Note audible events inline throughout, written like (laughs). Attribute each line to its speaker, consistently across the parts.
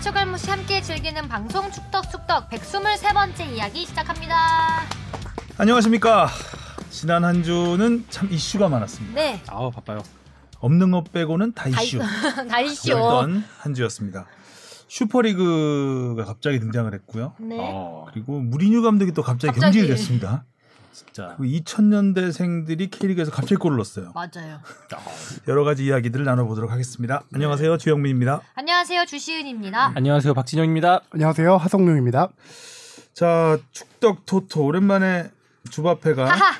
Speaker 1: 슈글무시 함께 즐기는 방송 축덕축덕 123번째 이야기 시작합니다.
Speaker 2: 안녕하십니까. 지난 한 주는 참 이슈가 많았습니다.
Speaker 1: 네.
Speaker 3: 아우 바빠요.
Speaker 2: 없는 것 빼고는 (laughs) 다 어.
Speaker 1: 다
Speaker 2: 이슈.
Speaker 1: 날씨요.
Speaker 2: 였던 한 주였습니다. 슈퍼리그가 갑자기 등장을 했고요.
Speaker 1: 네.
Speaker 3: 어.
Speaker 2: 그리고 무리뉴 감독이 또 갑자기,
Speaker 1: 갑자기.
Speaker 2: 경질이 됐습니다. 그
Speaker 3: 진짜.
Speaker 2: 2000년대생들이 K리그에서 갑자기 골을 넣었어요.
Speaker 1: 맞아요.
Speaker 2: 여러 가지 이야기들을 나눠보도록 하겠습니다. 안녕하세요. 주영민입니다.
Speaker 1: 안녕하세요.
Speaker 2: 음.
Speaker 1: 주시은입니다.
Speaker 3: 안녕하세요 박진영입니다.
Speaker 4: 안녕하세요 하성룡입니다.
Speaker 2: 자, 축덕 토토 오랜만에 주바페가
Speaker 1: 하하.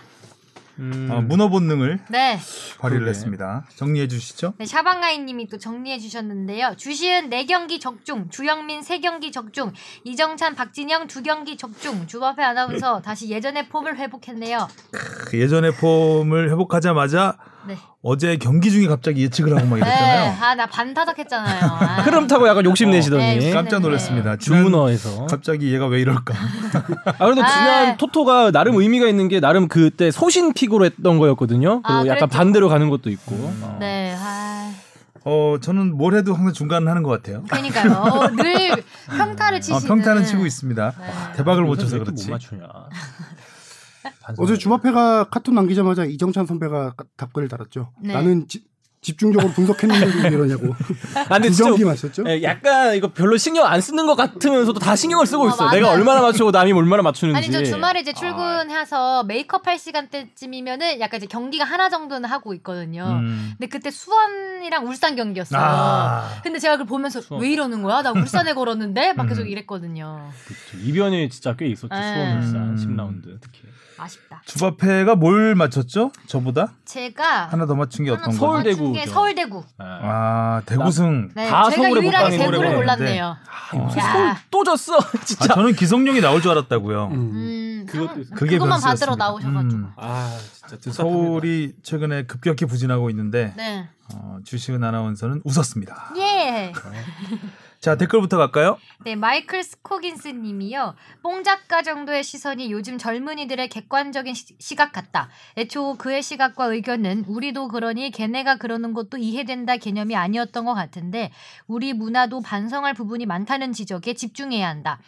Speaker 3: 음,
Speaker 2: 아, 문어 본능을
Speaker 1: 네.
Speaker 2: 발휘를
Speaker 3: 그러게.
Speaker 2: 했습니다. 정리해 주시죠.
Speaker 1: 네, 샤방가이 님이 또 정리해 주셨는데요. 주시은 4경기 적중, 주영민 3경기 적중, 이정찬, 박진영 2경기 적중, 주바페
Speaker 2: 네.
Speaker 1: 아나운서 다시 예전의 폼을 회복했네요.
Speaker 2: 그 예전의 폼을 회복하자마자
Speaker 1: 네.
Speaker 2: 어제 경기 중에 갑자기 예측을 하고 막
Speaker 1: 네.
Speaker 2: 이랬잖아요.
Speaker 1: 아, 나 반타작했잖아요.
Speaker 2: (laughs)
Speaker 1: 아.
Speaker 3: 흐름 타고 약간 욕심
Speaker 1: 어, 네,
Speaker 3: 내시더니
Speaker 2: 깜짝 놀랐습니다. 지난-
Speaker 3: 주문어에서.
Speaker 2: 갑자기 얘가 왜 이럴까?
Speaker 3: 아 그래도 지난
Speaker 1: 아.
Speaker 3: 토토가 나름 의미가 있는 게 나름 그때 소신 픽으로 했던 거였거든요. 그리고
Speaker 1: 아,
Speaker 3: 약간
Speaker 1: 그랬죠.
Speaker 3: 반대로 가는 것도 있고. 어.
Speaker 1: 네. 아.
Speaker 2: 어 저는 뭘 해도 항상 중간을 하는 것 같아요.
Speaker 1: 그러니까요. 어, 늘 평타를
Speaker 2: 아,
Speaker 1: 치시는.
Speaker 2: 평타는 치고 있습니다.
Speaker 1: 네.
Speaker 2: 대박을 못
Speaker 3: 요새
Speaker 2: 쳐서
Speaker 3: 왜 이렇게
Speaker 2: 그렇지.
Speaker 3: 못 맞추냐. 반성하네.
Speaker 4: 어제 주바페가 카톡 남기자마자 이정찬 선배가 가- 답글을 달았죠.
Speaker 1: 네.
Speaker 4: 나는 지- 집중적으로 분석했는데도 왜 이러냐고.
Speaker 3: 아, (laughs) 근데 진짜
Speaker 4: 부정기 맞췄죠?
Speaker 3: 예, 약간 이거 별로 신경 안 쓰는 것 같으면서도 다 신경을 쓰고
Speaker 1: 어,
Speaker 3: 있어.
Speaker 1: 맞아요.
Speaker 3: 내가 얼마나 맞추고 남이 얼마나 맞추는지.
Speaker 1: 아니 저 주말에 이제 출근해서 메이크업 할 시간대쯤이면은 약간 이제 경기가 하나 정도는 하고 있거든요.
Speaker 2: 음.
Speaker 1: 근데 그때 수원이랑 울산 경기였어요.
Speaker 2: 아.
Speaker 1: 근데 제가 그걸 보면서
Speaker 3: 수원.
Speaker 1: 왜 이러는 거야? 나 울산에 걸었는데 막 계속
Speaker 2: 음.
Speaker 1: 이랬거든요.
Speaker 3: 그쵸. 이변이 진짜 꽤 있었죠.
Speaker 1: 네.
Speaker 3: 수원울산
Speaker 2: 음.
Speaker 3: 10라운드 특히. 네.
Speaker 1: 아쉽다.
Speaker 2: 주바페가 뭘 맞췄죠? 저보다
Speaker 1: 제가
Speaker 2: 하나 더 맞춘 게 어떤
Speaker 3: 서울
Speaker 2: 거죠?
Speaker 3: 서울대구죠.
Speaker 1: 맞춘 게 서울대구.
Speaker 3: 아,
Speaker 2: 아 대구승.
Speaker 1: 네,
Speaker 3: 다
Speaker 1: 제가
Speaker 3: 서울에
Speaker 1: 유일하게
Speaker 3: 못 가는
Speaker 1: 대구를
Speaker 3: 거래요.
Speaker 1: 골랐네요.
Speaker 3: 요새
Speaker 1: 야.
Speaker 3: 서울 또 졌어. (laughs)
Speaker 2: 아,
Speaker 3: 진짜.
Speaker 2: 저는 기성용이 나올 줄 알았다고요.
Speaker 4: 음.
Speaker 1: 음,
Speaker 3: 그것도
Speaker 1: 상-
Speaker 3: 있어요.
Speaker 2: 그게
Speaker 1: 그것만
Speaker 2: 변수였습니다.
Speaker 1: 받으러 나오셔가지고.
Speaker 2: 음.
Speaker 3: 아 진짜
Speaker 2: 서울이 최근에 급격히 부진하고 있는데
Speaker 1: 네.
Speaker 2: 어, 주시은 아나운서는 웃었습니다.
Speaker 1: 예.
Speaker 2: 자 댓글부터 갈까요?
Speaker 1: 네, 마이클 스코긴스 님이요. 뽕 작가 정도의 시선이 요즘 젊은이들의 객관적인 시, 각 같다. 애초 그의 시각과 의견은 우리도 그러니 걔네가 그러는 것도 이해된다 개념이 아니었던 것 같은데 우리 문화도 반성할 부분이 많다는 지적에 집중해야 한다.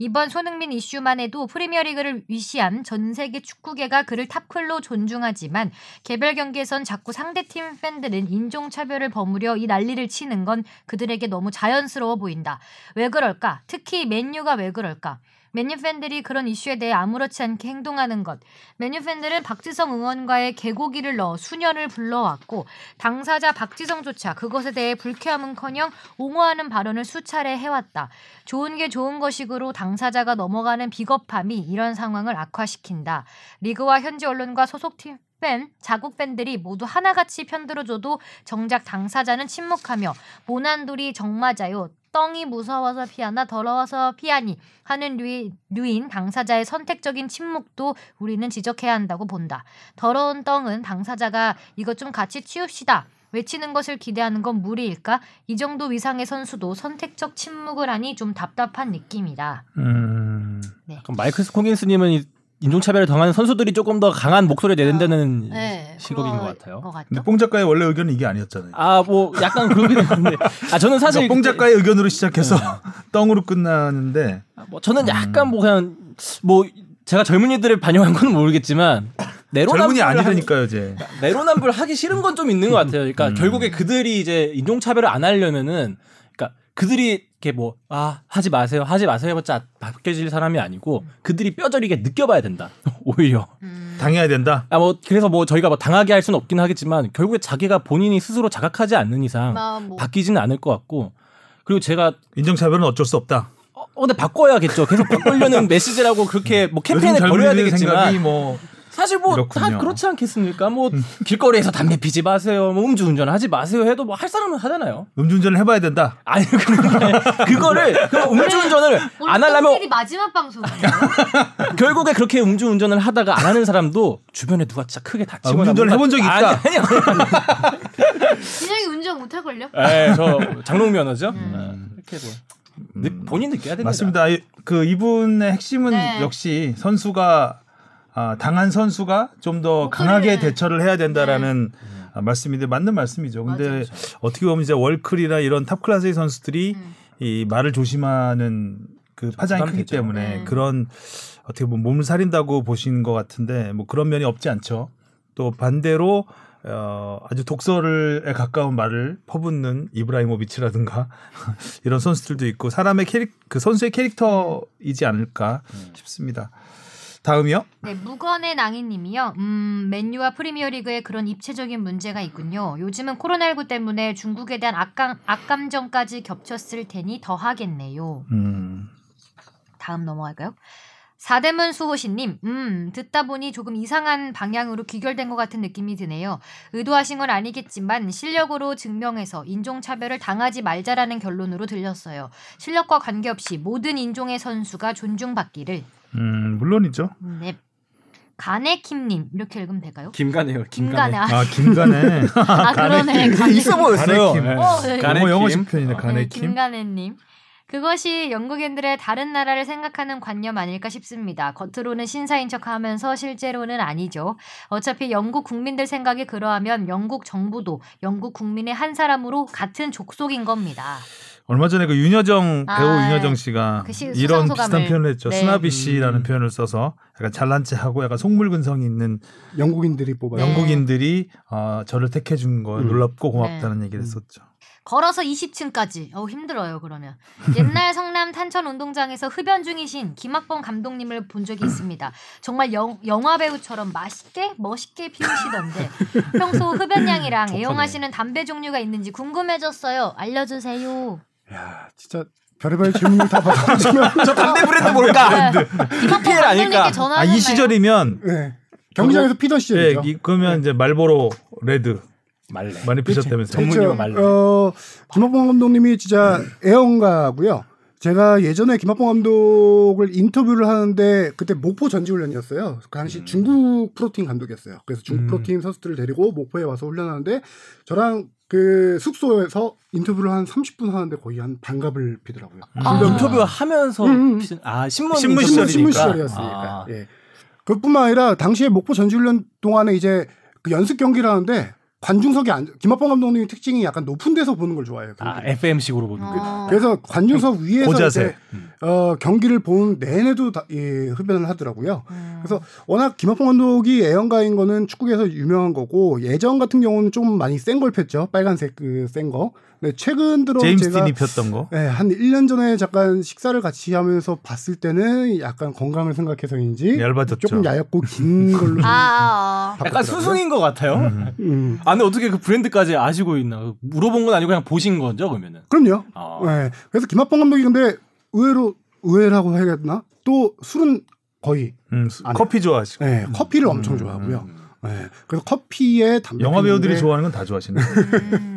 Speaker 1: 이번 손흥민 이슈만 해도 프리미어리그를 위시한 전 세계 축구계가 그를 탑클로 존중하지만 개별 경기에선 자꾸 상대팀 팬들은 인종차별을 범으려 이 난리를 치는 건 그들에게 너무 자연스러워 보인다. 왜 그럴까? 특히 맨유가 왜 그럴까? 맨유 팬들이 그런 이슈에 대해 아무렇지 않게 행동하는 것. 맨유 팬들은 박지성 응원가에 개고기를 넣어 수년을 불러왔고 당사자 박지성조차 그것에 대해 불쾌함은커녕 옹호하는 발언을 수차례 해왔다. 좋은 게 좋은 것이므로 당사자가 넘어가는 비겁함이 이런 상황을 악화시킨다. 리그와 현지 언론과 소속팀 팬, 자국 팬들이 모두 하나같이 편들어줘도 정작 당사자는 침묵하며 모난돌이 정맞아요. 떵이 무서워서 피하나 더러워서 피하니 하는 류이- 류인 당사자의 선택적인 침묵도 우리는 지적해야 한다고 본다. 더러운 떵은 당사자가 이것 좀 같이 치웁시다. 외치는 것을 기대하는 건 무리일까? 이 정도 위상의 선수도 선택적 침묵을 하니 좀 답답한 느낌이다.
Speaker 2: 음.
Speaker 3: 약간 마이클 스코긴스님은 이- 인종차별을 당하는 선수들이 조금 더 강한 목소리를
Speaker 1: 아,
Speaker 3: 내는다는
Speaker 1: 네,
Speaker 3: 시각인 네, 것 같아요.
Speaker 1: 어.
Speaker 2: 근데 뽕 작가의 원래 의견은 이게 아니었잖아요.
Speaker 3: 아 뭐 약간 그러긴 했는데 아 저는 사실
Speaker 2: 그러니까 뽕
Speaker 3: 그때-
Speaker 2: 작가의 의견으로 시작해서
Speaker 3: 네.
Speaker 2: (laughs) 떵으로 끝나는데
Speaker 3: 아, 뭐 저는
Speaker 2: 음.
Speaker 3: 약간 뭐 그냥 뭐 제가 젊은이들을 반영한 건 모르겠지만
Speaker 2: 젊은이
Speaker 3: 내로남불을 하기-
Speaker 2: 아니라니까요, 음. 이제.
Speaker 3: 내로남불 하기 싫은 건 좀 있는 것 같아요. 그러니까 결국에 그들이 이제 인종차별을 안 하려면은, 그러니까 그들이 이렇게 뭐, 아, 하지 마세요, 하지 마세요 해봤자 바뀌어질 사람이 아니고 그들이 뼈저리게 느껴봐야 된다. (laughs) 오히려.
Speaker 2: 당해야 된다.
Speaker 3: 아, 뭐, 그래서 뭐 저희가 뭐 당하게 할 수는 없긴 하겠지만 결국에 자기가 본인이 스스로 자각하지 않는 이상
Speaker 1: 아, 뭐
Speaker 3: 바뀌지는 않을 것 같고 그리고 제가
Speaker 2: 인종차별은 어쩔 수 없다.
Speaker 3: 어, 어, 근데 바꿔야겠죠. 계속
Speaker 2: (laughs)
Speaker 3: 바꾸려는 메시지라고 그렇게 뭐
Speaker 2: 요즘
Speaker 3: 캠페인에
Speaker 2: 젊은이들
Speaker 3: 버려야
Speaker 2: 생각이
Speaker 3: 되겠지만
Speaker 2: 뭐
Speaker 3: 사실 뭐 다
Speaker 2: 이렇군요. 음.
Speaker 3: 그렇지 않겠습니까? 뭐 길거리에서 담배 피지 마세요. 뭐 음주운전 하지 마세요 해도 뭐 할 사람은 하잖아요.
Speaker 2: 음주운전을 해봐야 된다.
Speaker 3: 아니 그러니까
Speaker 2: (laughs)
Speaker 3: 그거를 그 음주운전을 안 하려면
Speaker 1: 마지막 방송이에요.
Speaker 3: (laughs) 결국에 그렇게 음주운전을 하다가 안 하는 사람도 주변에 누가 진짜 크게
Speaker 2: 아,
Speaker 3: 다치거나
Speaker 2: 음주운전을 해본 적이 있다.
Speaker 3: 아니 아니요.
Speaker 1: 진영이 운전 못할 걸요?
Speaker 3: 예, 저 장롱 면허죠. 아, 이렇게 뭐 느, 본인 느껴야 됩니다.
Speaker 2: 맞습니다. 이- 그 이분의 핵심은
Speaker 1: 네.
Speaker 2: 역시 선수가 아, 당한 선수가 좀 더 강하게 대처를 해야 된다라는 아, 말씀인데 맞는 말씀이죠. 근데 어떻게 보면 이제 월클이나 이런 탑 클래스의 선수들이 이 말을 조심하는 그 파장이 크기
Speaker 3: 부담되죠.
Speaker 2: 때문에
Speaker 1: 네.
Speaker 2: 그런 어떻게 보면 몸을 사린다고 보시는 것 같은데 뭐 그런 면이 없지 않죠. 또 반대로 어, 아주 독설에 가까운 말을 퍼붓는 이브라이모비치라든가 (laughs) 이런 선수들도 있고 사람의 캐릭 그 선수의 캐릭터이지 않을까
Speaker 1: 음.
Speaker 2: 싶습니다. 다음이요.
Speaker 1: 네, 무건의 낭이님이요. 음, 맨유와 프리미어리그에 그런 입체적인 문제가 있군요. 요즘은 코로나19 때문에 중국에 대한 악감, 악감정까지 겹쳤을 테니 더 하겠네요.
Speaker 2: 음.
Speaker 1: 다음 넘어갈까요? 사대문 수호신님, 음, 듣다 보니 조금 이상한 방향으로 귀결된 것 같은 느낌이 드네요. 의도하신 건 아니겠지만 실력으로 증명해서 인종차별을 당하지 말자라는 결론으로 들렸어요. 실력과 관계없이 모든 인종의 선수가 존중받기를.
Speaker 2: 음, 물론이죠.
Speaker 1: 네. 가네킴님, 이렇게 읽으면 될까요?
Speaker 3: 김가네요.
Speaker 1: 김간에.
Speaker 3: 김가네.
Speaker 1: 아,
Speaker 2: 아 김간에
Speaker 1: (laughs) 아, 그러네. 가네.
Speaker 3: 있어 보였어요.
Speaker 2: 가네킴.
Speaker 3: 네.
Speaker 1: 어, 네.
Speaker 3: 가네킴.
Speaker 2: 영어 영어 시편이네
Speaker 1: 네,
Speaker 2: 가네킴.
Speaker 1: 김간혜님. 그것이 영국인들의 다른 나라를 생각하는 관념 아닐까 싶습니다. 겉으로는 신사인 척 하면서 실제로는 아니죠. 어차피 영국 국민들 생각이 그러하면 영국 정부도 영국 국민의 한 사람으로 같은 족속인 겁니다.
Speaker 2: 얼마 전에 그 윤여정 배우
Speaker 1: 아,
Speaker 2: 윤여정 씨가
Speaker 1: 그 시-
Speaker 2: 이런
Speaker 1: 수상
Speaker 2: 비슷한
Speaker 1: 소감을.
Speaker 2: 표현을 했죠.
Speaker 1: 네.
Speaker 2: 스나비 씨라는
Speaker 3: 음.
Speaker 2: 표현을 써서 약간 잘난 체하고 약간 속물근성이 있는
Speaker 4: 영국인들이 뽑아요.
Speaker 1: 네.
Speaker 2: 영국인들이 어, 저를 택해 준 거에
Speaker 3: 음.
Speaker 2: 놀랍고
Speaker 1: 네.
Speaker 2: 고맙다는 얘기를 했었죠.
Speaker 1: 음. 걸어서 20층까지. 어우 힘들어요 그러면. 옛날 성남 탄천 운동장에서 흡연 중이신 김학범 감독님을 본 적이 있습니다. 정말 영, 영화 배우처럼 맛있게 멋있게 피우시던데 평소 흡연량이랑
Speaker 3: 좋다네.
Speaker 1: 애용하시는 담배 종류가 있는지 궁금해졌어요. 알려주세요.
Speaker 4: 야, 진짜 별의별 질문을 다 받아주면
Speaker 3: (laughs) 저 담배 브랜드 뭘까?
Speaker 1: 김학범
Speaker 3: PL 아닐까?
Speaker 1: 감독님께
Speaker 2: 아,
Speaker 1: 전화하셨나요?
Speaker 2: 이 시절이면
Speaker 4: 네. 경기장에서 피던
Speaker 2: 예,
Speaker 4: 시절이죠.
Speaker 2: 이- 그러면 이제 말보로 레드
Speaker 3: 말래.
Speaker 2: 많이
Speaker 3: 그렇지.
Speaker 2: 피셨다면서요.
Speaker 3: 전문용어
Speaker 4: 그렇죠.
Speaker 3: 말래.
Speaker 4: 어, 김학봉 감독님이 진짜 애용가고요. 제가 예전에 김학봉 감독을 인터뷰를 하는데 그때 목포 전지훈련이었어요. 그 당시 중국 프로팀 감독이었어요. 그래서 중국
Speaker 3: 음.
Speaker 4: 프로팀 선수들을 데리고 목포에 와서 훈련하는데 저랑 그 숙소에서 인터뷰를 한 30분 하는데 거의 한 반갑을 피더라고요.
Speaker 3: 음.
Speaker 1: 아.
Speaker 3: 인터뷰 하면서
Speaker 4: 음.
Speaker 3: 아 신문
Speaker 2: 신문
Speaker 3: 인터뷰니까.
Speaker 2: 시절이니까.
Speaker 4: 신문 시절이었으니까.
Speaker 3: 아.
Speaker 4: 예. 그뿐만 아니라 당시에 목포 전지훈련 동안에 이제 그 연습 경기를 하는데 관중석에 앉 김학범 감독님 특징이 약간 높은 데서 보는 걸 좋아해요.
Speaker 3: 아,
Speaker 4: 경기를.
Speaker 3: FM식으로 보는 거.
Speaker 1: 어.
Speaker 4: 그래서 관중석 위에서
Speaker 2: 고자세. 음.
Speaker 4: 이제, 어, 경기를 본 내내도 다, 예, 흡연을 하더라고요.
Speaker 1: 음.
Speaker 4: 그래서 워낙 김학봉 감독이 애연가인 거는 축구에서 유명한 거고 예전 같은 경우는 좀 많이 센 걸 폈죠. 빨간색 그 센 거. 근데 최근 들어
Speaker 2: 제임스
Speaker 4: 제가
Speaker 2: 딘이 폈던 거.
Speaker 4: 네, 한 1년 전에 잠깐 식사를 같이 하면서 봤을 때는 약간 건강을 생각해서인지
Speaker 2: 얇아졌죠.
Speaker 4: 조금 얇고 긴 걸로. (laughs)
Speaker 1: 아, 아, 아.
Speaker 3: 약간 수승인 것 같아요.
Speaker 2: 음.
Speaker 4: 음.
Speaker 3: 아, 근데 어떻게 그 브랜드까지 아시고 있나? 물어본 건 아니고 그냥 보신 거죠, 그러면은.
Speaker 4: 그럼요.
Speaker 3: 아.
Speaker 4: 네. 그래서 김학범 감독이 근데 의외로 의외라고 해야겠나? 또 술은 거의
Speaker 2: 음, 수-
Speaker 4: 안
Speaker 2: 커피 좋아하시고
Speaker 4: 네, 커피를 엄청
Speaker 2: 음,
Speaker 4: 좋아하고요.
Speaker 3: 음.
Speaker 4: 네, 그래서 커피에 담배
Speaker 2: 영화 배우들이
Speaker 4: 피우는데
Speaker 2: 좋아하는 건 다 좋아하시네.
Speaker 1: 음.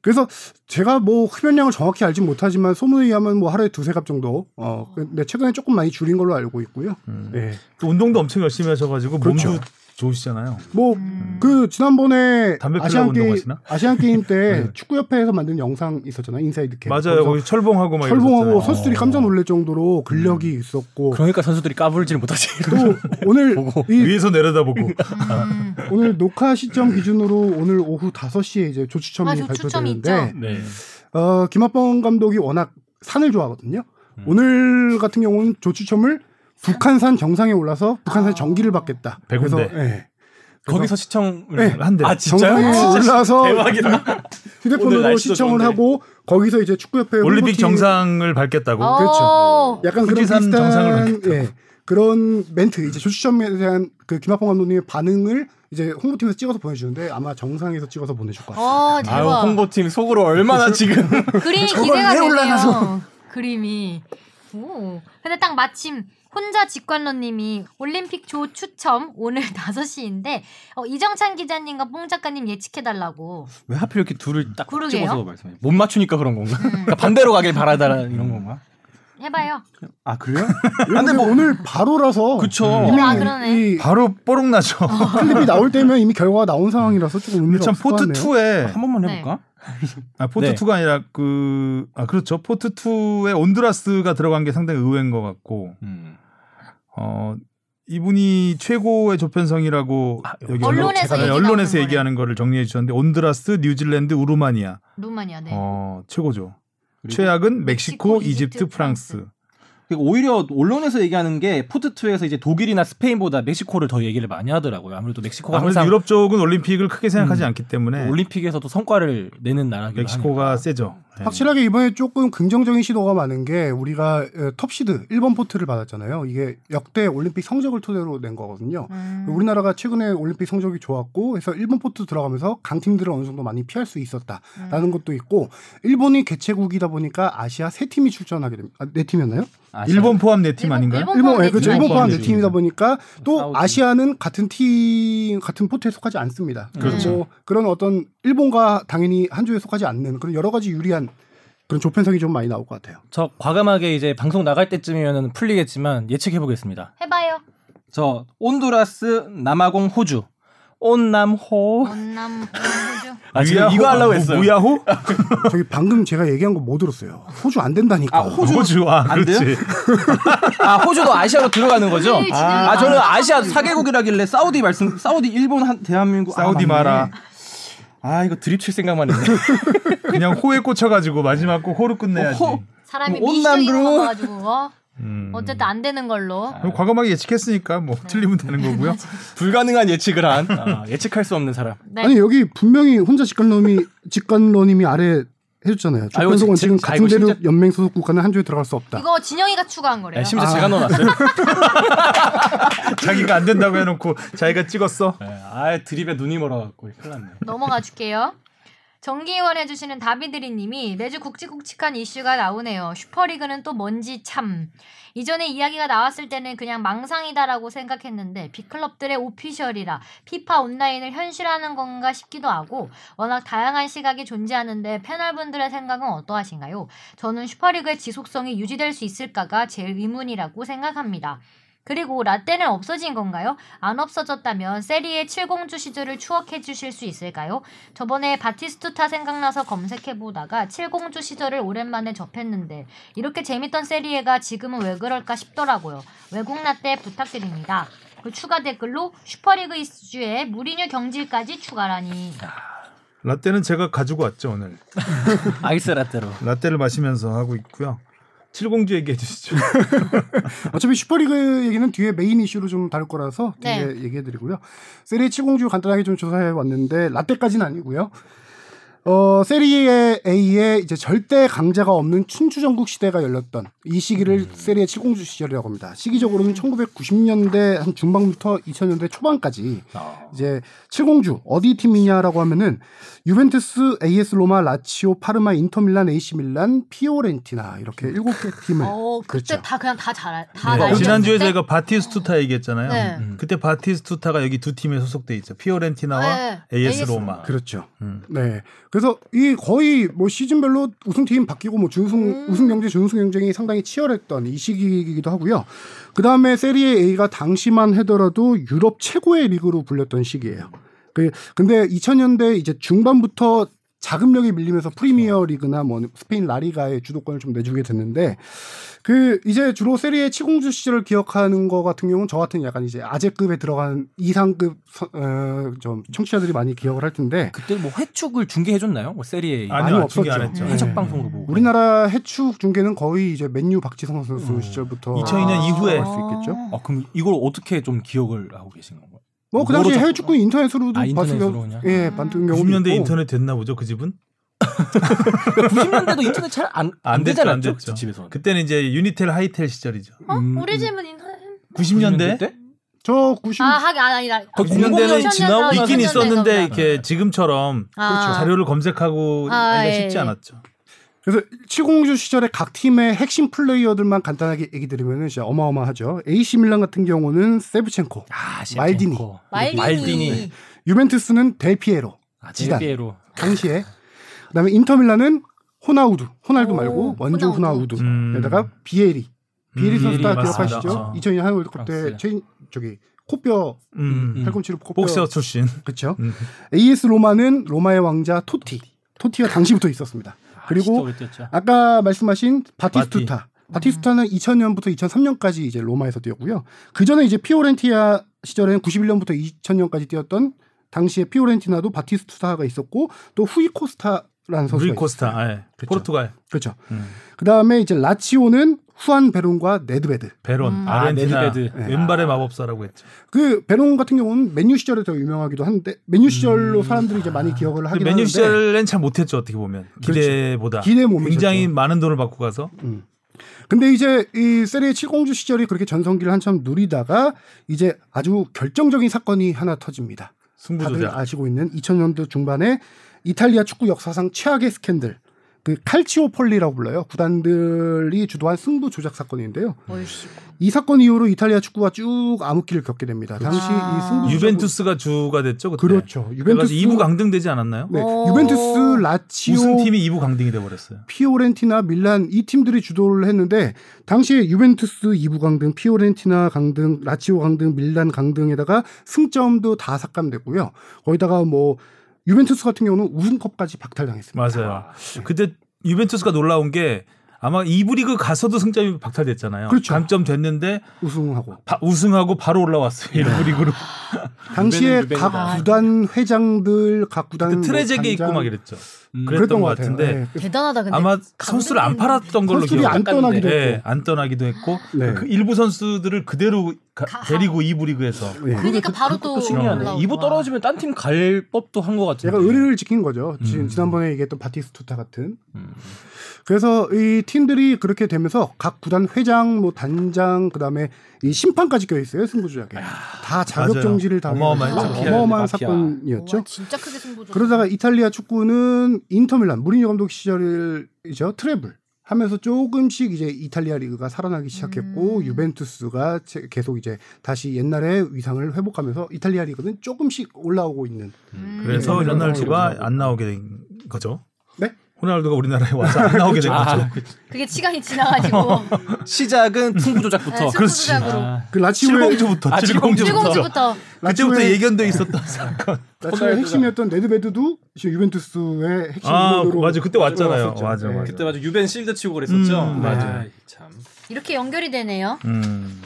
Speaker 4: 그래서 제가 뭐 흡연량을 정확히 알진 못하지만 소문에 의하면 뭐 하루에 두세 갑 정도. 어, 근데 최근에 조금 많이 줄인 걸로 알고 있고요.
Speaker 2: 음.
Speaker 4: 네.
Speaker 2: 또 운동도 엄청 열심히 하셔가지고
Speaker 4: 그렇죠.
Speaker 2: 몸도 좋으시잖아요.
Speaker 4: 뭐
Speaker 1: 음.
Speaker 4: 그 지난번에
Speaker 2: 담배 피우려고
Speaker 4: 아시안 게임
Speaker 2: 운동하시나?
Speaker 4: 아시안 게임 때
Speaker 2: (laughs) 네.
Speaker 4: 축구 협회에서 만든 영상 있었잖아요. 인사이드 캠.
Speaker 2: 맞아요. 거기 철봉하고 막
Speaker 4: 철봉하고
Speaker 2: 이러셨잖아요. 어. 음.
Speaker 4: 선수들이 깜짝 놀랄 정도로 근력이 있었고
Speaker 3: 그러니까 선수들이 까불질 못하지. (laughs)
Speaker 4: 또
Speaker 2: (laughs)
Speaker 4: 오늘
Speaker 3: 보고.
Speaker 4: 이
Speaker 2: 위에서 내려다보고
Speaker 1: 음.
Speaker 4: 오늘 녹화 시점 기준으로 오늘 오후 5시에 이제 조추첨이
Speaker 1: 아, 조추첨이
Speaker 4: 발표되는데
Speaker 1: 있죠.
Speaker 3: 네.
Speaker 4: 어, 김학범 감독이 워낙 산을 좋아하거든요.
Speaker 3: 음.
Speaker 4: 오늘 같은 경우는 조추첨을 북한산 정상에 올라서 북한산
Speaker 1: 아.
Speaker 4: 전기를 받겠다.
Speaker 2: 백운대.
Speaker 4: 예.
Speaker 3: 거기서 시청을
Speaker 4: 네.
Speaker 2: 한대.
Speaker 3: 아, 진짜요?
Speaker 4: 정상에
Speaker 3: 진짜
Speaker 4: 올라서
Speaker 3: 대박이다. 오늘
Speaker 4: 휴대폰으로
Speaker 3: 날씨도
Speaker 4: 시청을
Speaker 3: 좋은데.
Speaker 4: 하고 거기서 이제 축구협회
Speaker 2: 올림픽
Speaker 4: 홍보팀
Speaker 2: 정상을 밟겠다고.
Speaker 1: 어.
Speaker 4: 그렇죠. 약간 그런
Speaker 2: 후지산
Speaker 4: 비슷한
Speaker 2: 정상을 받겠다.
Speaker 4: 예, 그런 멘트 이제 조추첨에 대한 그 김학봉 감독님의 반응을 이제 홍보팀에서 찍어서 보내주는데 아마 정상에서 찍어서 보내줄 것 같아요.
Speaker 1: 어,
Speaker 3: 아유,
Speaker 1: 대박.
Speaker 3: 홍보팀 속으로 얼마나 지금
Speaker 1: 그림이
Speaker 4: (laughs) 저걸
Speaker 1: 기대가
Speaker 4: 왜
Speaker 1: 되네요.
Speaker 4: 올라가서.
Speaker 1: 그림이. 오. 근데 딱 마침 혼자 직관러님이 올림픽 조 추첨 오늘 (laughs) 5시인데 어, 이정찬 기자님과 뽕 작가님 예측해달라고.
Speaker 3: 왜 하필 이렇게 둘을 딱
Speaker 1: 그러게요.
Speaker 3: 찍어서 말씀해? 못 맞추니까 그런 건가? (laughs)
Speaker 1: 음.
Speaker 3: 그러니까 반대로 가길 바라다라는 이런 건가?
Speaker 1: 해봐요.
Speaker 3: 아 그래요?
Speaker 4: 근데 오늘 바로라서
Speaker 3: (laughs) 그쵸.
Speaker 2: 음.
Speaker 4: 이미
Speaker 1: 뭐 아, 그러네.
Speaker 4: 이
Speaker 2: 바로 뽀록 나죠.
Speaker 4: 클립이 나올 때면 이미 결과가 나온 상황이라서 조금 의미가
Speaker 2: 참
Speaker 4: 없을 것
Speaker 2: 포트
Speaker 4: 같네요.
Speaker 2: 2에
Speaker 3: 한 번만
Speaker 1: 네.
Speaker 3: 해볼까?
Speaker 2: 아
Speaker 3: 네.
Speaker 2: 포트 투가 아니라 그 아 그렇죠 포트 2에 온두라스가 들어간 게 상당히 의외인 것 같고
Speaker 3: 음.
Speaker 2: 어 이분이 최고의 조편성이라고
Speaker 3: 아,
Speaker 2: 여기
Speaker 1: 언론에서
Speaker 2: 언론-
Speaker 1: 얘기
Speaker 2: 언론에서
Speaker 1: 나오는
Speaker 2: 얘기하는 거를 정리해 주셨는데 온두라스, 뉴질랜드, 우루마니아
Speaker 4: 어.
Speaker 1: 루마니아 네.
Speaker 2: 어 최고죠.
Speaker 3: 그리고
Speaker 2: 최악은 멕시코,
Speaker 1: 멕시코,
Speaker 2: 이집트,
Speaker 1: 이집트,
Speaker 2: 프랑스.
Speaker 3: 그리고 오히려 언론에서 얘기하는 게 포트2에서 이제 독일이나 스페인보다 멕시코를 더 얘기를 많이 하더라고요. 아무래도 멕시코가
Speaker 2: 아무래도
Speaker 3: 항상
Speaker 2: 유럽 쪽은 올림픽을 크게 생각하지 않기 때문에
Speaker 3: 올림픽에서도 성과를 내는 나라기도
Speaker 2: 멕시코가 세죠. 예.
Speaker 4: 음. 확실하게 이번에 조금 긍정적인 시도가 많은 게 우리가 에, 톱시드 일본 포트를 받았잖아요. 이게 역대 올림픽 성적을 토대로 낸 거거든요.
Speaker 1: 음.
Speaker 4: 우리나라가 최근에 올림픽 성적이 좋았고 해서 일본 포트 들어가면서 강팀들을 어느 정도 많이 피할 수
Speaker 1: 음.
Speaker 4: 있었다라는 것도 있고 일본이 개최국이다 보니까 아시아 세 팀이 출전하게 됩니다. 아, 네 팀이었나요?
Speaker 3: 하니까. 아시아-
Speaker 2: 일본 포함 네 팀
Speaker 1: 일본-
Speaker 2: 아닌가요?
Speaker 1: 일본-
Speaker 4: 일본,
Speaker 1: 포함
Speaker 4: 예, 그렇죠.
Speaker 1: 네 팀.
Speaker 4: 일본 포함 네
Speaker 3: 네
Speaker 4: 팀이다 보니까 또
Speaker 3: 사우디.
Speaker 4: 아시아는 같은 팀 같은 포트에 속하지 않습니다.
Speaker 3: 그렇죠.
Speaker 4: 뭐 그런 어떤 일본과 당연히 한 조에 속하지 않는 그런 여러 가지 유리한 그런 조편성이 좀 많이 나올 것 같아요.
Speaker 3: 저 과감하게 이제 방송 나갈 때쯤이면 풀리겠지만 예측해 보겠습니다.
Speaker 1: 해봐요.
Speaker 3: 저 온두라스, 남아공, 호주, 온남호.
Speaker 1: 원남 어, 호주.
Speaker 3: 아 지금
Speaker 2: 위아호-
Speaker 3: 이거 하려고
Speaker 2: 뭐,
Speaker 3: 했어요. 아,
Speaker 2: 무야호?
Speaker 4: 저기 방금 제가 얘기한 거 못 들었어요. 호주 안 된다니까.
Speaker 3: 아, 호주
Speaker 2: 호주 아
Speaker 3: 안 돼요?
Speaker 2: 그렇지.
Speaker 3: 아 호주도 아시아로 들어가는 거죠?
Speaker 1: 제일 진영이
Speaker 3: 아 저는
Speaker 1: 네, 많아서
Speaker 3: 아시아
Speaker 1: 그래요.
Speaker 3: 4개국이라길래 사우디 말씀, 사우디, 일본, 한, 대한민국, 아,
Speaker 2: 사우디
Speaker 3: 맞네.
Speaker 2: 마라.
Speaker 3: 아 이거 드립 칠 생각만 (laughs) 했네.
Speaker 2: 그냥 호에 꽂혀가지고 마지막 거 호로 끝내야지.
Speaker 3: 호-
Speaker 1: 사람이
Speaker 3: 뭐
Speaker 1: 미션이
Speaker 3: 온남으로.
Speaker 1: 나와가지고 어?
Speaker 2: 음.
Speaker 1: 어쨌든 안 되는 걸로.
Speaker 2: 그럼 과감하게 예측했으니까 뭐 틀리면 되는 거고요.
Speaker 3: 불가능한 예측을 한 아, 예측할 수 없는 사람.
Speaker 1: 네.
Speaker 4: 아니 여기 분명히 혼자 직관론이 직관론님이 아래 해줬잖아요.
Speaker 3: 아, 이거
Speaker 4: 조편성은
Speaker 3: 지-
Speaker 4: 지금
Speaker 3: 지-
Speaker 4: 같은
Speaker 3: 아이고,
Speaker 4: 대륙
Speaker 3: 진짜-
Speaker 4: 연맹 소속 국가는 한 조에 들어갈 수 없다.
Speaker 1: 이거 진영이가 추가한 거래요.
Speaker 3: 네, 심지어 제가 넣어놨어요. (laughs)
Speaker 2: 자기가 안 된다고 해놓고 자기가 찍었어.
Speaker 3: 네, 아 드립에 눈이 멀어갖고 큰일 났네.
Speaker 1: 넘어가 줄게요. 정기의원 해주시는 다비드리님이 매주 굵직굵직한 이슈가 나오네요. 슈퍼리그는 또 뭔지 참. 이전에 이야기가 나왔을 때는 그냥 망상이다라고 생각했는데 빅클럽들의 오피셜이라 피파 온라인을 현실화하는 건가 싶기도 하고 워낙 다양한 시각이 존재하는데 패널분들의 생각은 어떠하신가요? 저는 슈퍼리그의 지속성이 유지될 수 있을까가 제일 의문이라고 생각합니다. 그리고 라떼는 없어진 건가요? 안 없어졌다면 세리의 70주 시절을 추억해 주실 수 있을까요? 저번에 바티스투타 생각나서 검색해 보다가 70주 시절을 오랜만에 접했는데 이렇게 재밌던 세리에가 지금은 왜 그럴까 싶더라고요. 외국 라떼 부탁드립니다. 그 추가 댓글로 슈퍼리그 이슈에 무리뉴 경질까지 추가라니.
Speaker 2: 네. 라떼는 제가 가지고 왔죠 오늘.
Speaker 3: 아이스 라떼로.
Speaker 2: 라떼를 마시면서 하고 있고요. 칠공주 얘기해 주시죠.
Speaker 4: 어차피 슈퍼리그 얘기는 뒤에 메인 이슈로 좀 다룰 거라서 뒤에
Speaker 1: 네.
Speaker 4: 얘기해 드리고요. 세리 7공주 간단하게 좀 조사해 왔는데 라떼까지는 아니고요. 어, 세리에 A의 이제 절대 강자가 없는 춘추전국 시대가 열렸던 이 시기를 세리의 7공주 시절이라고 합니다.
Speaker 1: 음.
Speaker 4: 시기적으로는 1990년대 한 중반부터 2000년대 초반까지 이제 칠공주 어디 팀이냐라고 하면은 유벤투스, AS 로마, 라치오, 파르마, 인터밀란, AC 밀란, 피오렌티나 이렇게 일곱 개 팀을
Speaker 1: 어, 그때
Speaker 4: 그렇죠.
Speaker 1: 다 그냥 다잘다
Speaker 3: 네.
Speaker 1: 날렸을
Speaker 2: 지난주에
Speaker 1: 때?
Speaker 2: 저희가 바티스투타 얘기했잖아요.
Speaker 1: 아, 네.
Speaker 2: 음. 그때 바티스투타가 여기 두 팀에 소속돼 있죠. 피오렌티나와
Speaker 1: 네.
Speaker 2: AS
Speaker 1: AS
Speaker 2: 로마.
Speaker 4: 그렇죠.
Speaker 2: 음.
Speaker 4: 네. 그래서 이 거의 뭐 시즌별로 우승팀 바뀌고 뭐 준승 우승 경쟁 준우승 경쟁이 상당히 치열했던 이 시기이기도 하고요. 그다음에 세리에 A가 당시만 하더라도 유럽 최고의 리그로 불렸던 시기예요. 그 근데 2000년대 이제 중반부터 자금력이 밀리면서 프리미어 리그나 뭐 스페인 라리가의 주도권을 좀 내주게 됐는데 그 이제 주로 세리에 치공주 시절을 기억하는 거 같은 경우는 저 같은 약간 이제 아재급에 들어간 이상급 서- 어, 좀 청취자들이 많이 기억을 할 텐데
Speaker 3: 그때 뭐 회축을 중계해줬나요? 뭐 세리에
Speaker 2: 아니요,
Speaker 4: 많이
Speaker 2: 중계 안
Speaker 4: 없었죠.
Speaker 2: 했죠.
Speaker 4: 네.
Speaker 3: 해적 방송으로 보고.
Speaker 4: 우리나라 해축 중계는 거의 이제 맨유 박지성 선수 시절부터
Speaker 2: 2002년 음. 이후에
Speaker 4: 할수 있겠죠?
Speaker 3: 아, 그럼 이걸 어떻게 좀 기억을 하고 계신 건가요?
Speaker 4: 뭐 그 당시
Speaker 3: 모르죠.
Speaker 4: 해외 축구는 인터넷으로도
Speaker 3: 아,
Speaker 4: 봤을
Speaker 3: 인터넷으로
Speaker 4: 경우-
Speaker 3: 그냥?
Speaker 4: 예, 봤던 경우
Speaker 2: 90년대 인터넷 됐나 보죠 그 집은?
Speaker 3: 90년대도 인터넷 잘 안
Speaker 2: 안
Speaker 3: 안
Speaker 2: 됐죠,
Speaker 3: 되지
Speaker 2: 안
Speaker 3: 않았죠?
Speaker 2: 됐죠.
Speaker 3: 집에서.
Speaker 2: 그때는 이제 유니텔 하이텔 시절이죠.
Speaker 1: 어?
Speaker 2: 음.
Speaker 1: 우리 집은 인터넷.
Speaker 2: 90년대?
Speaker 3: 때?
Speaker 4: 저 90.
Speaker 1: 아, 하긴 아, 아니다.
Speaker 3: 그
Speaker 2: 90년대는
Speaker 1: 90년대는
Speaker 2: 지나고 있긴
Speaker 1: 지나고
Speaker 2: 있었는데
Speaker 1: 나서
Speaker 4: 네.
Speaker 2: 이렇게 지금처럼
Speaker 1: 아.
Speaker 2: 자료를 검색하고
Speaker 1: 아,
Speaker 2: 하기가
Speaker 1: 예,
Speaker 2: 쉽지
Speaker 1: 예.
Speaker 2: 않았죠.
Speaker 4: 그래서 칠공주 시절의 각 팀의 핵심 플레이어들만 간단하게 얘기 드리면은 진짜 어마어마하죠. AC 밀란 같은 경우는 세브첸코,
Speaker 3: 아, 셰프코.
Speaker 4: 말디니.
Speaker 1: 말디니.
Speaker 3: 말디니.
Speaker 4: 유벤투스는 델피에로
Speaker 3: 아,
Speaker 4: 지단.
Speaker 3: 지단피에로.
Speaker 4: 당시에 그다음에 인터밀란은 호나우두, 호날두
Speaker 1: 오,
Speaker 4: 말고 원조
Speaker 1: 호나우두.
Speaker 4: 호나우두에다가 비에리, 비에리
Speaker 2: 음,
Speaker 4: 선수 다
Speaker 2: 비에리 맞습니다.
Speaker 4: 기억하시죠?
Speaker 2: 아.
Speaker 4: 2002년 한일 월드컵 때
Speaker 3: 프랑스.
Speaker 4: 최인 저기 코뼈
Speaker 2: 음.
Speaker 3: 음.
Speaker 4: 팔꿈치로 코뼈
Speaker 2: 복서 출신.
Speaker 4: 그렇죠.
Speaker 2: 음.
Speaker 4: AS 로마는 로마의 왕자 토티. 토티가 당시부터 있었습니다. 그리고
Speaker 3: 아, 진짜 오래됐죠.
Speaker 4: 아까 말씀하신 바티스투타.
Speaker 2: 음.
Speaker 4: 바티스투타는 2000년부터 2003년까지 이제 로마에서 뛰었고요. 그 전에 이제 피오렌티아 시절에는 91년부터 2000년까지 뛰었던 당시에 피오렌티나도 바티스투타가 있었고 또 후이 코스타 라는 선수가
Speaker 2: 루이
Speaker 4: 있어요.
Speaker 2: 코스타, 예.
Speaker 4: 그쵸.
Speaker 2: 포르투갈,
Speaker 4: 그렇죠.
Speaker 2: 음.
Speaker 4: 그다음에 이제 라치오는 후안 베론과 네드베드.
Speaker 2: 베론,
Speaker 1: 음.
Speaker 3: 아,
Speaker 2: 아르헨티나,
Speaker 3: 네드베드.
Speaker 4: 네.
Speaker 2: 왼발의 마법사라고 했죠.
Speaker 4: 그 베론 같은 경우는 맨유 시절에 더 유명하기도 한데 맨유 시절로 사람들이 이제 많이 기억을 하긴 하는데 그렇죠.
Speaker 2: 메뉴 음. 그 시절엔 참 못했죠 어떻게 보면 기대보다
Speaker 4: 기대 못
Speaker 2: 굉장히
Speaker 4: 미쳤죠.
Speaker 2: 많은 돈을 받고 가서
Speaker 4: 근데 이제 이 세리에 7공주 시절이 그렇게 전성기를 한참 누리다가 이제 아주 결정적인 사건이 하나 터집니다. 다들
Speaker 2: 승부조작.
Speaker 4: 아시고 있는 2000년대 중반에 이탈리아 축구 역사상 최악의 스캔들. 그 칼치오폴리라고 불러요. 구단들이 주도한 승부 조작 사건인데요.
Speaker 1: 얼씨.
Speaker 4: 이 사건 이후로 이탈리아 축구가 쭉 암흑기를 겪게 됩니다. 당시
Speaker 1: 아.
Speaker 4: 이 승부
Speaker 2: 그렇죠. 유벤투스가 주가 됐죠 그때.
Speaker 4: 그렇죠.
Speaker 2: 그래서
Speaker 4: 유벤투스
Speaker 2: 2부 강등되지 않았나요?
Speaker 4: 네.
Speaker 1: 어.
Speaker 4: 유벤투스 라치오
Speaker 2: 우승 팀이 2부 강등이 돼 버렸어요.
Speaker 4: 피오렌티나 밀란 이 팀들이 주도를 했는데 당시에 유벤투스 2부 강등, 피오렌티나 강등, 라치오 강등, 밀란 강등에다가 승점도 다 삭감됐고요. 거기다가 뭐 유벤투스 같은 경우는 우승컵까지 박탈당했습니다.
Speaker 2: 맞아요. 그때 유벤투스가 놀라운 게 아마 2부 리그 가서도 승점이 박탈됐잖아요.
Speaker 4: 그렇죠.
Speaker 2: 감점 됐는데
Speaker 4: 우승하고
Speaker 2: 우승하고 바로 올라왔어요. 1부 리그로.
Speaker 4: 당시에
Speaker 3: 유벤은
Speaker 4: 각
Speaker 3: 유벤이다.
Speaker 4: 구단 회장들, 각 구단
Speaker 2: 그때
Speaker 4: 뭐
Speaker 2: 트레제게 있고
Speaker 4: 단장
Speaker 2: 막 이랬죠.
Speaker 3: 음.
Speaker 2: 그랬던 것 같은데
Speaker 4: 네.
Speaker 1: 대단하다 근데.
Speaker 2: 아마 선수를 안 팔았던 걸로
Speaker 4: 선수들이
Speaker 2: 기억해요.
Speaker 4: 안 떠나기도
Speaker 2: 예,
Speaker 4: 했고.
Speaker 2: 안 떠나기도 했고
Speaker 4: 네.
Speaker 2: 그 일부 선수들을 그대로 가-
Speaker 1: 가-
Speaker 2: 데리고 2부 리그에서
Speaker 4: 예.
Speaker 1: 그러니까 바로
Speaker 3: 그것도
Speaker 1: 또
Speaker 3: 신기하네.
Speaker 1: 올라오고.
Speaker 3: 2부 떨어지면 딴 팀 갈 법도 한 것 같은데.
Speaker 4: 제가 의리를 지킨 거죠. 지-
Speaker 2: 네. 음.
Speaker 4: 지난번에 얘기했던 바티스투타 같은
Speaker 3: 음.
Speaker 4: 그래서 이 팀들이 그렇게 되면서 각 구단 회장, 뭐 단장, 그다음에 이 심판까지 껴 있어요 승부조작에 다 자격
Speaker 2: 아, 맞아요.
Speaker 4: 정지를 당해
Speaker 2: 어마어마한
Speaker 1: 마피아였네,
Speaker 4: 어마어마한
Speaker 3: 마피아.
Speaker 4: 사건이었죠.
Speaker 1: 와, 진짜 크게 승부조.
Speaker 4: 그러다가 이탈리아 축구는 인터밀란 무리뉴 감독 시절이죠 트래블 하면서 조금씩 이제 이탈리아 리그가 살아나기 시작했고
Speaker 1: 음.
Speaker 4: 유벤투스가 제- 계속 이제 다시 옛날의 위상을 회복하면서 이탈리아 리그는 조금씩 올라오고 있는
Speaker 1: 음.
Speaker 2: 그래서
Speaker 4: 음.
Speaker 2: 호날두가
Speaker 4: 음.
Speaker 2: 안 나오게 된 거죠.
Speaker 4: 네?
Speaker 2: 호날두가 우리나라에 와서 안 나오게 된 거죠.
Speaker 3: 아,
Speaker 1: 그게 시간이 지나가지고
Speaker 3: (laughs) 시작은 승부 조작부터.
Speaker 1: 네, 승부조작으로.
Speaker 3: 아,
Speaker 4: 그 라치오의
Speaker 2: 칠공주부터
Speaker 3: 아,
Speaker 2: 칠공주부터
Speaker 1: 칠공주부터
Speaker 2: 그때부터
Speaker 4: 라치오의-
Speaker 2: 예견돼 있었던 (laughs) 사건.
Speaker 4: 라치오의 핵심이었던 네드베드도 지금 유벤투스의 핵심
Speaker 2: 아
Speaker 4: 인물로
Speaker 2: 맞아 그때 왔잖아요.
Speaker 4: 들어왔었죠.
Speaker 2: 맞아
Speaker 4: 네.
Speaker 2: 맞아.
Speaker 3: 그때 맞아 유벤 실드 치고 그랬었죠. 네.
Speaker 2: 음, 맞아요.
Speaker 3: 아이, 참.
Speaker 1: 이렇게 연결이 되네요.
Speaker 2: 음.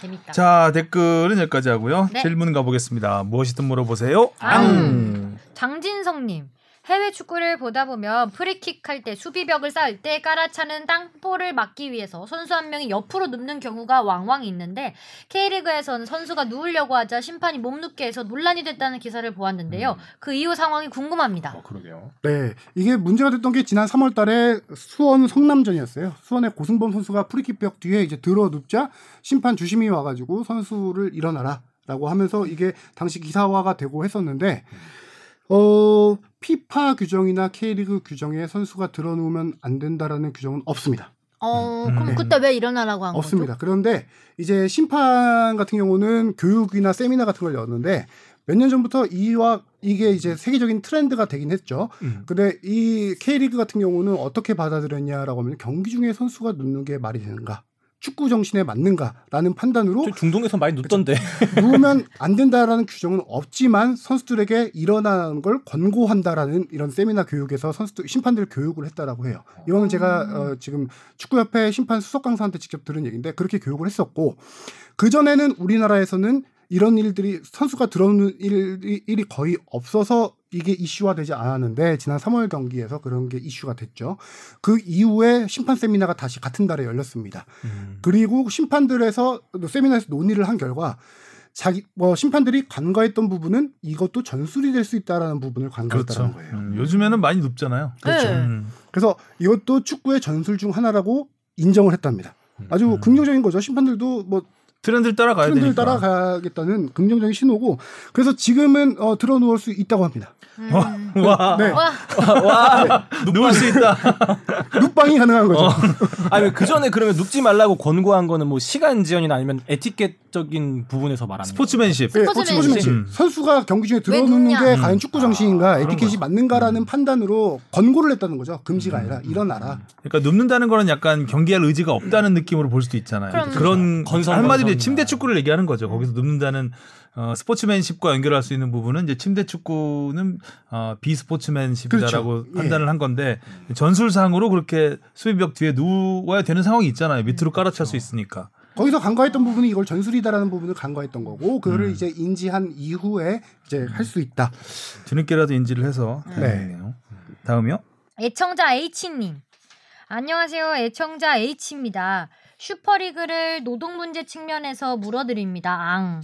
Speaker 1: 재밌다.
Speaker 2: 자 댓글은 여기까지 하고요.
Speaker 1: 네.
Speaker 2: 질문 가보겠습니다. 무엇이든 물어보세요.
Speaker 1: 앙. 장진성님 해외 축구를 보다 보면 프리킥 할 때 수비벽을 쌓을 때 깔아차는 땅볼을 막기 위해서 선수 한 명이 옆으로 눕는 경우가 왕왕 있는데 K리그에서는 선수가 누우려고 하자 심판이 몸 눕게 해서 논란이 됐다는 기사를 보았는데요. 그 이후 상황이 궁금합니다.
Speaker 3: 어, 그러게요.
Speaker 4: 네, 이게 문제가 됐던 게 지난 3월달에 수원 성남전이었어요. 수원의 고승범 선수가 프리킥벽 뒤에 이제 들어 눕자 심판 주심이 와가지고 선수를 일어나라라고 하면서 이게 당시 기사화가 되고 했었는데 어 피파 규정이나 K리그 규정에 선수가 들어 누우면 안 된다라는 규정은 없습니다.
Speaker 1: 어,
Speaker 2: 음.
Speaker 1: 그럼
Speaker 2: 네.
Speaker 1: 그때 왜 일어나라고 한
Speaker 4: 없습니다. 그런데 이제 심판 같은 경우는 교육이나 세미나 같은 걸 열었는데 몇 년 전부터 이와 이게 이제 세계적인 트렌드가 되긴 했죠.
Speaker 3: 음.
Speaker 4: 근데 이 K리그 같은 경우는 어떻게 받아들였냐라고 하면 경기 중에 선수가 눕는 게 말이 되는가? 축구 정신에 맞는가라는 판단으로
Speaker 3: 저 중동에서 많이 눕던데.
Speaker 4: 누우면 안 된다라는 규정은 없지만 선수들에게 일어나는 걸 권고한다라는 이런 세미나 교육에서 선수들 심판들 교육을 했다라고 해요. 이거는 제가 어, 지금 축구협회 심판 수석 강사한테 직접 들은 얘기인데 그렇게 교육을 했었고 그 전에는 우리나라에서는 이런 일들이 선수가 들어오는 일이, 일이 거의 없어서 이게 이슈화되지 않았는데 지난 3월 경기에서 그런 게 이슈가 됐죠. 그 이후에 심판 세미나가 다시 같은 달에 열렸습니다.
Speaker 3: 음.
Speaker 4: 그리고 심판들에서 세미나에서 논의를 한 결과 자기 뭐 심판들이 간과했던 부분은 이것도 전술이 될 수 있다라는 부분을 간과했다는
Speaker 2: 그렇죠.
Speaker 4: 거예요.
Speaker 2: 음, 요즘에는 많이 눕잖아요.
Speaker 1: 그렇죠.
Speaker 2: 음.
Speaker 4: 그래서 이것도 축구의 전술 중 하나라고 인정을 했답니다. 아주
Speaker 2: 음.
Speaker 4: 긍정적인 거죠. 심판들도 뭐
Speaker 2: 트렌드를 따라가야
Speaker 4: 트렌드를
Speaker 2: 되니까.
Speaker 4: 따라가겠다는 긍정적인 신호고 그래서 지금은 어, 들어 누울 수 있다고 합니다.
Speaker 1: 음.
Speaker 2: 와
Speaker 4: 어. 네,
Speaker 1: 와,
Speaker 3: 네.
Speaker 2: 누울 수 있다.
Speaker 4: 눕방이 (laughs) 가능한
Speaker 2: 어.
Speaker 4: 거죠.
Speaker 3: 아니 그 전에 그러면 눕지 말라고 권고한 거는 뭐 시간 지연이나 아니면 에티켓적인 부분에서 말하는
Speaker 2: 스포츠맨십.
Speaker 4: 예,
Speaker 1: 스포츠맨이지.
Speaker 4: 스포츠맨이지.
Speaker 2: 음.
Speaker 4: 선수가 경기 중에
Speaker 1: 왜
Speaker 4: 들어놓는 게
Speaker 1: 눕냐?
Speaker 4: 과연
Speaker 2: 음.
Speaker 4: 축구 정신인가,
Speaker 2: 그런 음.
Speaker 4: 에티켓이
Speaker 2: 거야.
Speaker 4: 맞는가라는 판단으로 권고를 했다는 거죠.
Speaker 2: 음.
Speaker 4: 금지가 아니라 일어나라.
Speaker 2: 그러니까 눕는다는 거는 약간 경기할 의지가 없다는 느낌으로 볼 수도 있잖아요.
Speaker 1: 그럼.
Speaker 2: 런
Speaker 3: 건성,
Speaker 2: 한마디로
Speaker 3: 건성이나.
Speaker 2: 침대 축구를 얘기하는 거죠. 거기서 눕는다는 어, 스포츠맨십과 연결할 수 있는 부분은 이제 침대 축구는 어, 비스포츠맨십이다라고
Speaker 4: 그렇죠. 예.
Speaker 2: 판단을 한 건데 전술상으로 그렇게 수비벽 뒤에 누워야 되는 상황이 있잖아요.
Speaker 1: 음.
Speaker 2: 밑으로 깔아찰
Speaker 1: 그렇죠.
Speaker 2: 수 있으니까.
Speaker 4: 거기서 간과했던 부분이 이걸 전술이다라는 부분을 간과했던 거고
Speaker 2: 음.
Speaker 4: 그거를 이제 인지한 이후에 이제 할 수 있다.
Speaker 2: 뒤늦게라도 인지를 해서
Speaker 4: 네.
Speaker 2: 다행이네요. 다음이요.
Speaker 1: 애청자 H님. 안녕하세요. 애청자 H입니다. 슈퍼리그를 노동 문제 측면에서 물어드립니다. 앙.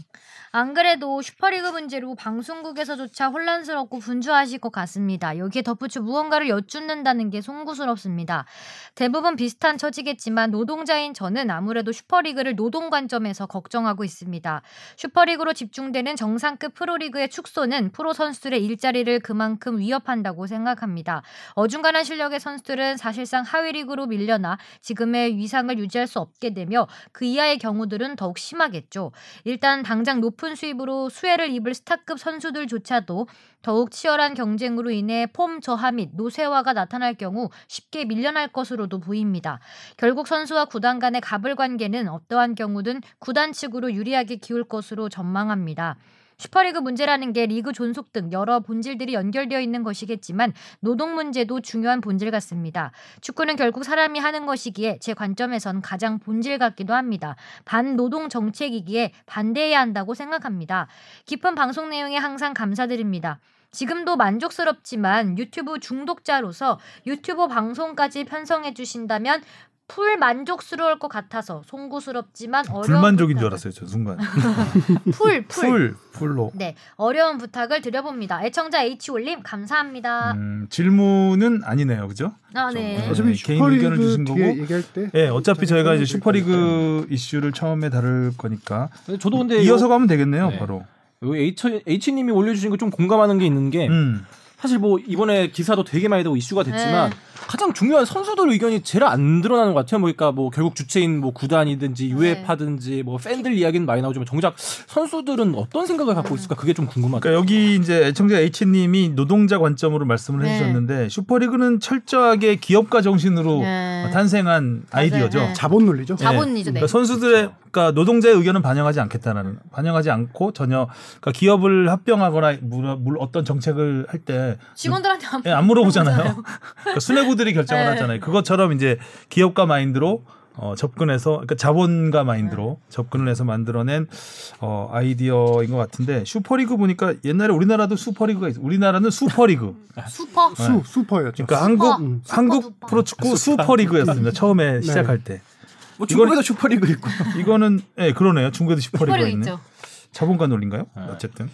Speaker 1: 안 그래도 슈퍼리그 문제로 방송국에서조차 혼란스럽고 분주하실 것 같습니다. 여기에 덧붙여 무언가를 여쭙는다는 게 송구스럽습니다. 대부분 비슷한 처지겠지만 노동자인 저는 아무래도 슈퍼리그를 노동 관점에서 걱정하고 있습니다. 슈퍼리그로 집중되는 정상급 프로리그의 축소는 프로 선수들의 일자리를 그만큼 위협한다고 생각합니다. 어중간한 실력의 선수들은 사실상 하위리그로 밀려나 지금의 위상을 유지할 수 없게 되며 그 이하의 경우들은 더욱 심하겠죠. 일단 당장 높은 수입으로 수혜를 입을 스타급 선수들조차도 더욱 치열한 경쟁으로 인해 폼 저하 및 노쇠화가 나타날 경우 쉽게 밀려날 것으로도 보입니다. 결국 선수와 구단 간의 갑을 관계는 어떠한 경우든 구단 측으로 유리하게 기울 것으로 전망합니다. 슈퍼리그 문제라는 게 리그 존속 등 여러 본질들이 연결되어 있는 것이겠지만 노동 문제도 중요한 본질 같습니다. 축구는 결국 사람이 하는 것이기에 제 관점에선 가장 본질 같기도 합니다. 반노동 정책이기에 반대해야 한다고 생각합니다. 깊은 방송 내용에 항상 감사드립니다. 지금도 만족스럽지만 유튜브 중독자로서 유튜브 방송까지 편성해 주신다면 풀 만족스러울 것 같아서 송구스럽지만 어려운
Speaker 2: 불만족인 줄
Speaker 1: 부탁을-
Speaker 2: 알았어요, 저 순간.
Speaker 1: 풀, 풀.
Speaker 2: 풀, 풀로.
Speaker 1: 네, 어려운 부탁을 드려봅니다. 애청자 H 올림 감사합니다.
Speaker 2: 음, 질문은 아니네요, 그죠?
Speaker 1: 아 네.
Speaker 2: 좀-
Speaker 4: 어차피
Speaker 2: 개인 의견을
Speaker 4: 슈퍼리그
Speaker 2: 주신
Speaker 4: 뒤에
Speaker 2: 거고.
Speaker 4: 얘기할 때
Speaker 2: 예, 어차피 저희가 이제
Speaker 4: 설명드릴
Speaker 2: 슈퍼리그 이슈를 처음에 다룰 거니까
Speaker 3: 근데 저도 근데
Speaker 2: 이어서 가면 되겠네요,
Speaker 3: 네.
Speaker 2: 바로.
Speaker 3: 요 H H님이 올려주신 거 좀 공감하는 게
Speaker 1: 네.
Speaker 3: 있는 게
Speaker 2: 음,
Speaker 3: 사실 뭐 이번에 기사도 되게 많이 되고 이슈가 됐지만
Speaker 1: 네.
Speaker 3: 가장 중요한 선수들 의견이 제일 안 드러나는 것 같아요. 뭐 그러니까 뭐 결국 주체인 뭐 구단이든지
Speaker 1: 네.
Speaker 3: UEFA든지 뭐 팬들 이야기는 많이 나오지만 정작 선수들은 어떤
Speaker 1: 음.
Speaker 3: 생각을 갖고 있을까 그게 좀 궁금하다.
Speaker 2: 그러니까 여기 이제 애청자 H님이 노동자 관점으로 말씀을
Speaker 1: 네.
Speaker 2: 해주셨는데 슈퍼리그는 철저하게 기업가 정신으로
Speaker 1: 네.
Speaker 2: 탄생한 아이디어죠.
Speaker 1: 네.
Speaker 4: 자본 논리죠.
Speaker 1: 자- 자본이죠, 네.
Speaker 2: 그러니까 선수들의 그러니까 노동자의 의견은 반영하지 않겠다라는 반영하지 않고 전혀 그러니까 기업을 합병하거나 물, 물 어떤 정책을 할때
Speaker 1: 직원들한테 안,
Speaker 2: 예, 안 물어보잖아요. (laughs) 그러니까 수뇌부들이 결정을
Speaker 1: 네.
Speaker 2: 하잖아요. 그것처럼 이제 기업가 마인드로 어, 접근해서 그러니까 자본가 마인드로
Speaker 1: 네.
Speaker 2: 접근을 해서 만들어낸 어, 아이디어인 것 같은데 슈퍼리그 보니까 옛날에 우리나라도 슈퍼리그가 있어. 우리나라는 슈퍼리그.
Speaker 1: 슈퍼.
Speaker 4: 수 슈퍼였죠.
Speaker 2: 그러니까
Speaker 1: 슈퍼,
Speaker 2: 한국
Speaker 1: 슈퍼
Speaker 2: 한국
Speaker 1: 슈퍼. 네.
Speaker 2: 프로축구 슈퍼리그였습니다. 처음에 시작할 때.
Speaker 3: 뭐
Speaker 2: 중국에도
Speaker 3: 슈퍼리그 있고.
Speaker 2: 이거는 예, 그러네요. 중국에도 슈퍼리그가
Speaker 1: 슈퍼리그
Speaker 2: 있네.
Speaker 1: 있죠.
Speaker 2: 자본가 논리인가요?
Speaker 3: 네.
Speaker 2: 어쨌든.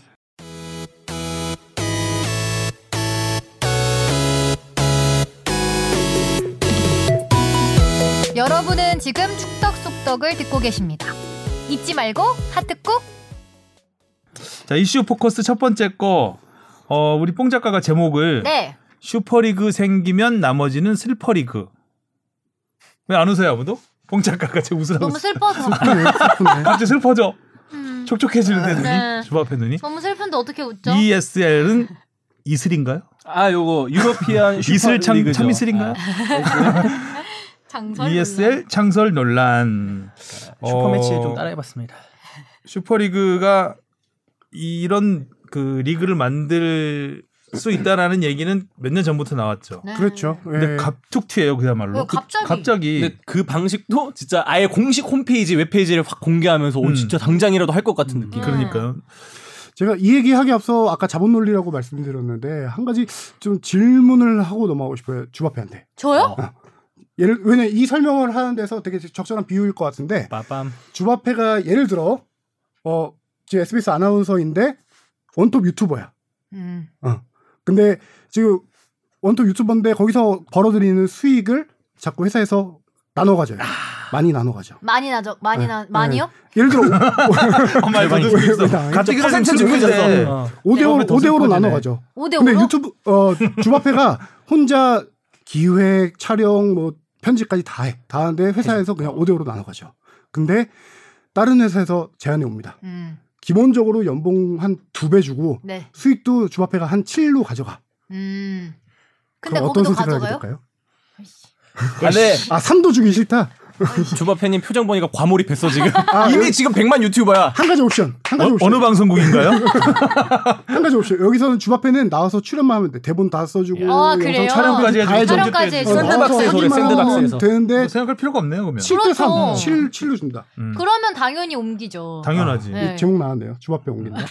Speaker 1: 여러분은 지금 축덕 속덕을 듣고 계십니다. 잊지 말고 하트 꾹.
Speaker 2: 자, 이슈 포커스 첫 번째 거. 어, 우리 뽕 작가가 제목을
Speaker 1: 네.
Speaker 2: 슈퍼리그 생기면 나머지는 슬퍼리그. 왜 안 웃어요, 아무도? 뽕 작가가 제 웃으라고.
Speaker 1: 너무 슬퍼서.
Speaker 2: 갑자기 슬퍼져.
Speaker 1: 음,
Speaker 2: 촉촉해지는데 눈이.
Speaker 1: 네.
Speaker 2: 주부 앞에 눈이.
Speaker 1: 너무 슬픈데 어떻게 웃죠?
Speaker 2: ESL은 이슬인가요?
Speaker 3: (laughs) 아 요거 (laughs) 유로피안
Speaker 2: 이슬 참,
Speaker 3: 슈퍼리그죠.
Speaker 2: 참이슬인가요?
Speaker 1: 아, 장설.
Speaker 2: ESL 창설 논란.
Speaker 3: 아, 슈퍼매치
Speaker 2: 어,
Speaker 3: 좀 따라해봤습니다.
Speaker 2: 슈퍼리그가 이런 그 리그를 만들 수 있다라는 얘기는 몇 년 전부터 나왔죠.
Speaker 1: 네.
Speaker 4: 그렇죠. 예.
Speaker 2: 근데 갑툭튀예요
Speaker 1: 왜
Speaker 2: 그야말로. 그-
Speaker 1: 어, 갑자기?
Speaker 2: 갑자기.
Speaker 3: 근데 그 방식도 진짜 아예 공식 홈페이지 웹페이지를 확 공개하면서 오
Speaker 2: 음.
Speaker 3: 진짜 당장이라도 할 것 같은 느낌.
Speaker 1: 음.
Speaker 2: 그러니까요.
Speaker 4: 제가 이 얘기하기 앞서 아까 자본 논리라고 말씀드렸는데 한 가지 좀 질문을 하고 넘어가고 싶어요. 주바페한테.
Speaker 1: 저요?
Speaker 4: 예를 왜냐 이 설명을 하는 데서 되게 적절한 비유일 것 같은데
Speaker 3: 빠밤.
Speaker 4: 주바페가 예를 들어 어, 제 SBS 아나운서인데 원톱 유튜버야.
Speaker 1: 음.
Speaker 4: 근데 지금 원톱 유튜버인데 거기서 벌어들이는 수익을 자꾸 회사에서 나눠
Speaker 2: 아.
Speaker 4: 가져요. 많이 나눠 가져.
Speaker 1: 많이 나죠. 많이
Speaker 4: 네.
Speaker 1: 나 많이요?
Speaker 4: 예를
Speaker 2: (laughs)
Speaker 4: 들어
Speaker 2: 아, 말도 듣고 있어.
Speaker 4: 대박이다.
Speaker 3: 그러니까
Speaker 2: 가뜩이나 지금
Speaker 3: 퍼센트
Speaker 2: 슬픈데.
Speaker 3: 높여졌어. 어.
Speaker 4: 5대
Speaker 2: 네.
Speaker 4: 5,
Speaker 2: 더
Speaker 4: 5대 5로
Speaker 2: 슬퍼지네.
Speaker 4: 나눠 가져.
Speaker 1: 5대 5로.
Speaker 4: 근데 유튜브 어 주바페가 혼자 기획, 촬영, 뭐 편집까지 다 해. 다 하는데 회사에서 그냥 5대 5로 나눠 가죠. 근데 다른 회사에서 제안이 옵니다.
Speaker 1: 음.
Speaker 4: 기본적으로 연봉 한 두 배 주고
Speaker 1: 네.
Speaker 4: 수익도 주바페가 한 7로 가져가.
Speaker 1: 음. 근데
Speaker 4: 그럼 어떤
Speaker 1: 거기도
Speaker 4: 선택을 하게
Speaker 1: 가져가요?
Speaker 4: 될까요?
Speaker 3: 아, 네.
Speaker 4: 아, 3도 주기 싫다.
Speaker 3: 주바팬님 표정 보니까 과몰입했어 (laughs) 지금.
Speaker 4: 아,
Speaker 3: 이미
Speaker 4: 여기-
Speaker 3: 지금 100만 유튜버야.
Speaker 4: 한 가지 옵션. 한 가지
Speaker 2: 어,
Speaker 4: 옵션.
Speaker 2: 어느 방송국인가요?
Speaker 4: 한 가지 옵션. 여기서는 주바페는 나와서 출연만 하면 돼. 대본 다 써주고
Speaker 1: 아,
Speaker 4: 영상
Speaker 1: 그래요?
Speaker 4: 촬영까지
Speaker 2: 해주고
Speaker 4: 다 해줘.
Speaker 1: 촬영까지 해주고.
Speaker 4: 어, 나와서
Speaker 3: 샌드박스에서 그래,
Speaker 4: 하기만 하면
Speaker 3: 샌드박스에서.
Speaker 4: 되는데
Speaker 2: 뭐 생각할 필요가 없네요, 그러면.
Speaker 4: 7대 3.
Speaker 1: 그렇죠.
Speaker 4: 7 7로 준다.
Speaker 2: 음.
Speaker 1: 그러면 당연히 옮기죠.
Speaker 2: 당연하지. (laughs)
Speaker 1: 네.
Speaker 2: 음,
Speaker 4: 이 제목 나왔네요. 주바페 옮긴다.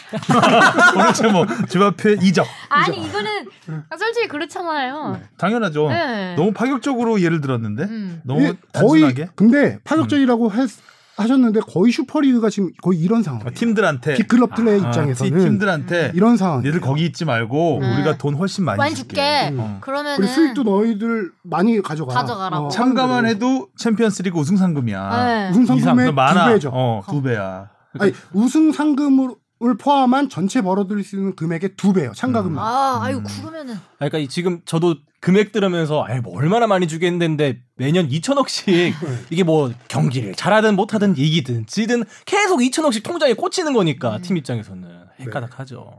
Speaker 2: 오늘 제목 집뭐 앞에 이적.
Speaker 1: 아니 이거는 아, 솔직히 그렇잖아요.
Speaker 2: 당연하죠.
Speaker 1: 네.
Speaker 4: 어,
Speaker 2: 너무 파격적으로 예를 들었는데
Speaker 1: 음.
Speaker 2: 너무
Speaker 4: 이게
Speaker 2: 단순하게 음.
Speaker 4: 거의 근데 파격적이라고 했- 하셨는데 거의 슈퍼리그가 지금 거의 이런 상황이에요.
Speaker 2: 아, 팀들한테
Speaker 4: 빅클럽들의
Speaker 2: 아,
Speaker 4: 입장에서는
Speaker 2: 팀- 네. 팀들한테
Speaker 4: 이런 상황.
Speaker 2: 니들 거기 있지 말고
Speaker 1: 음.
Speaker 2: 우리가 돈 훨씬 많이,
Speaker 1: 많이 줄게.
Speaker 4: 음.
Speaker 2: 어.
Speaker 1: 그러면은
Speaker 4: 그리고 수익도 너희들 많이 가져가.
Speaker 1: 가져가라고.
Speaker 2: 참가만 해도 챔피언스리그 우승 상금이야.
Speaker 1: 네.
Speaker 4: 우승
Speaker 2: 이상
Speaker 4: 상금의
Speaker 2: 더
Speaker 4: 두
Speaker 2: 많아.
Speaker 4: 배죠.
Speaker 2: 어, 두 배야.
Speaker 4: 아니 우승 상금을 포함한 전체 벌어들일 수 있는 금액의 두 배예요. 참가금만.
Speaker 2: 음.
Speaker 1: 아, 아유 그러면은
Speaker 3: 그러니까 이 지금 저도 금액 들으면서 에이, 뭐 얼마나 많이 주겠는데 매년 2천억씩 이게 뭐 경기를 잘하든 못하든 이기든 지든 계속 2천억씩 통장에 꽂히는 거니까 팀 입장에서는 헷가닥하죠.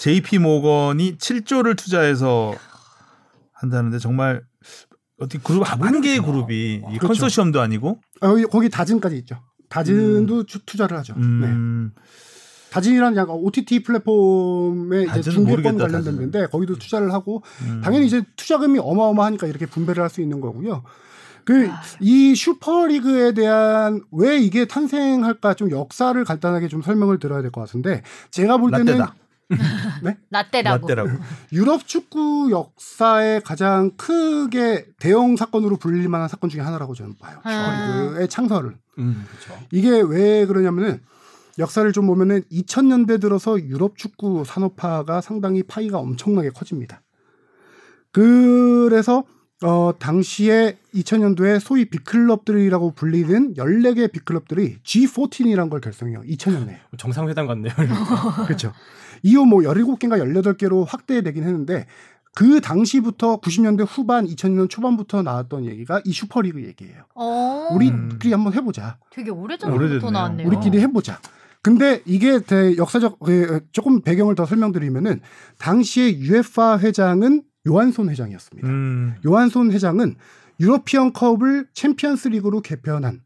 Speaker 2: JP 모건이 7조를 투자해서 한다는데 정말 어떻게 그룹 한 개의 그룹이 이
Speaker 4: 아, 그렇죠.
Speaker 2: 컨소시엄도 아니고
Speaker 4: 아, 여기- 거기 다진까지 있죠. 다진도 추- 투자를 하죠. 네.
Speaker 2: 음,
Speaker 4: 다진이라는 약간 OTT 플랫폼의 이제
Speaker 2: 다진은
Speaker 4: 중계권
Speaker 2: 모르겠다,
Speaker 4: 관련된
Speaker 2: 다진은. 음.
Speaker 4: 데인데 거기도 투자를 하고 당연히 이제 투자금이 어마어마하니까 이렇게 분배를 할 수 있는 거고요.
Speaker 2: 아.
Speaker 4: 그 이 슈퍼리그에 대한 왜 이게 탄생할까 좀 역사를 간단하게 좀 설명을 들어야 될 것 같은데 제가 볼 때는
Speaker 2: 라떼다.
Speaker 1: 라떼라고.
Speaker 2: 라떼라고.
Speaker 4: (laughs) 유럽 축구 역사에 가장 크게 대형 사건으로 불릴 만한 사건 중에 하나라고 저는 봐요.
Speaker 1: 아.
Speaker 4: 슈퍼리그의 창설을.
Speaker 3: 음, 그렇죠.
Speaker 4: 이게 왜 그러냐면은 역사를 좀 보면은 2000년대 들어서 유럽 축구 산업화가 상당히 파이가 엄청나게 커집니다. 그래서 어 당시에 2000년도에 소위 빅클럽들이라고 불리는 14개 빅클럽들이 G14이라는 걸 결성해요. 2000년에.
Speaker 3: 정상회담 같네요.
Speaker 4: 그렇죠. 이후 뭐 17개인가 18개로 확대되긴 했는데 그 당시부터 90년대 후반 2000년 초반부터 나왔던 얘기가 이 슈퍼리그 얘기예요.
Speaker 1: 어,
Speaker 4: 우리끼리 한번 해 보자.
Speaker 1: 되게
Speaker 2: 오래됐네요.
Speaker 1: 오래전부터 나왔네요.
Speaker 2: 어.
Speaker 4: 우리끼리 해보자. 근데 이게 대- 역사적 에, 조금 배경을 더 설명드리면은 당시에 UEFA 회장은 요한손 회장이었습니다.
Speaker 2: 음,
Speaker 4: 요한손 회장은 유러피언 컵을 챔피언스리그로 개편한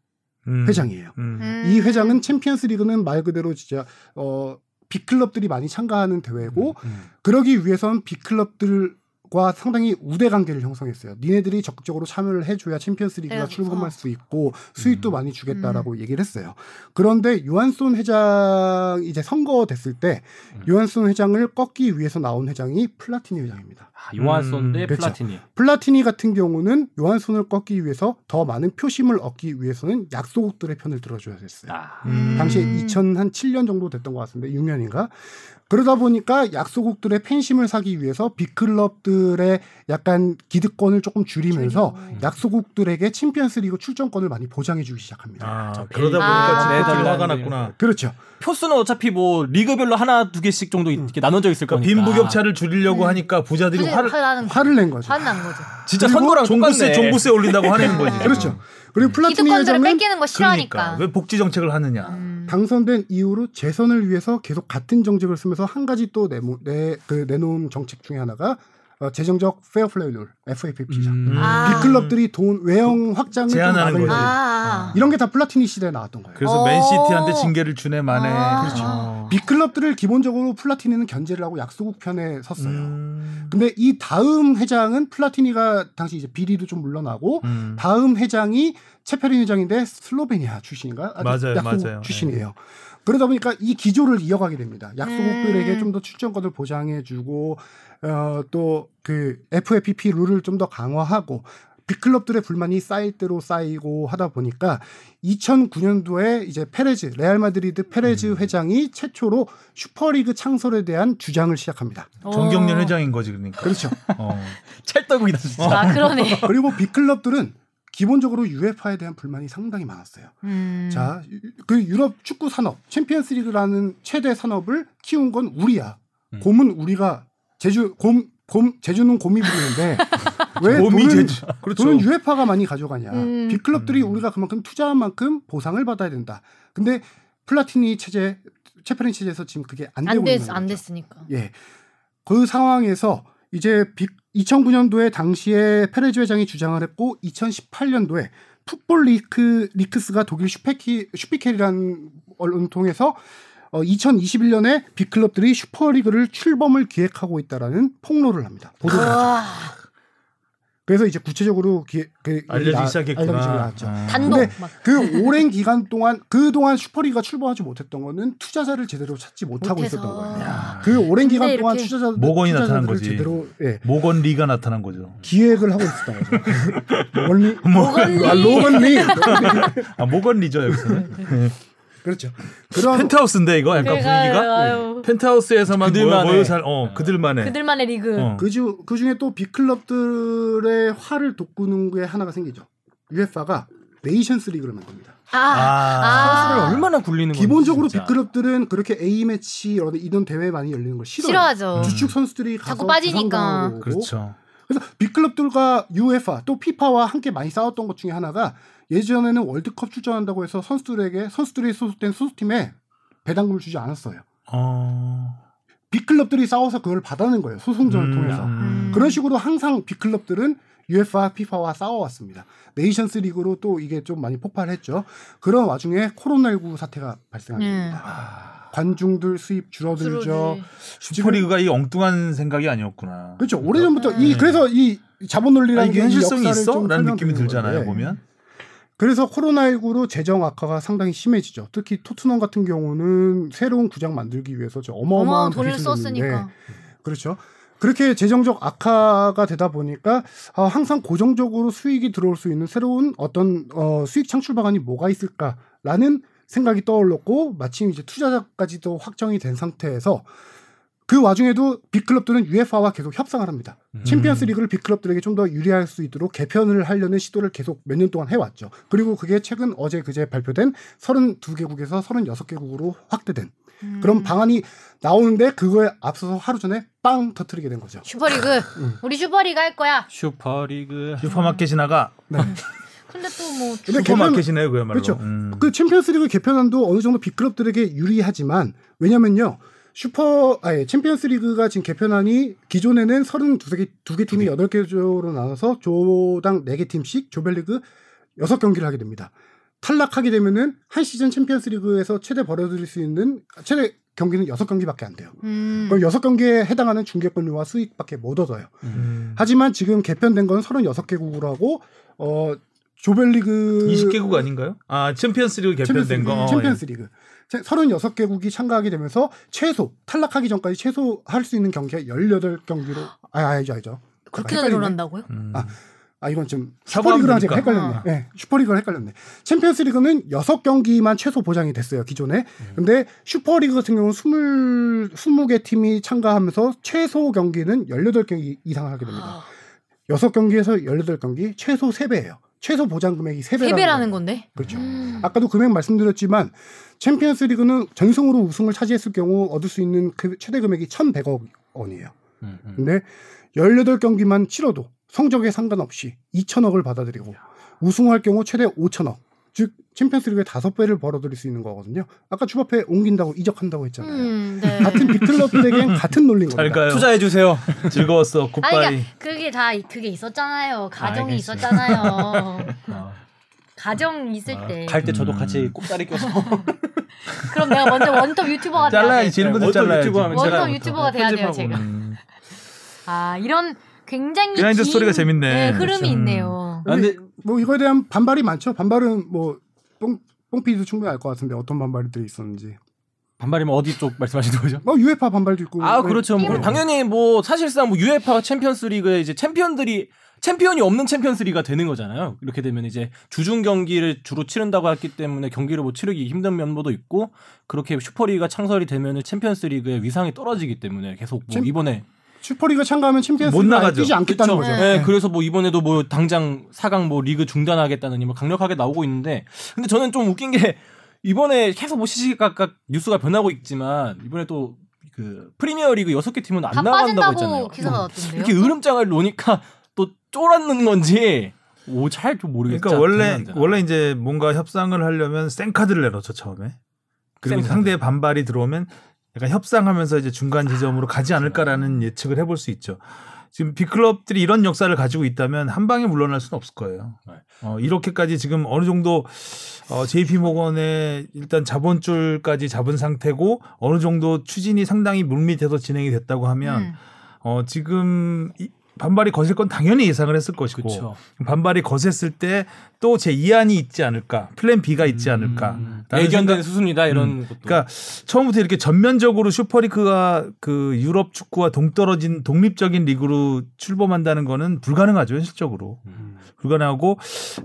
Speaker 2: 음,
Speaker 4: 회장이에요.
Speaker 2: 음.
Speaker 1: 음.
Speaker 4: 이 회장은 챔피언스리그는 말 그대로 진짜 어 빅클럽들이 많이 참가하는 대회고
Speaker 3: 음.
Speaker 4: 그러기 위해선 빅클럽들과 상당히 우대 관계를 형성했어요. 니네들이 적극적으로 참여를 해줘야 챔피언스리그가
Speaker 1: 네, 그래서. 음.
Speaker 4: 출범할 수 있고 수익도 많이 주겠다라고 얘기를 했어요. 그런데 유한손 회장 이제 선거됐을 때
Speaker 3: 음.
Speaker 4: 유한손 회장을 꺾기 위해서 나온 회장이 플라티니 회장입니다.
Speaker 3: 아, 요한손 대
Speaker 2: 음,
Speaker 4: 그렇죠.
Speaker 3: 플라티니.
Speaker 4: 플라티니 같은 경우는 유한손을 꺾기 위해서 더 많은 표심을 얻기 위해서는 약소국들의 편을 들어줘야 됐어요.
Speaker 3: 아,
Speaker 2: 음.
Speaker 4: 당시에
Speaker 1: 음.
Speaker 4: 2007년 정도 됐던 것 같은데 6년인가 그러다 보니까 약소국들의 팬심을 사기 위해서 빅클럽들의 약간 기득권을 조금 줄이면서
Speaker 1: 줄이고.
Speaker 4: 약소국들에게 챔피언스리그 출전권을 많이 보장해주기 시작합니다.
Speaker 2: 아,
Speaker 3: 저
Speaker 2: 그러다
Speaker 3: 벨-
Speaker 1: 아,
Speaker 2: 보니까 진짜
Speaker 3: 네덜란드.
Speaker 2: 화가 났구나. 그러니까
Speaker 4: 그렇죠.
Speaker 3: 표수는 어차피 뭐 리그별로 하나 두 개씩 정도 이렇게 나눠져 있을
Speaker 2: 그러니까
Speaker 3: 거니까.
Speaker 2: 빈부격차를 줄이려고 하니까 부자들이
Speaker 1: 그지?
Speaker 2: 화를
Speaker 1: 화나는 거.
Speaker 4: 화를 음. 낸 거죠.
Speaker 1: 음. 화난 거죠.
Speaker 3: 진짜 선거랑
Speaker 2: 종부세
Speaker 3: 똑같네.
Speaker 2: 종부세 올린다고 화내는 거지. 지금.
Speaker 4: 그렇죠. 그리고 플라티니
Speaker 1: 기득권자를
Speaker 4: 회장은
Speaker 1: 뺏기는 거
Speaker 2: 그러니까
Speaker 1: 싫어하니까.
Speaker 2: 왜 복지 정책을 하느냐.
Speaker 1: 음.
Speaker 4: 당선된 이후로 재선을 위해서 계속 같은 정책을 쓰면서 한 가지 또 내모, 내, 그 내놓은 정책 중에 하나가 어, 재정적 페어플레이 룰 FAP 시장.
Speaker 3: 음.
Speaker 1: 아.
Speaker 4: 빅클럽들이 돈 외형 확장을 좀
Speaker 2: 제한하는
Speaker 4: 막으려고
Speaker 1: 아,
Speaker 2: 거지.
Speaker 1: 아.
Speaker 4: 이런 게 다 플라티니 시대에 나왔던 거예요.
Speaker 2: 그래서
Speaker 1: 어.
Speaker 2: 맨시티한테 징계를 주네 만에.
Speaker 1: 아. 그렇죠.
Speaker 2: 어.
Speaker 4: 빅클럽들을 기본적으로 플라티니는 견제를 하고 약소국 편에 섰어요.
Speaker 2: 음.
Speaker 4: 근데 이 다음 회장은 플라티니가 당시 이제 비리도 좀 물러나고
Speaker 2: 음.
Speaker 4: 다음 회장이 체페린 회장인데 슬로베니아 출신인가? 아,
Speaker 2: 맞아요,
Speaker 4: 약소국
Speaker 2: 맞아요.
Speaker 4: 출신이에요. 그러다 보니까 이 기조를 이어가게 됩니다. 약소국들에게
Speaker 1: 음.
Speaker 4: 좀 더 출전권을 보장해주고 어, 또 그 FAPP 룰을 좀 더 강화하고 빅클럽들의 불만이 쌓일 대로 쌓이고 하다 보니까 2009년도에 이제 페레즈 레알 마드리드
Speaker 2: 음.
Speaker 4: 페레즈 회장이 최초로 슈퍼리그 창설에 대한 주장을 시작합니다.
Speaker 2: 정경련
Speaker 1: 어.
Speaker 2: 회장인 거지 그러니까.
Speaker 4: 그렇죠.
Speaker 2: 어.
Speaker 3: 찰떡이다 진짜.
Speaker 1: 아 그러네.
Speaker 4: 그리고 빅클럽들은 기본적으로 UEFA에 대한 불만이 상당히 많았어요.
Speaker 1: 음.
Speaker 4: 자, 그 유럽 축구 산업, 챔피언스리그라는 최대 산업을 키운 건 우리야.
Speaker 3: 음.
Speaker 4: 곰은 우리가 제주 곰, 곰 제주는 곰이
Speaker 2: (laughs)
Speaker 4: 부르는데 왜
Speaker 2: 곰이
Speaker 4: 돈은
Speaker 2: 제주- 그렇죠.
Speaker 4: 돈은 UEFA가 많이 가져가냐?
Speaker 1: 음.
Speaker 4: 빅클럽들이
Speaker 2: 음.
Speaker 4: 우리가 그만큼 투자한 만큼 보상을 받아야 된다. 근데 플라티니 체제, 체페린 체제에서 지금 그게 안
Speaker 1: 음. 안
Speaker 4: 되고 있는
Speaker 1: 됐,
Speaker 4: 거죠.
Speaker 1: 안 됐으니까.
Speaker 4: 예. 그 상황에서 이제 빅 2009년도에 당시에 페레즈 회장이 주장을 했고 2018년도에 풋볼 리크 리크스가 독일 슈페키 슈피켈이라는 언론을 통해서 어, 2021년에 빅클럽들이
Speaker 2: 아.
Speaker 4: 슈퍼리그를 출범을 기획하고 있다라는 폭로를 합니다. 보도를 하죠.
Speaker 1: 와.
Speaker 4: 그래서 이제 구체적으로 기, 그,
Speaker 2: 알려지기
Speaker 4: 나-
Speaker 2: 시작했구나.
Speaker 4: 알려지기 나왔죠.
Speaker 2: 아.
Speaker 1: 단독
Speaker 4: 음. 근데
Speaker 1: 막
Speaker 4: 그 오랜 기간 동안 그 동안 슈퍼리가 출범하지 못했던 거는 투자자를 제대로 찾지 못하고
Speaker 1: 못해서.
Speaker 4: 있었던 거예요.
Speaker 2: 야,
Speaker 4: 그 오랜 기간
Speaker 1: 근데
Speaker 4: 동안
Speaker 1: 이렇게
Speaker 4: 투자자
Speaker 2: 모건이
Speaker 4: 투자자들을
Speaker 2: 나타난 거지.
Speaker 4: 제대로 예,
Speaker 2: 모건 리가 나타난 거죠.
Speaker 4: 기획을 하고 있었던 거죠.
Speaker 2: (laughs)
Speaker 4: 원리
Speaker 2: 뭐,
Speaker 1: 모건리. (laughs)
Speaker 4: 아, 로건리
Speaker 2: 아 모건 리죠 여기서는. 네.
Speaker 4: 그렇죠. 그런
Speaker 2: 펜트하우스인데 이거 약간
Speaker 1: 네. 그래가요.
Speaker 2: 분위기가
Speaker 1: 아유.
Speaker 2: 펜트하우스에서만 모여,
Speaker 3: 그들만의-
Speaker 2: 모여 살, 어 그들만의.
Speaker 1: 그들만의 리그.
Speaker 2: 어.
Speaker 4: 그중 그 중에 또 빅클럽들의 화를 돋구는 게 하나가 생기죠. UEFA가 네이션스 리그를 만듭니다.
Speaker 1: 아,
Speaker 2: 아.
Speaker 1: 아.
Speaker 3: 얼마나 굴리는 건지
Speaker 4: 기본적으로
Speaker 3: 진짜.
Speaker 4: 빅클럽들은 그렇게 A 매치 이런 이런 대회 많이 열리는 걸 싫어요.
Speaker 1: 싫어하죠.
Speaker 2: 음.
Speaker 4: 주축 선수들이 가서
Speaker 1: 자꾸 빠지니까.
Speaker 4: 부상당하고 오고.
Speaker 2: 그렇죠.
Speaker 4: 그래서 빅클럽들과 UEFA 또 피파와 함께 많이 싸웠던 것 중에 하나가 예전에는 월드컵 출전한다고 해서 선수들에게 선수들이 소속된 소속팀에 배당금을 주지 않았어요.
Speaker 2: 어.
Speaker 4: 빅클럽들이 싸워서 그걸 받아낸 거예요. 소송전을
Speaker 2: 음,
Speaker 4: 통해서.
Speaker 2: 음.
Speaker 4: 그런 식으로 항상 빅클럽들은 UEFA, 피파와 싸워왔습니다. 네이션스 리그로 또 이게 좀 많이 폭발했죠. 그런 와중에 코로나19 사태가 발생한
Speaker 1: 네.
Speaker 4: 겁니다. 관중들 수입 음. 줄어들죠.
Speaker 1: 줄어들지.
Speaker 2: 슈퍼리그가 이 엉뚱한 생각이 아니었구나.
Speaker 4: 그렇죠. 오래전부터
Speaker 1: 음.
Speaker 4: 이 그래서 이 자본
Speaker 2: 네. 아,
Speaker 4: 논리라는
Speaker 2: 이게
Speaker 4: 게이
Speaker 2: 현실성이
Speaker 4: 역사를 좀
Speaker 2: 있어라는 느낌이
Speaker 4: 설명드리는 네.
Speaker 2: 들잖아요
Speaker 4: 건데.
Speaker 2: 보면.
Speaker 4: 그래서 코로나19로 재정 악화가 상당히 심해지죠. 특히 토트넘 같은 경우는 새로운 구장 만들기 위해서 저
Speaker 1: 어마어마한
Speaker 4: 어마어마한
Speaker 1: 돈을
Speaker 4: 빚을
Speaker 1: 썼으니까.
Speaker 4: 냈는데 그렇죠. 그렇게 재정적 악화가 되다 보니까 아, 항상 고정적으로 수익이 들어올 수 있는 새로운 어떤 어, 수익 창출 방안이 뭐가 있을까라는 생각이 떠올랐고 마침 이제 투자자까지도 확정이 된 상태에서 그 와중에도 빅클럽들은 UEFA와 계속 협상을 합니다. 챔피언스 리그를 빅클럽들에게 좀 더 유리할 수 있도록 개편을 하려는 시도를 계속 몇 년 동안 해왔죠. 그리고 그게 최근 어제 그제 발표된 32개국에서 36개국으로 확대된
Speaker 1: 음.
Speaker 4: 그런 방안이 나오는데 그거에 앞서서 하루 전에 빵 터트리게 된 거죠.
Speaker 1: 슈퍼리그.
Speaker 4: 음.
Speaker 1: 우리 슈퍼리그 할 거야.
Speaker 3: 슈퍼리그
Speaker 2: 슈퍼마켓이 나가.
Speaker 1: 근데 또뭐
Speaker 4: 근데
Speaker 2: 슈퍼마켓이네요 그야말로.
Speaker 4: 그렇죠.
Speaker 2: 음.
Speaker 4: 그 챔피언스리그 개편안도 어느 정도 빅클럽들에게 유리하지만 왜냐면요 슈퍼 아예 챔피언스리그가 지금 개편안이 기존에는 32개 두 개 팀이 여덟 개 조로 나눠서 조당 네 개 팀씩 조별리그 여섯 경기를 하게 됩니다. 탈락하게 되면은 한 시즌 챔피언스리그에서 최대 벌어들일 수 있는 최대 경기는 여섯 경기밖에 안 돼요.
Speaker 1: 음.
Speaker 4: 그럼 여섯 경기에 해당하는 중계권료와 수익밖에 못 얻어요.
Speaker 2: 음.
Speaker 4: 하지만 지금 개편된 건 36개국으로 하고 어 조별리그
Speaker 2: 20개국 아닌가요? 아 챔피언스리그 개편된 거. 어,
Speaker 4: 챔피언스 리그. 36개국이 참가하게 되면서 최소 탈락하기 전까지 최소 할 수 있는 경기가 18경기로 아 알죠 알죠.
Speaker 1: 그렇게
Speaker 4: 헷갈리네.
Speaker 1: 늘어난다고요?
Speaker 2: 예. 음.
Speaker 4: 아, 아 이건 지금
Speaker 2: 사과하면
Speaker 4: 슈퍼리그랑 지금
Speaker 2: 되니까.
Speaker 4: 헷갈렸네.
Speaker 1: 아.
Speaker 4: 예, 슈퍼리그랑 헷갈렸네. 챔피언스 리그는 6경기만 최소 보장이 됐어요, 기존에.
Speaker 2: 음.
Speaker 4: 근데 슈퍼리그 같은 경우는 20 20개 팀이 참가하면서 최소 경기는 18경기 이상 하게 됩니다.
Speaker 1: 아,
Speaker 4: 여섯 경기에서 18경기 최소 3배예요. 최소 보장 금액이 3배라는,
Speaker 1: 세배라는 건데.
Speaker 4: 그렇죠.
Speaker 1: 음.
Speaker 4: 아까도 금액 말씀드렸지만 챔피언스 리그는 전승으로 우승을 차지했을 경우 얻을 수 있는 그 최대 금액이 1,100억 원이에요.
Speaker 3: 음, 음.
Speaker 4: 근데 18경기만 치러도 성적에 상관없이 2,000억을 받아들이고 우승할 경우 최대 5,000억. 즉 챔피언스 리그의 5배를 벌어들일 수 있는 거거든요. 아까 주바페 옮긴다고 이적한다고 했잖아요.
Speaker 1: 음, 네.
Speaker 4: 같은 빅클럽들에겐 같같은 논리인
Speaker 2: 잘
Speaker 4: 겁니다.
Speaker 2: 가요.
Speaker 3: 네. 투자해 주세요.
Speaker 2: 즐거웠어.
Speaker 1: 아니,
Speaker 2: 굿바이.
Speaker 1: 그러니까 그게 다 이- 그게 있었잖아요. 가정이
Speaker 3: 알겠어요.
Speaker 2: (laughs)
Speaker 1: 있었잖아요.
Speaker 3: 어.
Speaker 1: 가정 있을 때.
Speaker 3: 갈 때 저도
Speaker 2: 음.
Speaker 3: 같이 꼭다리 껴서
Speaker 1: 그럼 내가 먼저 원톱 유튜버가 돼야 돼.
Speaker 2: (laughs) 잘라야지. 지는 것도
Speaker 3: 네, 어떤
Speaker 2: 잘라야지.
Speaker 3: 유튜브 하면
Speaker 1: 원톱
Speaker 3: 제가
Speaker 1: 유튜버가 돼야 돼요,
Speaker 3: 편집하고.
Speaker 1: 제가.
Speaker 2: 음.
Speaker 1: 아, 이런 굉장히
Speaker 2: 비하인드
Speaker 1: 긴,
Speaker 2: 스토리가 재밌네.
Speaker 1: 네, 흐름이
Speaker 2: 그렇죠.
Speaker 1: 있네요.
Speaker 3: 아, 근데
Speaker 4: 뭐 이거에 대한 반발이 많죠. 반발은 뭐 뽕, 뽕피도 충분히 알 것 같은데 어떤 반발들이 있었는지.
Speaker 3: 반발이면 어디 쪽 말씀하시는 거죠?
Speaker 4: 뭐 유에파 반발도 있고.
Speaker 3: 아 그렇죠. 뭐
Speaker 1: 음.
Speaker 4: 네.
Speaker 3: 당연히 뭐 사실상 뭐 UEFA 챔피언스리그에 이제 챔피언들이 챔피언이 없는 챔피언스리가 되는 거잖아요. 이렇게 되면 이제 주중 경기를 주로 치른다고 했기 때문에 경기를 못 치르기 힘든 면모도 있고 그렇게 슈퍼리그가 창설이 되면은 챔피언스리그의 위상이 떨어지기 때문에 계속 뭐
Speaker 4: 챔-
Speaker 3: 이번에
Speaker 4: 슈퍼리그 참가하면 챔피언스
Speaker 2: 못
Speaker 4: 리그
Speaker 2: 나가죠. 네.
Speaker 4: 뛰지 않겠다는
Speaker 3: 그쵸?
Speaker 4: 거죠.
Speaker 3: 예, 그래서 뭐 이번에도 뭐 당장 4강 뭐 리그 중단하겠다는 힘을 강력하게 나오고 있는데 근데 저는 좀 웃긴 게 이번에 계속 뭐 시시각각 뉴스가 변하고 있지만 이번에 또 그 프리미어 리그 6개 팀은
Speaker 1: 다
Speaker 3: 안 나간다고 했잖아요. 음.
Speaker 1: 빠진다고 기사가 나왔던데요.
Speaker 3: 이렇게 으름장을 놓으니까 또 쫄았는 건지 오잘좀 모르겠어요.
Speaker 2: 그러니까 원래 원래 이제 뭔가 협상을 하려면 생 카드를 내놓죠 처음에. 그리고
Speaker 3: 쌩 카드.
Speaker 2: 상대의 반발이 들어오면 약간 협상하면서 이제 중간 지점으로
Speaker 3: 아,
Speaker 2: 가지
Speaker 3: 그렇죠.
Speaker 2: 않을까라는 예측을 해볼 수 있죠. 지금 빅클럽들이 이런 역사를 가지고 있다면 한 방에 물러날 수는 없을 거예요.
Speaker 3: 네.
Speaker 2: 어, 이렇게까지 지금 어느 정도 어,
Speaker 3: 아.
Speaker 2: JP 모건의 일단 자본줄까지 잡은 상태고 어느 정도 추진이 상당히 물밑에서 진행이 됐다고 하면
Speaker 1: 음.
Speaker 2: 어, 지금 이- 반발이 거셀 건 당연히 예상을 했을 것이고
Speaker 3: 그렇죠.
Speaker 2: 반발이 거셌을 때 또 제 이안이 있지 않을까 플랜 B가 있지 않을까 라는
Speaker 3: 음, 예견된 수순이다 이런 것도.
Speaker 2: 그러니까 처음부터 이렇게 전면적으로 슈퍼리그가 그 유럽 축구와 동떨어진 독립적인 리그로 출범한다는 거는 불가능하죠 현실적으로
Speaker 3: 음.
Speaker 2: 불가능하고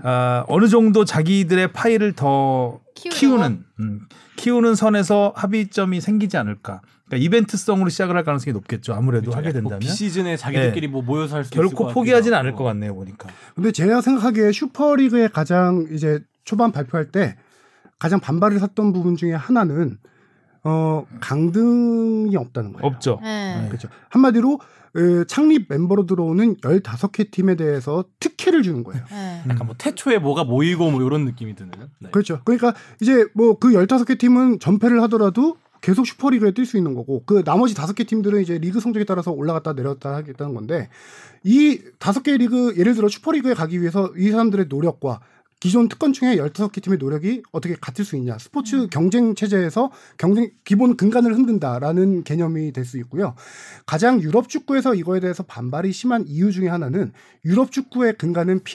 Speaker 2: 아, 어느 정도 자기들의 파일을 더
Speaker 1: 키우려고?
Speaker 2: 키우는 음, 키우는 선에서 합의점이 생기지 않을까. 그러니까 이벤트성으로 시작을 할 가능성이 높겠죠. 아무래도 하게
Speaker 3: 뭐
Speaker 2: 된다면 네.
Speaker 3: 비시즌에 자기들끼리 뭐 모여서 할 수.
Speaker 2: 결코 포기하진 않을 것 같네요 보니까.
Speaker 4: 근데 제가 생각하기에 슈퍼리그에 가장 이제 초반 발표할 때 가장 반발을 샀던 부분 중에 하나는 어 강등이 없다는 거예요.
Speaker 2: 없죠.
Speaker 3: 어,
Speaker 1: 네.
Speaker 4: 그렇죠. 한마디로 어, 창립 멤버로 들어오는 15개 팀에 대해서 특혜를 주는 거예요.
Speaker 1: 네.
Speaker 3: 약간 뭐 태초에 뭐가 모이고 뭐 이런 느낌이 드는. 네.
Speaker 4: 음. 그렇죠. 그러니까 이제 뭐 그 15개 팀은 전패를 하더라도 계속 슈퍼리그에 뛸 수 있는 거고 그 나머지 다섯 개 팀들은 이제 리그 성적에 따라서 올라갔다 내렸다 하겠다는 건데 이 다섯 개 리그 예를 들어 슈퍼리그에 가기 위해서 이 사람들의 노력과 기존 특권층의 15개 팀의 노력이 어떻게 같을 수 있냐. 스포츠 경쟁 체제에서 경쟁 기본 근간을 흔든다라는 개념이 될 수 있고요. 가장 유럽 축구에서 이거에 대해서 반발이 심한 이유 중에 하나는 유럽 축구의 근간은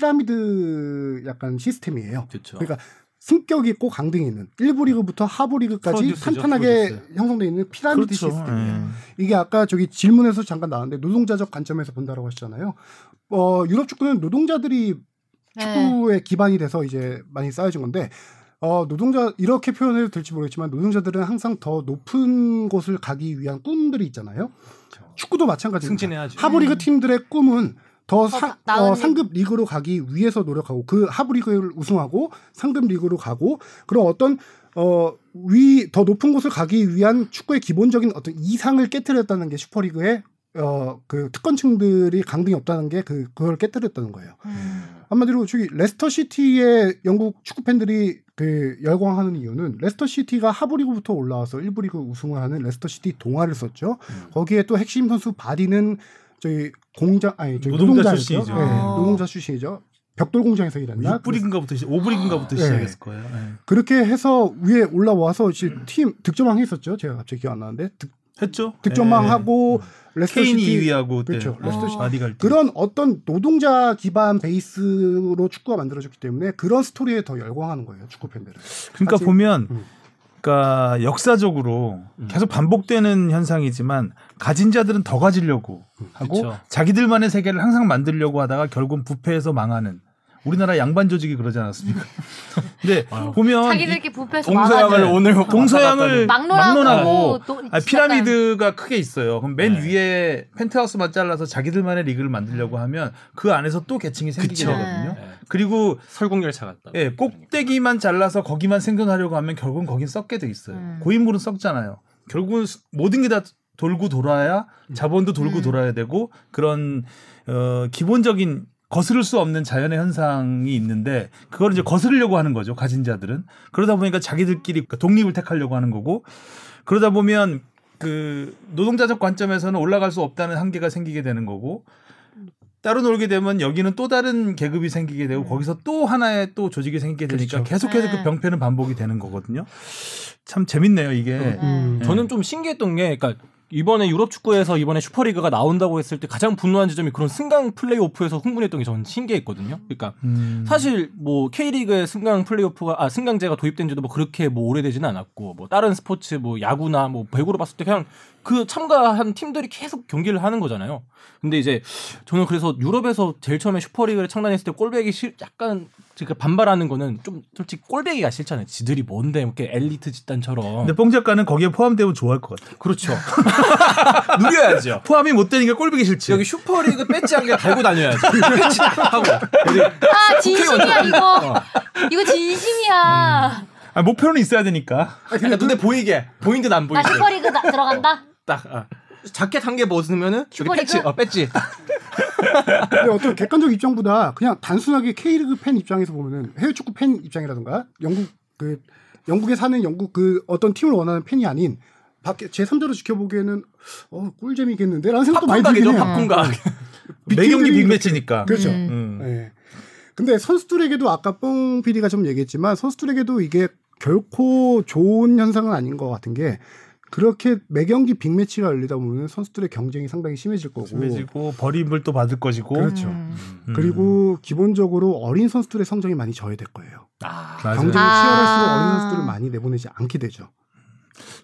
Speaker 4: 피라미드 약간 시스템이에요.
Speaker 3: 그렇죠.
Speaker 4: 그러니까 승격이 있고 강등이 있는 일부 리그부터 하부 리그까지
Speaker 3: 네. 프로듀스죠,
Speaker 4: 탄탄하게
Speaker 3: 프로듀스. 그렇죠. 네.
Speaker 4: 형성돼 있는 피라미드 시스템이에요.
Speaker 2: 예.
Speaker 4: 이게 아까 저기 질문에서 잠깐 나왔는데 노동자적 관점에서 본다라고 하셨잖아요. 어, 유럽 축구는 노동자들이
Speaker 1: 네.
Speaker 4: 축구의 기반이 돼서 이제 많이 쌓여진 건데 어, 노동자 이렇게 표현해도 될지 모르겠지만 노동자들은 항상 더 높은 곳을 가기 위한 꿈들이 있잖아요. 축구도 마찬가지입니다.
Speaker 3: 그렇죠. 승진해야죠.
Speaker 4: 하브리그
Speaker 1: 음.
Speaker 4: 팀들의 꿈은 더 상,
Speaker 1: 나- 나은
Speaker 4: 어,
Speaker 1: 리그.
Speaker 4: 상급 리그로 가기 위해서 노력하고 그 하브리그를 우승하고 상급 리그로 가고 그런 어떤 어, 위, 더 높은 곳을 가기 위한 축구의 기본적인 어떤 이상을 깨뜨렸다는 게 슈퍼리그의 어, 그 특권층들이 강등이 없다는 게 그, 그걸 깨뜨렸다는 거예요.
Speaker 1: 음.
Speaker 4: 한마디로 저기 레스터 시티의 영국 축구 팬들이 그 열광하는 이유는 레스터 시티가 하부리그부터 올라와서 일부 리그 우승을 하는 레스터 시티 동아를 썼죠.
Speaker 2: 음.
Speaker 4: 거기에 또 핵심 선수 바디는 저희 공장 아니 저희
Speaker 2: 노동자
Speaker 4: 노동자였죠.
Speaker 2: 출신이죠.
Speaker 4: 네,
Speaker 1: 아.
Speaker 4: 노동자 출신이죠. 벽돌 공장에서 일했나?
Speaker 2: 뭐 6브리그인가부터 5브리그인가부터
Speaker 4: 네.
Speaker 2: 시작했을 거예요. 예.
Speaker 4: 그렇게 해서 위에 올라와서 이제
Speaker 2: 음.
Speaker 4: 팀 득점왕 했었죠. 제가 갑자기 기억 안 나는데 득,
Speaker 2: 했죠.
Speaker 4: 득점왕
Speaker 2: 예.
Speaker 4: 하고 음. 레스터
Speaker 2: 케인이
Speaker 4: 시티
Speaker 2: 2위하고 때
Speaker 4: 그렇죠.
Speaker 3: 아.
Speaker 1: 레스터 시티.
Speaker 2: 바디 갈 때.
Speaker 4: 그런 어떤 노동자 기반 베이스로 축구가 만들어졌기 때문에 그런 스토리에 더 열광하는 거예요 축구 팬들은.
Speaker 2: 그러니까
Speaker 4: 사실-
Speaker 2: 보면
Speaker 4: 음.
Speaker 2: 그러니까 역사적으로 계속 반복되는 현상이지만 가진 자들은 더 가지려고
Speaker 4: 음.
Speaker 2: 하고
Speaker 3: 그쵸.
Speaker 2: 자기들만의 세계를 항상 만들려고 하다가 결국은 부패해서 망하는 우리나라 양반 조직이 그러지
Speaker 4: (laughs)
Speaker 2: 않았습니까? 근데 보면 이
Speaker 1: 자기들끼리 부패해서
Speaker 3: 동서양을
Speaker 1: 망하는
Speaker 2: 망하네.
Speaker 3: 오늘
Speaker 2: 동서양을
Speaker 1: 막론하고,
Speaker 2: 막론하고
Speaker 1: 또
Speaker 2: 아, 피라미드가 크게 있어요. 그럼 맨
Speaker 3: 네.
Speaker 2: 위에 펜트하우스만 잘라서 자기들만의 리그를 만들려고 하면 그 안에서 또 계층이 생기게
Speaker 3: 그쵸.
Speaker 2: 되거든요.
Speaker 3: 네.
Speaker 2: 그리고
Speaker 3: 설국열차 같다.
Speaker 1: 음.
Speaker 2: 예, 꼭대기만 잘라서 거기만 생존하려고 하면 결국은 거긴 썩게 돼 있어요.
Speaker 1: 음.
Speaker 2: 고인물은 썩잖아요. 결국은 수- 모든 게 다 돌고 돌아야 자본도 돌고
Speaker 1: 음.
Speaker 2: 돌아야 되고 그런 어, 기본적인 거스를 수 없는 자연의 현상이 있는데 그걸 이제 거스르려고 하는 거죠 가진 자들은 그러다 보니까 자기들끼리 독립을 택하려고 하는 거고 그러다 보면 그 노동자적 관점에서는 올라갈 수 없다는 한계가 생기게 되는 거고 따로 놀게 되면 여기는 또 다른 계급이 생기게 되고 거기서 또 하나의 또 조직이 생기게 되니까
Speaker 4: 음. 그렇죠.
Speaker 1: 네.
Speaker 2: 계속해서 그 병폐는 반복이 되는 거거든요. 참 재밌네요 이게.
Speaker 1: 음.
Speaker 3: 저는 좀 신기했던 게 그러니까 이번에 유럽 축구에서 이번에 슈퍼리그가 나온다고 했을 때 가장 분노한 지점이 그런 승강 플레이오프에서 흥분했던 게 저는 신기했거든요. 그러니까
Speaker 2: 음.
Speaker 3: 사실 뭐 K리그의 승강 플레이오프가 아 승강제가 도입된 지도 뭐 그렇게 뭐 오래되지는 않았고 뭐 다른 스포츠 뭐 야구나 뭐 배구로 봤을 때 그냥 그 참가한 팀들이 계속 경기를 하는 거잖아요. 근데 이제 저는 그래서 유럽에서 제일 처음에 슈퍼리그를 창단했을 때 꼴배기 싫 약간 제가 반발하는 거는 좀 솔직히 꼴배기가 싫잖아요. 지들이 뭔데 이렇게 엘리트 집단처럼
Speaker 2: 근데 뽕 작가는 거기에 포함되면 좋아할 것 같아. (laughs)
Speaker 3: 그렇죠.
Speaker 4: 그렇죠.
Speaker 3: 누려야죠.
Speaker 2: 포함이 못 되니까 꼴보기 싫지.
Speaker 3: 여기 슈퍼리그 배지 한개 달고 다녀야지. (laughs) 배지 딱 하고. 어디
Speaker 1: 아
Speaker 3: (laughs)
Speaker 1: 진심이야 이거.
Speaker 3: 어.
Speaker 1: 이거
Speaker 3: 음.
Speaker 1: 진심이야.
Speaker 2: 아, 목표는 있어야 되니까.
Speaker 3: 그러니까 눈에 보이게. 보이든 안
Speaker 1: 아
Speaker 3: 보이든.
Speaker 1: 슈퍼리그 나- 들어간다.
Speaker 3: 딱. 아. 자켓 한 개 벗으면은 여기
Speaker 1: 슈퍼리그?
Speaker 3: 배지. 어, 배지.
Speaker 4: 근데 어떤 객관적 입장보다 그냥 단순하게 K리그 팬 입장에서 보면은 해외 축구 팬 입장이라든가 영국 그 영국에 사는 영국 그 어떤 팀을 원하는 팬이 아닌 밖에 제 3자로 지켜보기에는 어 꿀잼이겠는데라는 생각도 많이 들긴
Speaker 3: 팝콘가게죠.
Speaker 4: 해요.
Speaker 3: 팝콘가.
Speaker 2: 매경기
Speaker 4: 빅팀들이
Speaker 2: 빅매치니까.
Speaker 4: 그렇죠.
Speaker 1: 음.
Speaker 2: 음.
Speaker 4: 예. 근데 선수들에게도 아까 뽕 PD가 좀 얘기했지만 선수들에게도 이게 결코 좋은 현상은 아닌 것 같은 게 그렇게 매경기 빅매치가 열리다 보면 선수들의 경쟁이 상당히 심해질 거고
Speaker 2: 심해지고 버림을 또 받을 것이고 음.
Speaker 4: 그렇죠.
Speaker 1: 음.
Speaker 4: 그리고 기본적으로 어린 선수들의 성적이 많이 저해될 거예요.
Speaker 3: 아,
Speaker 2: 맞아요.
Speaker 4: 경쟁이
Speaker 1: 아.
Speaker 4: 치열할수록 어린 선수들을 많이 내보내지 않게 되죠.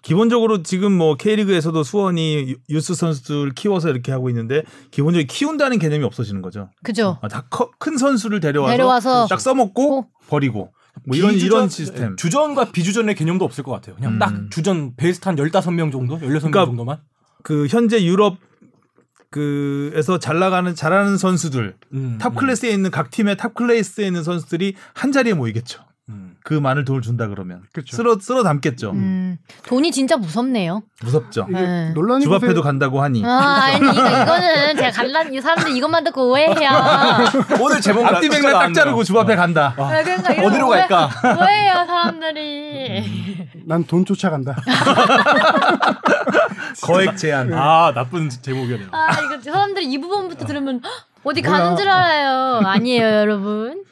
Speaker 2: 기본적으로 지금 뭐 K리그에서도 수원이 유- 유스 선수들 키워서 이렇게 하고 있는데 기본적으로 키운다는 개념이 없어지는 거죠.
Speaker 1: 그죠.
Speaker 2: 아, 다 큰 선수를 데려와서,
Speaker 1: 데려와서
Speaker 2: 딱 써먹고 버리고 뭐 이런
Speaker 3: 비주전- 네,
Speaker 2: 이런 시스템.
Speaker 3: 주전과 비주전의 개념도 없을 것 같아요. 그냥
Speaker 2: 음.
Speaker 3: 딱 주전 베스트 한 15명 정도? 16명
Speaker 2: 그러니까
Speaker 3: 정도만?
Speaker 2: 그 현재 유럽 그에서 잘 나가는 잘하는 선수들
Speaker 3: 음,
Speaker 2: 탑 클래스에 있는 각 팀의 탑 클래스에 있는 선수들이 한 자리에 모이겠죠.
Speaker 3: 음.
Speaker 2: 그 많은 돈을 준다 그러면
Speaker 4: 그렇죠.
Speaker 2: 쓸어 쓸어 담겠죠.
Speaker 1: 음, 돈이 진짜 무섭네요.
Speaker 2: 무섭죠.
Speaker 4: 이게
Speaker 1: 네.
Speaker 4: 논란이
Speaker 2: 주 앞에도
Speaker 4: 요새
Speaker 2: 간다고 하니
Speaker 3: 음.
Speaker 1: 아, 아니 이거, 이거는 제가 갈란 이 사람들 이것만 듣고 오해해요.
Speaker 3: 아. 오늘 제목
Speaker 2: 앞뒤 맥락 딱 자르고 주 앞에 간다.
Speaker 3: 아,
Speaker 1: 아, 그러니까 이런
Speaker 3: 어디로
Speaker 1: 오해-
Speaker 3: 갈까?
Speaker 1: 오해해요 사람들이.
Speaker 4: 난돈 쫓아간다.
Speaker 2: 거액 제한.
Speaker 3: 아, 나쁜 제목이네요.
Speaker 1: 아 이거 사람들이 이 부분부터 들으면 헉, 어디
Speaker 4: 몰라.
Speaker 1: 가는 줄 알아요. 아니에요 여러분.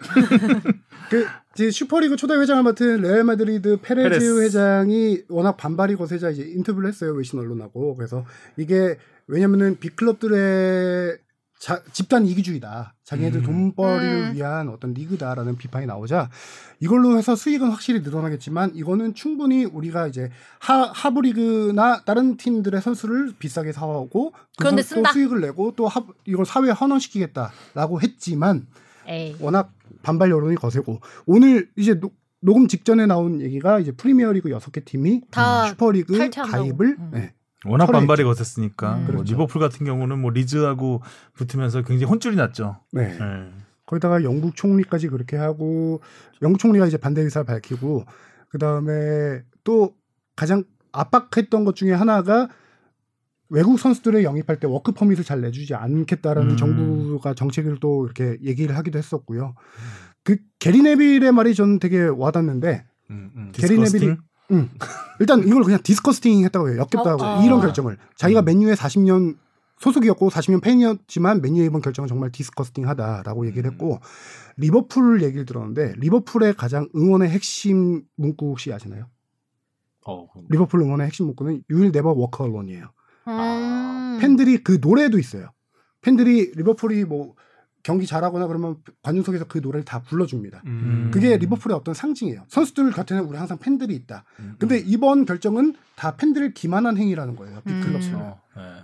Speaker 4: 그 이제 슈퍼리그 초대 회장을 맡은 레알 마드리드 페레즈
Speaker 2: 페레스.
Speaker 4: 회장이 워낙 반발이 거세자 이제 인터뷰를 했어요 외신 언론하고 그래서 이게 왜냐면은 빅클럽들의 자- 집단 이기주의다 자기네들
Speaker 2: 음.
Speaker 4: 돈벌이를
Speaker 1: 음.
Speaker 4: 위한 어떤 리그다라는 비판이 나오자 이걸로 해서 수익은 확실히 늘어나겠지만 이거는 충분히 우리가 이제 하, 하부 리그나 다른 팀들의 선수를 비싸게 사오고
Speaker 1: 그런데
Speaker 4: 선-
Speaker 1: 쓴다.
Speaker 4: 또 수익을 내고 또 하- 이걸 사회에 헌원시키겠다라고 했지만
Speaker 1: 에이.
Speaker 4: 워낙 반발 여론이 거세고 오늘 이제 녹, 녹음 직전에 나온 얘기가 이제 프리미어리그 여섯 개 팀이
Speaker 1: 다
Speaker 4: 음, 슈퍼리그
Speaker 1: 탈퇴한다고.
Speaker 4: 가입을
Speaker 1: 음.
Speaker 4: 네,
Speaker 2: 워낙
Speaker 4: 철회했죠.
Speaker 2: 반발이 거셌으니까
Speaker 1: 음.
Speaker 2: 뭐
Speaker 4: 그렇죠.
Speaker 2: 리버풀 같은 경우는 뭐 리즈하고 붙으면서 굉장히 혼쭐이 났죠.
Speaker 4: 네.
Speaker 2: 예.
Speaker 4: 거기다가 영국 총리까지 그렇게 하고 영국 총리가 이제 반대 의사를 밝히고 그 다음에 또 가장 압박했던 것 중에 하나가 외국 선수들을 영입할 때 워크 퍼밋을 잘 내주지 않겠다라는
Speaker 2: 음.
Speaker 4: 정부가 정책을 또 이렇게 얘기를 하기도 했었고요. 그 게리 네빌의 말이 저는 되게 와닿는데
Speaker 3: 음, 음.
Speaker 4: 게리 네빌이-
Speaker 2: 디스커스팅?
Speaker 4: 응. 일단 이걸 그냥 디스커스팅 했다고 해요. 역겹다고
Speaker 1: 어,
Speaker 4: 해요.
Speaker 1: 어.
Speaker 4: 이런 결정을. 자기가 맨유에 40년 소속이었고 40년 팬이었지만 맨유의 이번 결정은 정말 디스커스팅하다라고 얘기를 했고 리버풀 얘기를 들었는데 리버풀의 가장 응원의 핵심 문구 혹시 아시나요?
Speaker 3: 어, 그럼.
Speaker 4: 리버풀 응원의 핵심 문구는 You will never walk alone이에요.
Speaker 1: 음.
Speaker 4: 팬들이 그 노래도 있어요. 팬들이 리버풀이 뭐 경기 잘하거나 그러면 관중석에서 그 노래를 다 불러줍니다.
Speaker 3: 음.
Speaker 4: 그게 리버풀의 어떤 상징이에요. 선수들 곁에는 우리 항상 팬들이 있다.
Speaker 3: 음.
Speaker 4: 근데 이번 결정은 다 팬들을 기만한 행위라는 거예요. 빅클럽처럼.
Speaker 1: 음.
Speaker 2: 그렇죠.
Speaker 3: 어, 예.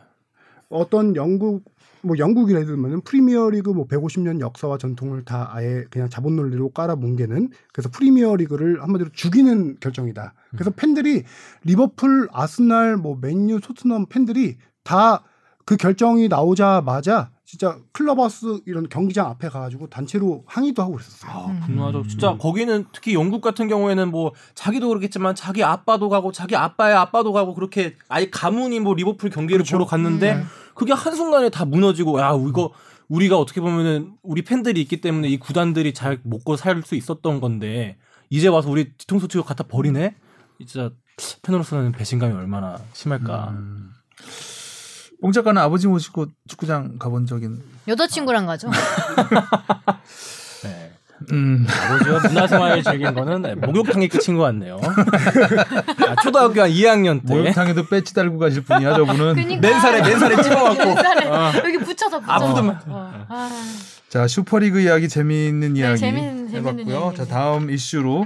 Speaker 4: 어떤 영국 뭐 영국이라 들면 프리미어리그 뭐 150년 역사와 전통을 다 아예 그냥 자본 논리로 깔아 뭉개는 그래서 프리미어리그를 한마디로 죽이는 결정이다.
Speaker 2: 음.
Speaker 4: 그래서 팬들이 리버풀, 아스날, 뭐 맨유, 토트넘 팬들이 다 그 결정이 나오자마자 진짜 클럽하우스 이런 경기장 앞에 가가지고 단체로 항의도 하고 있었어요.
Speaker 3: 아,
Speaker 1: 음.
Speaker 3: 분노하죠. 진짜 거기는 특히 영국 같은 경우에는 뭐 자기도 그렇겠지만 자기 아빠도 가고 자기 아빠의 아빠도 가고 그렇게 아예 가문이 뭐 리버풀 경기를
Speaker 2: 그렇죠.
Speaker 3: 보러 갔는데
Speaker 1: 음.
Speaker 3: 그게 한순간에 다 무너지고 야, 이거 우리가 어떻게 보면은 우리 팬들이 있기 때문에 이 구단들이 잘 먹고 살 수 있었던 건데 이제 와서 우리 뒤통수 치고 갖다 버리네? 진짜 팬으로서는 배신감이 얼마나 심할까.
Speaker 2: 음. 뽕 작가는 아버지 모시고 축구장 가본 적인.
Speaker 1: 여자친구랑 가죠.
Speaker 3: 네.
Speaker 2: 음.
Speaker 3: 아버지와 문화생활을 즐긴 거는 네, 목욕탕이 끝인
Speaker 2: (laughs)
Speaker 3: 것 같네요. 아, 초등학교 한 2학년 때.
Speaker 2: 목욕탕에도 배지 달고 가실 분이야
Speaker 4: (laughs)
Speaker 2: 저분은.
Speaker 1: 그러니까 (laughs)
Speaker 3: 맨살에 맨살에 찍어갖고
Speaker 1: 맨살에 여기 붙여서 붙여서.
Speaker 3: 아프더만.
Speaker 1: 어. 아.
Speaker 2: 자 슈퍼리그 이야기 재미있는
Speaker 4: 네,
Speaker 2: 이야기
Speaker 1: 재밌는- 재밌는
Speaker 2: 해봤고요.
Speaker 1: 이야기.
Speaker 2: 자 다음 이슈로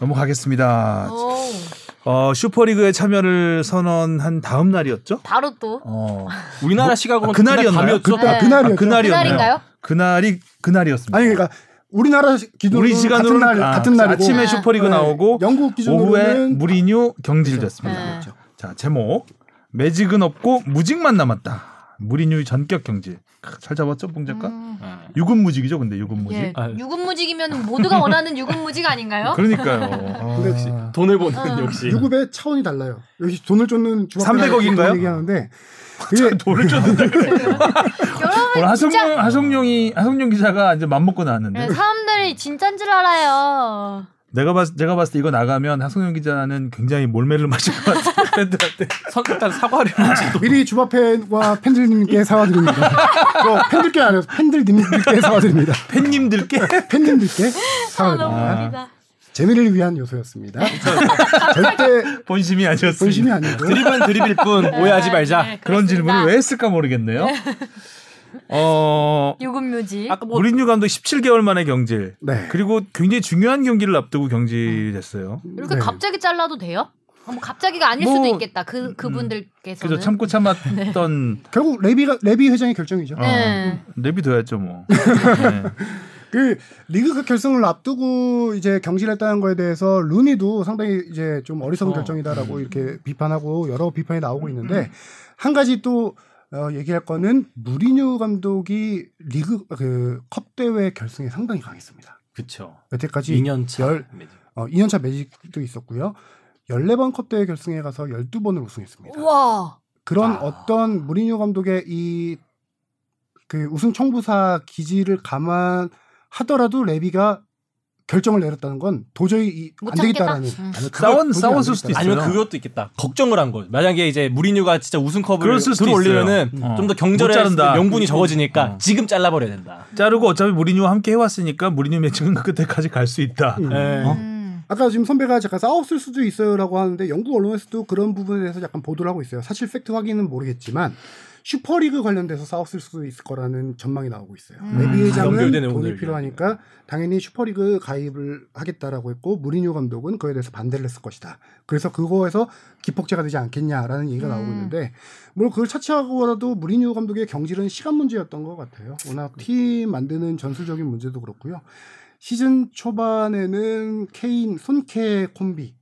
Speaker 2: 넘어가겠습니다.
Speaker 1: 오,
Speaker 2: 어, 슈퍼리그에 참여를 선언한 다음 날이었죠?
Speaker 1: 바로 또
Speaker 2: 어.
Speaker 3: 우리나라 시각으로
Speaker 2: 아, 그날이었나요? 아,
Speaker 3: 밤이었죠?
Speaker 1: 네.
Speaker 4: 그러니까 그날이었죠.
Speaker 2: 그날이었나요?
Speaker 1: 그날인가요?
Speaker 2: 그날이 그날이었습니다.
Speaker 4: 아니 그러니까 우리나라 기준으로
Speaker 2: 우리 시간으로는
Speaker 4: 같은 날
Speaker 2: 아,
Speaker 4: 같은 날이고
Speaker 2: 아침에 슈퍼리그
Speaker 4: 네,
Speaker 2: 나오고 어?
Speaker 4: 영국
Speaker 2: 오후에
Speaker 4: 기준으로는
Speaker 2: 무리뉴 경질됐습니다.
Speaker 1: 네.
Speaker 4: 그렇죠.
Speaker 2: 자 제목 매직은 없고 무직만 남았다. 무리뉴의 전격 경질. 크, 잘 잡았죠, 봉 작가?
Speaker 1: 음.
Speaker 3: 네.
Speaker 2: 유급 무직이죠, 근데 유급 무직.
Speaker 1: 예,
Speaker 3: 아.
Speaker 1: 유급무직이면 모두가 원하는 유급무직
Speaker 2: (laughs)
Speaker 1: 아닌가요?
Speaker 2: 그러니까요.
Speaker 4: 근데 역시
Speaker 2: 아,
Speaker 3: 돈을 버는
Speaker 1: 어.
Speaker 3: 역시.
Speaker 4: 유급의 차원이 달라요. 여기 돈을 쫓는 주막
Speaker 2: 300억인가요? 아,
Speaker 4: 얘기하는데 그게
Speaker 2: 돈을 줬는데. 오늘
Speaker 1: 여러분 아, 진짜
Speaker 2: 하성룡 하성룡이 하성룡 기자가 이제 맘먹고 나왔는데.
Speaker 1: 네, 사람들이 진짠 줄 알아요.
Speaker 2: 내가 봤 제가 봤을 때 이거 나가면 하성룡 기자는 굉장히 몰매를 맞을 것 같아요. 팬들한테.
Speaker 3: 선, 일단 사과를
Speaker 2: 아,
Speaker 3: 하지도.
Speaker 4: 미리 주바팬과
Speaker 2: (laughs)
Speaker 4: 팬들님께 사과드립니다. 저 팬들께 아니라 팬들님들께 사과드립니다.
Speaker 2: 팬님들께
Speaker 4: 팬님들께
Speaker 1: 아, 너무
Speaker 4: 사과드립니다.
Speaker 1: 웃기다.
Speaker 4: 재미를 위한 요소였습니다. 절대
Speaker 2: (laughs) 본심이 아니었습니다.
Speaker 4: 본심이 아니고 네.
Speaker 3: 드립은 드립일 뿐 오해하지 말자.
Speaker 1: 네,
Speaker 2: 그런 질문을
Speaker 1: 그렇습니다.
Speaker 2: 왜 했을까 모르겠네요. 어,
Speaker 1: 요금묘지.
Speaker 3: 아까 뭐
Speaker 2: 무린유 감독 17개월 만에 경질.
Speaker 4: 네.
Speaker 2: 그리고 굉장히 중요한 경기를 앞두고 경질됐어요.
Speaker 1: 이렇게
Speaker 4: 네.
Speaker 1: 갑자기 잘라도 돼요? 어, 뭐 갑자기가 아닐
Speaker 2: 뭐,
Speaker 1: 수도 있겠다. 그 그분들께서는.
Speaker 2: 그죠 참고 참았던
Speaker 4: 결국 레비가 레비 회장의 결정이죠.
Speaker 2: 어,
Speaker 1: (laughs) 네.
Speaker 2: 랩이 둬야죠 뭐. 네.
Speaker 4: 그 리그급 결승을 앞두고 이제 경질했다는 거에 대해서 루니도 상당히 이제 좀 어리석은
Speaker 3: 어.
Speaker 4: 결정이다라고 이렇게 비판하고 여러 비판이 나오고 있는데 한 가지 또 어, 얘기할 거는 무리뉴 감독이 리그 그 컵 대회 결승에 상당히 강했습니다.
Speaker 3: 그쵸.
Speaker 4: 여태까지
Speaker 3: 2년 차.
Speaker 4: 열- 어, 2년차 매직도 있었고요. 14번 컵 대회 결승에 가서 12번을 우승했습니다.
Speaker 1: 우와.
Speaker 4: 그런
Speaker 3: 아.
Speaker 4: 어떤 무리뉴 감독의 이 그 우승 청부사 기지를 감안하더라도 레비가 결정을 내렸다는 건 도저히 이-
Speaker 1: 못
Speaker 4: 안 되겠다라는
Speaker 1: 참겠다. 음.
Speaker 4: 아니, 그거-
Speaker 2: 싸웠-
Speaker 4: 그게
Speaker 2: 싸웠을
Speaker 4: 안
Speaker 2: 수도
Speaker 4: 되겠다.
Speaker 2: 있어요.
Speaker 3: 아니면 그것도 있겠다. 걱정을 한 거. 만약에 이제 무리뉴가 진짜 우승컵을
Speaker 2: 그럴 수도
Speaker 3: 들어올리면은
Speaker 2: 있어요. 어.
Speaker 3: 좀 더
Speaker 2: 못
Speaker 3: 경절의
Speaker 2: 자른다.
Speaker 3: 명분이 적어지니까
Speaker 2: 어.
Speaker 3: 지금 잘라버려야 된다.
Speaker 2: 자르고 어차피 무리뉴와 함께 해왔으니까 무리뉴 매칭은 끝까지 갈 수 있다. 네.
Speaker 4: 음.
Speaker 3: 예.
Speaker 1: 음.
Speaker 4: 아까 지금 선배가 잠깐 싸웠을 수도 있어요라고 하는데 영국 언론에서도 그런 부분에 대해서 약간 보도를 하고 있어요. 사실 팩트 확인은 모르겠지만 슈퍼리그 관련돼서 싸웠을 수도 있을 거라는 전망이 나오고 있어요.
Speaker 1: 음.
Speaker 4: 레비 회장은
Speaker 3: 연결된
Speaker 4: 돈이
Speaker 3: 내용들
Speaker 4: 필요하니까 당연히 슈퍼리그 가입을 하겠다라고 했고 무리뉴 감독은 그에 대해서 반대를 했을 것이다. 그래서 그거에서 기폭제가 되지 않겠냐라는 얘기가 나오고
Speaker 1: 음.
Speaker 4: 있는데 물론 그걸 차치하고라도 무리뉴 감독의 경질은 시간 문제였던 것 같아요. 워낙 팀 만드는 전술적인 문제도 그렇고요. 시즌 초반에는 케인 손케 콤비의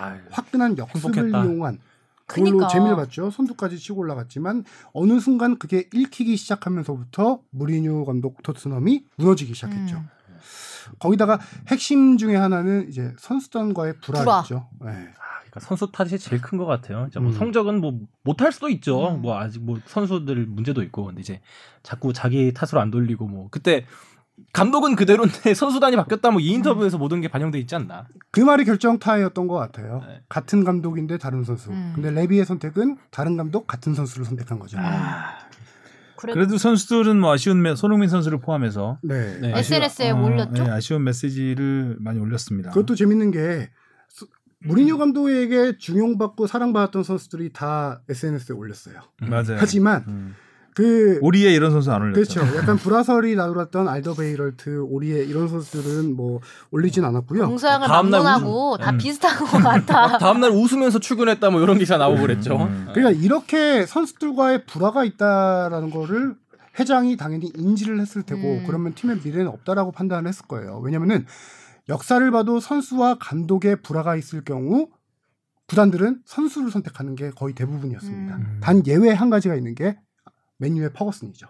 Speaker 3: 아유,
Speaker 4: 화끈한 역습을
Speaker 3: 행복했다.
Speaker 4: 이용한 그걸로
Speaker 1: 그니까.
Speaker 4: 재미를 봤죠. 선두까지 치고 올라갔지만 어느 순간 그게 읽히기 시작하면서부터 무리뉴 감독 토트넘이 무너지기 시작했죠.
Speaker 1: 음.
Speaker 4: 거기다가 핵심 중에 하나는 이제 선수단과의 불화였죠. 네.
Speaker 3: 아, 그러니까 선수 탓이 제일 큰 것 같아요. 진짜 뭐
Speaker 4: 음.
Speaker 3: 성적은 뭐 못할 수도 있죠.
Speaker 1: 음.
Speaker 3: 뭐 아직 뭐 선수들 문제도 있고 근데 이제 자꾸 자기 탓으로 안 돌리고 뭐 그때 감독은 그대로인데 (laughs) 선수단이 바뀌었다 뭐 이 인터뷰에서 모든 게 반영돼 있지 않나.
Speaker 4: 그 말이 결정타였던 것 같아요.
Speaker 3: 네.
Speaker 4: 같은 감독인데 다른 선수.
Speaker 1: 음.
Speaker 4: 근데 레비의 선택은 다른 감독 같은 선수를 선택한 거죠.
Speaker 3: 아.
Speaker 4: 아.
Speaker 1: 그래.
Speaker 2: 그래도 선수들은 뭐 아쉬운 매- 손흥민 선수를 포함해서
Speaker 4: 네.
Speaker 3: 네.
Speaker 2: 아쉬운-
Speaker 1: SNS에
Speaker 2: 어,
Speaker 1: 올렸죠?
Speaker 2: 예, 아쉬운 메시지를 많이 올렸습니다. 음.
Speaker 4: 그것도 재밌는 게 수- 무리뉴 감독에게 중용받고 사랑받았던 선수들이 다 SNS에 올렸어요.
Speaker 2: 맞아요.
Speaker 4: 하지만
Speaker 2: 음.
Speaker 4: 그
Speaker 2: 오리에 이런 선수 안 올렸죠. 음.
Speaker 4: 그렇죠. 약간 불화설이 나돌았던 알더베이럴트, 오리에 이런 선수들은 뭐 올리진 않았고요.
Speaker 1: 동서양을
Speaker 3: 다음 날
Speaker 1: 막론하고
Speaker 3: 우승.
Speaker 1: 다
Speaker 2: 음.
Speaker 1: 비슷한 것 같아.
Speaker 3: 다음날 웃으면서 출근했다 뭐 이런 기사 나오고 그랬죠.
Speaker 2: 음.
Speaker 4: 그러니까 이렇게 선수들과의 불화가 있다라는 거를 회장이 당연히 인지를 했을 테고
Speaker 1: 음.
Speaker 4: 그러면 팀의 미래는 없다라고 판단을 했을 거예요. 왜냐면은 역사를 봐도 선수와 감독의 불화가 있을 경우 구단들은 선수를 선택하는 게 거의 대부분이었습니다.
Speaker 1: 음.
Speaker 4: 단 예외 한 가지가 있는 게 맨유의 퍼거슨이죠.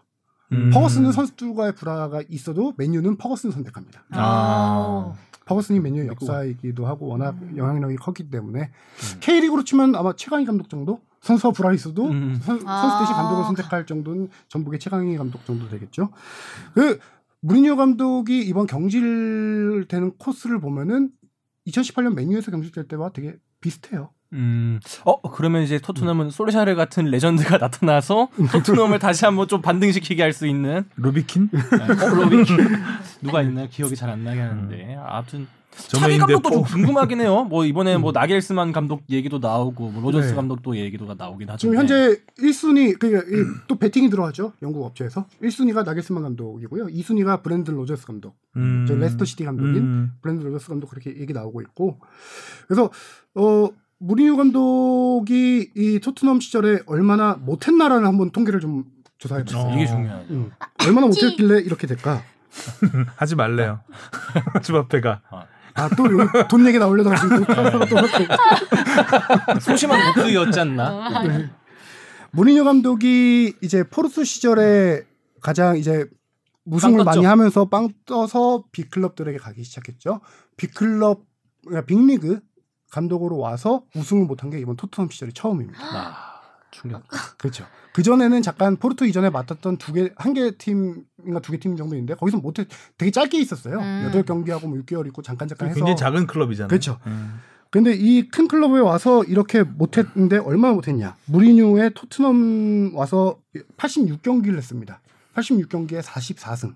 Speaker 2: 음.
Speaker 4: 퍼거슨은 선수들과의 불화가 있어도 맨유는 퍼거슨을 선택합니다.
Speaker 1: 어.
Speaker 2: 아.
Speaker 4: 퍼거슨이 맨유 역사이기도 하고 워낙
Speaker 1: 음.
Speaker 4: 영향력이 컸기 때문에 K리그로 치면 아마 최강희 감독 정도 선수와 불화 있어도
Speaker 3: 음.
Speaker 4: 선,
Speaker 1: 아.
Speaker 4: 수 대신 감독을 선택할 정도는 전북의 최강희 감독 정도 되겠죠. 그 무리뉴 감독이 이번 경질되는 코스를 보면은 2018년 맨유에서 경질될 때와 되게 비슷해요.
Speaker 3: 음. 어 그러면 이제 토트넘은 솔샤르 같은 레전드가 (laughs) 나타나서 토트넘을 다시 한번 좀 반등시키게 할 수 있는
Speaker 2: 루비킨?
Speaker 3: 어, 로빈 누가 있나 기억이 잘 안 나게 하는데 아, 아무튼 차기
Speaker 2: 저명인데
Speaker 3: 감독도 좀
Speaker 2: 뽀.
Speaker 3: 궁금하긴 해요. 뭐 이번에 뭐 나겔스만 감독 얘기도 나오고 뭐 로저스
Speaker 4: 네.
Speaker 3: 감독도 얘기도 나오긴 하죠.
Speaker 4: 지금 현재
Speaker 2: 네.
Speaker 4: 1순위
Speaker 2: 음.
Speaker 4: 그또 배팅이 들어가죠 영국 업체에서 1순위가 나겔스만 감독이고요 2순위가 브랜든 로저스 감독,
Speaker 2: 음.
Speaker 4: 저 레스터 시티 감독인
Speaker 2: 음.
Speaker 4: 브랜드 로저스 감독 그렇게 얘기 나오고 있고 그래서 어 무리뉴 감독이 이 토트넘 시절에 얼마나 못했나라는 한번 통계를 좀 조사해 봤어요.
Speaker 2: 어.
Speaker 3: 이게 중요하죠.
Speaker 4: 음. 얼마나 못했길래 이렇게 될까?
Speaker 2: 하지 말래요. (laughs) 집 앞에가.
Speaker 4: 아 또 돈 얘기 나오려다가 지금 또 서로 또 그렇게.
Speaker 3: (laughs) 소심한 목소리였지
Speaker 1: 어.
Speaker 3: 않나?
Speaker 4: 무리뉴 네. 감독이 이제 포르투 시절에 가장 이제 우승을
Speaker 3: 빵 떴죠.
Speaker 4: 많이 하면서 빵 떠서 빅클럽들에게 가기 시작했죠. 빅클럽 그러니까 빅리그 감독으로 와서 우승을 못한 게 이번 토트넘 시절이 처음입니다.
Speaker 3: 아, 충격.
Speaker 4: 그렇죠. 그 전에는 잠깐 포르투 이전에 맡았던 두 개 한 개 팀인가 그러니까 두 개 팀 정도 있는데 거기서 못해 되게 짧게 있었어요.
Speaker 1: 음.
Speaker 4: 여덟 경기하고 뭐 6개월 있고 잠깐 잠깐 해서.
Speaker 2: 굉장히 작은 클럽이잖아요.
Speaker 4: 그렇죠.
Speaker 2: 음.
Speaker 4: 근데 이 큰 클럽에 와서 이렇게 못했는데 얼마나 못했냐? 무리뉴의 토트넘 와서 86경기를 했습니다. 86경기에 44승,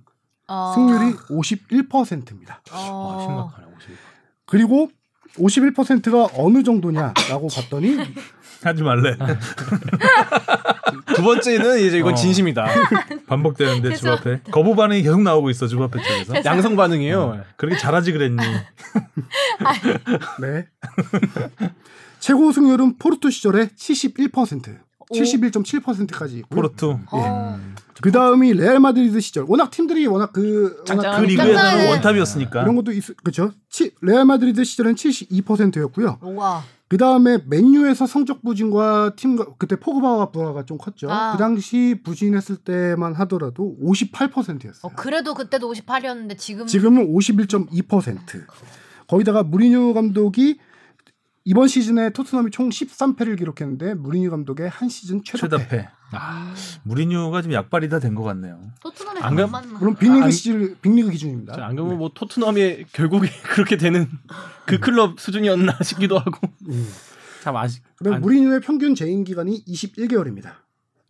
Speaker 1: 어.
Speaker 4: 승률이 51%입니다.
Speaker 1: 어.
Speaker 3: 아, 심각하네. 50.
Speaker 4: 그리고 51%가 어느 정도냐라고 봤더니
Speaker 2: 하지 말래.
Speaker 3: 두 번째는 이제 이건
Speaker 1: (laughs)
Speaker 2: 어.
Speaker 3: 진심이다.
Speaker 2: 반복되는데 집 앞에 거부 반응이 계속 나오고 있어 집 앞에 쪽에서.
Speaker 3: 양성 반응이에요.
Speaker 2: 그렇게 잘하지 그랬니?
Speaker 4: 네. 최고 승률은 포르투 시절에 71% 71.7%까지 있고요.
Speaker 2: 포르투.
Speaker 1: 어,
Speaker 4: 그 다음이 레알 마드리드 시절. 워낙 팀들이 워낙 그
Speaker 2: 그
Speaker 4: 워낙
Speaker 2: 리그에서는
Speaker 1: 짱짱하네.
Speaker 2: 원탑이었으니까.
Speaker 4: 이런 것도 있 그렇죠. 치, 레알 마드리드 시절은 72%였고요.
Speaker 1: 우와.
Speaker 4: 그 다음에 맨유에서 성적 부진과 팀 그때 포그바와 부하가 좀 컸죠.
Speaker 1: 아.
Speaker 4: 그 당시 부진했을 때만 하더라도 58%였어요.
Speaker 1: 어, 그래도 그때도 58이었는데 지금
Speaker 4: 지금은 51.2%. 거기다가 무리뉴 감독이 이번 시즌에 토트넘이 총 13패를 기록했는데 무리뉴 감독의 한 시즌 최다패.
Speaker 2: 최다패. 아, 무리뉴가 좀 약발이 다 된 것 같네요.
Speaker 1: 토트넘에
Speaker 3: 안 그럼-
Speaker 1: 안 맞나?
Speaker 4: 그럼 빅리그
Speaker 3: 아, 안-
Speaker 4: 시즌 빅리그 기준입니다.
Speaker 3: 안 그러면 뭐 토트넘이 결국에 (laughs) 그렇게 되는 그 클럽 수준이었나 (laughs) 싶기도 하고
Speaker 4: 음.
Speaker 3: 참 아쉽.
Speaker 4: 그다음
Speaker 3: 안-
Speaker 4: 무리뉴의 평균 재임 기간이 21개월입니다.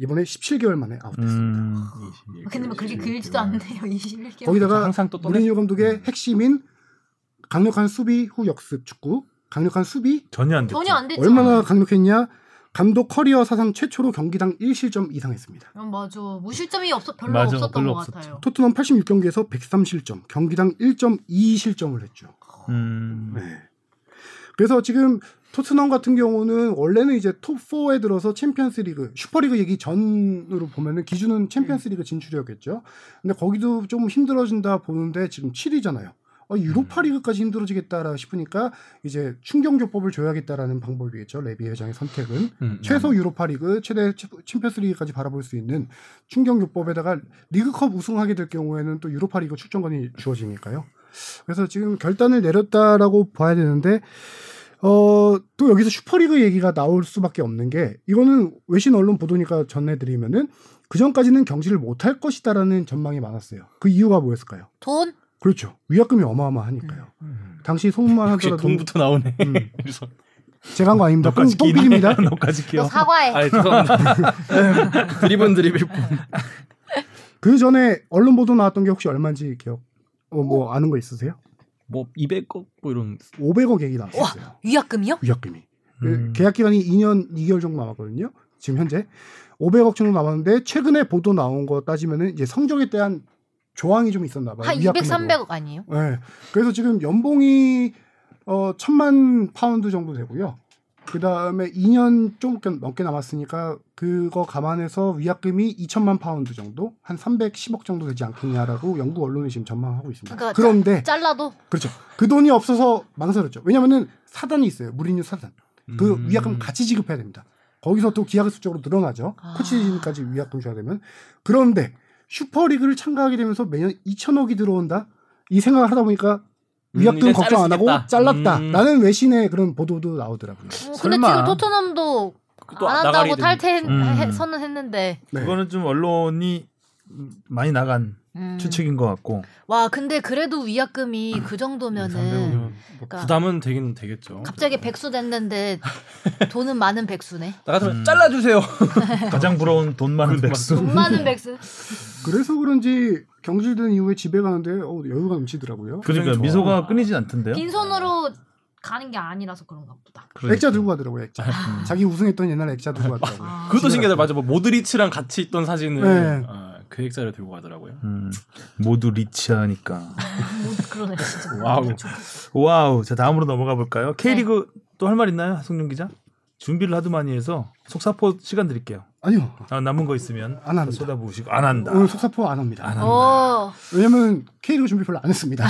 Speaker 4: 이번에 17개월 만에 아웃됐습니다.
Speaker 2: 음,
Speaker 1: 근데 뭐 그렇게
Speaker 4: 음.
Speaker 1: 길지도 않네요. (laughs) 21개월.
Speaker 4: 거기다가
Speaker 3: 음. 항상 또 떠내.
Speaker 4: 무리뉴 감독의 핵심인 강력한 수비 후 역습 축구, 강력한 수비
Speaker 2: 전혀 안 됐죠.
Speaker 1: 전혀 안 됐죠.
Speaker 4: 얼마나 강력했냐? 감독 커리어 사상 최초로 경기당 1실점 이상 했습니다.
Speaker 1: 음, 맞아. 무실점이 없어 별로
Speaker 2: 맞아,
Speaker 1: 없었던
Speaker 2: 별로
Speaker 1: 것
Speaker 2: 없었죠.
Speaker 1: 같아요.
Speaker 4: 토트넘 86경기에서 103실점, 경기당 1.2실점을 했죠.
Speaker 3: 네.
Speaker 2: 음,
Speaker 4: 네. 그래서 지금 토트넘 같은 경우는 원래는 이제 톱 4에 들어서 챔피언스 리그, 슈퍼리그 얘기 전으로 보면은 기준은 챔피언스 리그 진출이었겠죠. 근데 거기도 좀 힘들어진다 보는데 지금 7위잖아요. 어, 유로파 리그까지 힘들어지겠다라 싶으니까 이제 충격요법을 줘야겠다라는 방법이겠죠. 레비 회장의 선택은.
Speaker 3: 음,
Speaker 4: 최소 유로파 리그, 최대 챔- 챔피언스 리그까지 바라볼 수 있는 충격요법에다가 리그컵 우승하게 될 경우에는 또 유로파 리그 출전권이 주어지니까요. 그래서 지금 결단을 내렸다라고 봐야 되는데 어, 또 여기서 슈퍼리그 얘기가 나올 수밖에 없는 게 이거는 외신 언론 보도니까 전해드리면은 그 전까지는 경기를 못할 것이다라는 전망이 많았어요. 그 이유가 뭐였을까요?
Speaker 1: 돈?
Speaker 4: 그렇죠. 위약금이 어마어마하니까요. 당시 소문만
Speaker 3: 역시
Speaker 4: 하더라도
Speaker 3: 돈부터 나오네. (laughs)
Speaker 4: 음,
Speaker 3: 그래서
Speaker 4: 제가 한 거 아닙니다. 뽕-
Speaker 2: 너까지 끼네.
Speaker 3: (laughs)
Speaker 4: 뽕필입니다.
Speaker 2: 너까지
Speaker 1: 너
Speaker 2: 끼어.
Speaker 1: 사과해.
Speaker 3: 아 죄송합니다. (laughs) 드리븐 드리블 뿐.
Speaker 4: 그 전에 언론 보도 나왔던 게 혹시 얼마인지 기억? 어, 뭐 아는 거 있으세요?
Speaker 3: 뭐 200억 뭐 이런
Speaker 4: 500억 얘기 나왔었어요.
Speaker 1: 위약금이요?
Speaker 4: 위약금이.
Speaker 2: 음.
Speaker 4: 그 계약 기간이 2년 2개월 정도 남았거든요. 지금 현재 500억 정도 남았는데 최근에 보도 나온 거 따지면은 이제 성적에 대한 조항이 좀 있었나 봐요.
Speaker 1: 한 200,
Speaker 4: 위약금에도.
Speaker 1: 300억 아니에요?
Speaker 4: 네. 그래서 지금 연봉이 어 천만 파운드 정도 되고요. 그 다음에 2년 좀 넘게 남았으니까 그거 감안해서 위약금이 2천만 파운드 정도, 한 310억 정도 되지 않겠냐라고 영국 언론이 지금 전망하고 있습니다.
Speaker 1: 그러니까
Speaker 4: 그런데
Speaker 1: 잘라도
Speaker 4: 그렇죠. 그 돈이 없어서 망설였죠. 왜냐면은 사단이 있어요. 무리뉴 사단. 그
Speaker 3: 음.
Speaker 4: 위약금 같이 지급해야 됩니다. 거기서 또 기하급수적으로 늘어나죠.
Speaker 1: 아.
Speaker 4: 코치진까지 위약금 줘야 되면. 그런데 슈퍼리그를 참가하게 되면서 매년 2천억이 들어온다. 이 생각을 하다 보니까
Speaker 3: 음,
Speaker 4: 위약금
Speaker 3: 이제
Speaker 4: 걱정 안 하고
Speaker 3: 자를 수 있겠다.
Speaker 4: 잘랐다.
Speaker 3: 음.
Speaker 4: 라는 외신의 그런 보도도 나오더라고요.
Speaker 1: 어, 근데
Speaker 3: 설마.
Speaker 1: 지금 토트넘도
Speaker 3: 그 또
Speaker 1: 안
Speaker 3: 나가리
Speaker 1: 한다고
Speaker 3: 되는-
Speaker 1: 탈퇴
Speaker 2: 음.
Speaker 1: 선언 했는데.
Speaker 4: 네.
Speaker 2: 그거는 좀 언론이 음, 많이 나간
Speaker 1: 음.
Speaker 2: 추측인 것 같고.
Speaker 1: 와 근데 그래도 위약금이 그
Speaker 3: 네,
Speaker 1: 정도면은 그러니까
Speaker 3: 음. 부담은 되긴 되겠죠.
Speaker 1: 갑자기 백수 됐는데 돈은 많은 백수네.
Speaker 3: 나 같으면
Speaker 2: 음.
Speaker 3: 잘라주세요.
Speaker 2: 가장 부러운 돈 많은 백수.
Speaker 1: 돈 많은 백수.
Speaker 4: 그래서 그런지 경질된 이후에 집에 가는데 어, 여유가 넘치더라고요.
Speaker 2: 그러니까
Speaker 3: 좋아.
Speaker 2: 미소가 끊이지 않던데요.
Speaker 1: 빈손으로 가는 게 아니라서 그런가 보다.
Speaker 4: 액자 들고 가더라고요. 액자. 자기 우승했던 옛날 액자 들고 가더라고요.
Speaker 1: 아.
Speaker 3: 그것도 신기하다. 맞아. 뭐 모드리치랑 같이 있던 사진을
Speaker 4: 네.
Speaker 3: 아, 그 액자를 들고 가더라고요.
Speaker 2: 음, 모두 리치하니까.
Speaker 1: 뭐 그러네 진짜.
Speaker 3: 와우.
Speaker 2: 와우. 자 다음으로 넘어가 볼까요?
Speaker 4: 네.
Speaker 2: K리그 또 할 말 있나요, 하성룡 기자? 준비를 하도 많이 해서 속사포 시간 드릴게요.
Speaker 4: 아니요.
Speaker 2: 아, 남은 거 있으면
Speaker 4: 안 합니다.
Speaker 2: 쏟아부으시고 안 한다.
Speaker 4: 오늘 속사포 안 합니다.
Speaker 1: 오.
Speaker 4: 왜냐면 K리그 준비 별로 안 했습니다.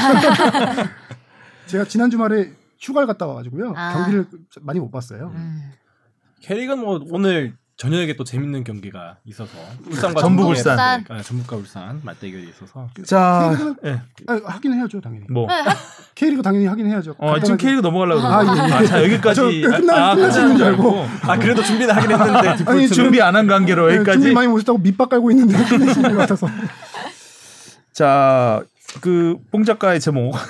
Speaker 4: (laughs) 제가 지난 주말에 휴가를 갔다 와가지고요.
Speaker 1: 아.
Speaker 4: 경기를 많이 못 봤어요.
Speaker 1: 음.
Speaker 3: 캐릭은 뭐 오늘 저녁에 또 재밌는 경기가 있어서 울산과
Speaker 2: 전북
Speaker 3: 전북의-
Speaker 1: 울산.
Speaker 3: 아, 전북과 울산 맞대결이 있어서
Speaker 2: 자,
Speaker 4: K리그는-
Speaker 2: 예,
Speaker 4: 아, 하긴 해야죠, 당연히.
Speaker 2: 뭐.
Speaker 1: 네.
Speaker 4: K리그 당연히 하긴 해야죠.
Speaker 2: 어, 지금 K리그 넘어가려고 그러고.
Speaker 4: 아, 예, 예.
Speaker 2: 아, 자, 여기까지. 아,
Speaker 4: 저 끝나- 끝나시는 줄 알고.
Speaker 3: 아 그래도 준비는 하긴 했는데
Speaker 4: 아니, 지금-
Speaker 2: 준비 안 한 관계로
Speaker 4: 네,
Speaker 2: 여기까지.
Speaker 4: 준비 많이 못했다고 밑밥 깔고 있는데 끝내시는 것 같아서.
Speaker 2: 자, 그 뽕작가의 제목
Speaker 1: 아.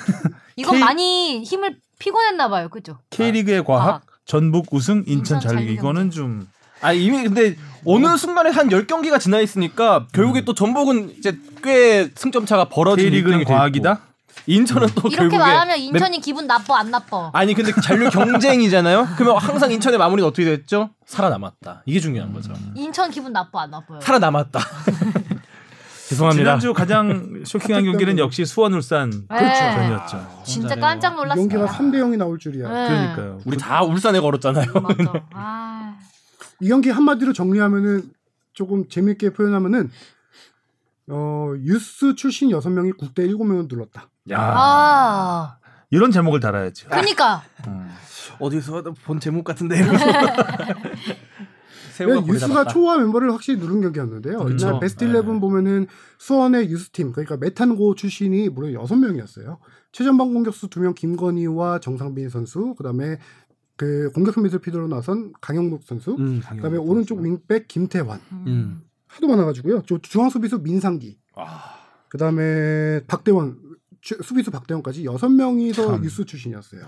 Speaker 1: 이건
Speaker 2: K-
Speaker 1: 많이 힘을 피곤했나 봐요. 그죠?
Speaker 2: K리그의 과학,
Speaker 1: 과학.
Speaker 2: 전북 우승, 인천
Speaker 1: 인천
Speaker 2: 잔류.
Speaker 1: 잔류.
Speaker 2: 이거는 좀
Speaker 3: 아 이미 근데 어느 순간에 한 10경기가 음. 지나 있으니까 결국에 또 전북은 이제 꽤 승점 차가 벌어지는
Speaker 2: K리그는 과학이다.
Speaker 3: 인천은 또
Speaker 1: 이렇게
Speaker 3: 뭐 결국에
Speaker 1: 말하면
Speaker 3: 맵-
Speaker 1: 인천이 기분 나빠 안 나빠?
Speaker 3: 아니 근데 잔류 경쟁이잖아요. 그러면 항상 인천의 마무리는 어떻게 됐죠? 살아남았다. 이게 중요한 거죠.
Speaker 1: 인천 기분 나빠 안 나빠요?
Speaker 3: 살아남았다. 죄송합니다.
Speaker 2: 지난주
Speaker 4: (laughs)
Speaker 2: 가장 쇼킹한 경기는 역시 수원 울산
Speaker 1: 그렇죠.
Speaker 2: 전이었죠.
Speaker 1: 진짜
Speaker 3: 혼자네요.
Speaker 1: 깜짝 놀랐어요.
Speaker 4: 연기가 3대 0이 나올 줄이야.
Speaker 1: 네.
Speaker 2: 그러니까요.
Speaker 3: 우리 다 울산에 걸었잖아요.
Speaker 1: 맞아. 아,
Speaker 4: 이 경기 한마디로 정리하면은 조금 재밌게 표현하면은 어 유스 출신 6명이 국대 7명을 눌렀다.
Speaker 2: 야,
Speaker 1: 아.
Speaker 2: 이런 제목을 달아야죠.
Speaker 1: 그니까
Speaker 3: 어디서 본 제목 같은데. (laughs)
Speaker 4: 네, 유스가 초호화 멤버를 확실히 누른 경기였는데요.
Speaker 2: 그쵸.
Speaker 4: 이날 베스트
Speaker 3: 네.
Speaker 4: 11 보면은 수원의 유스팀 그러니까 메탄고 출신이 무려 6명이었어요. 최전방 공격수 2명 김건희와 정상빈 선수 그다음에 그 공격형 미드필더로 나선 강영록 선수
Speaker 3: 음.
Speaker 4: 그다음에 오른쪽 윙백 김태환
Speaker 3: 음.
Speaker 4: 하도 많아가지고요. 저 중앙 수비수 민상기
Speaker 3: 아,
Speaker 4: 그다음에 박대원 주- 수비수 박대원까지 여섯 명이서
Speaker 2: 참.
Speaker 4: 유스 출신이었어요.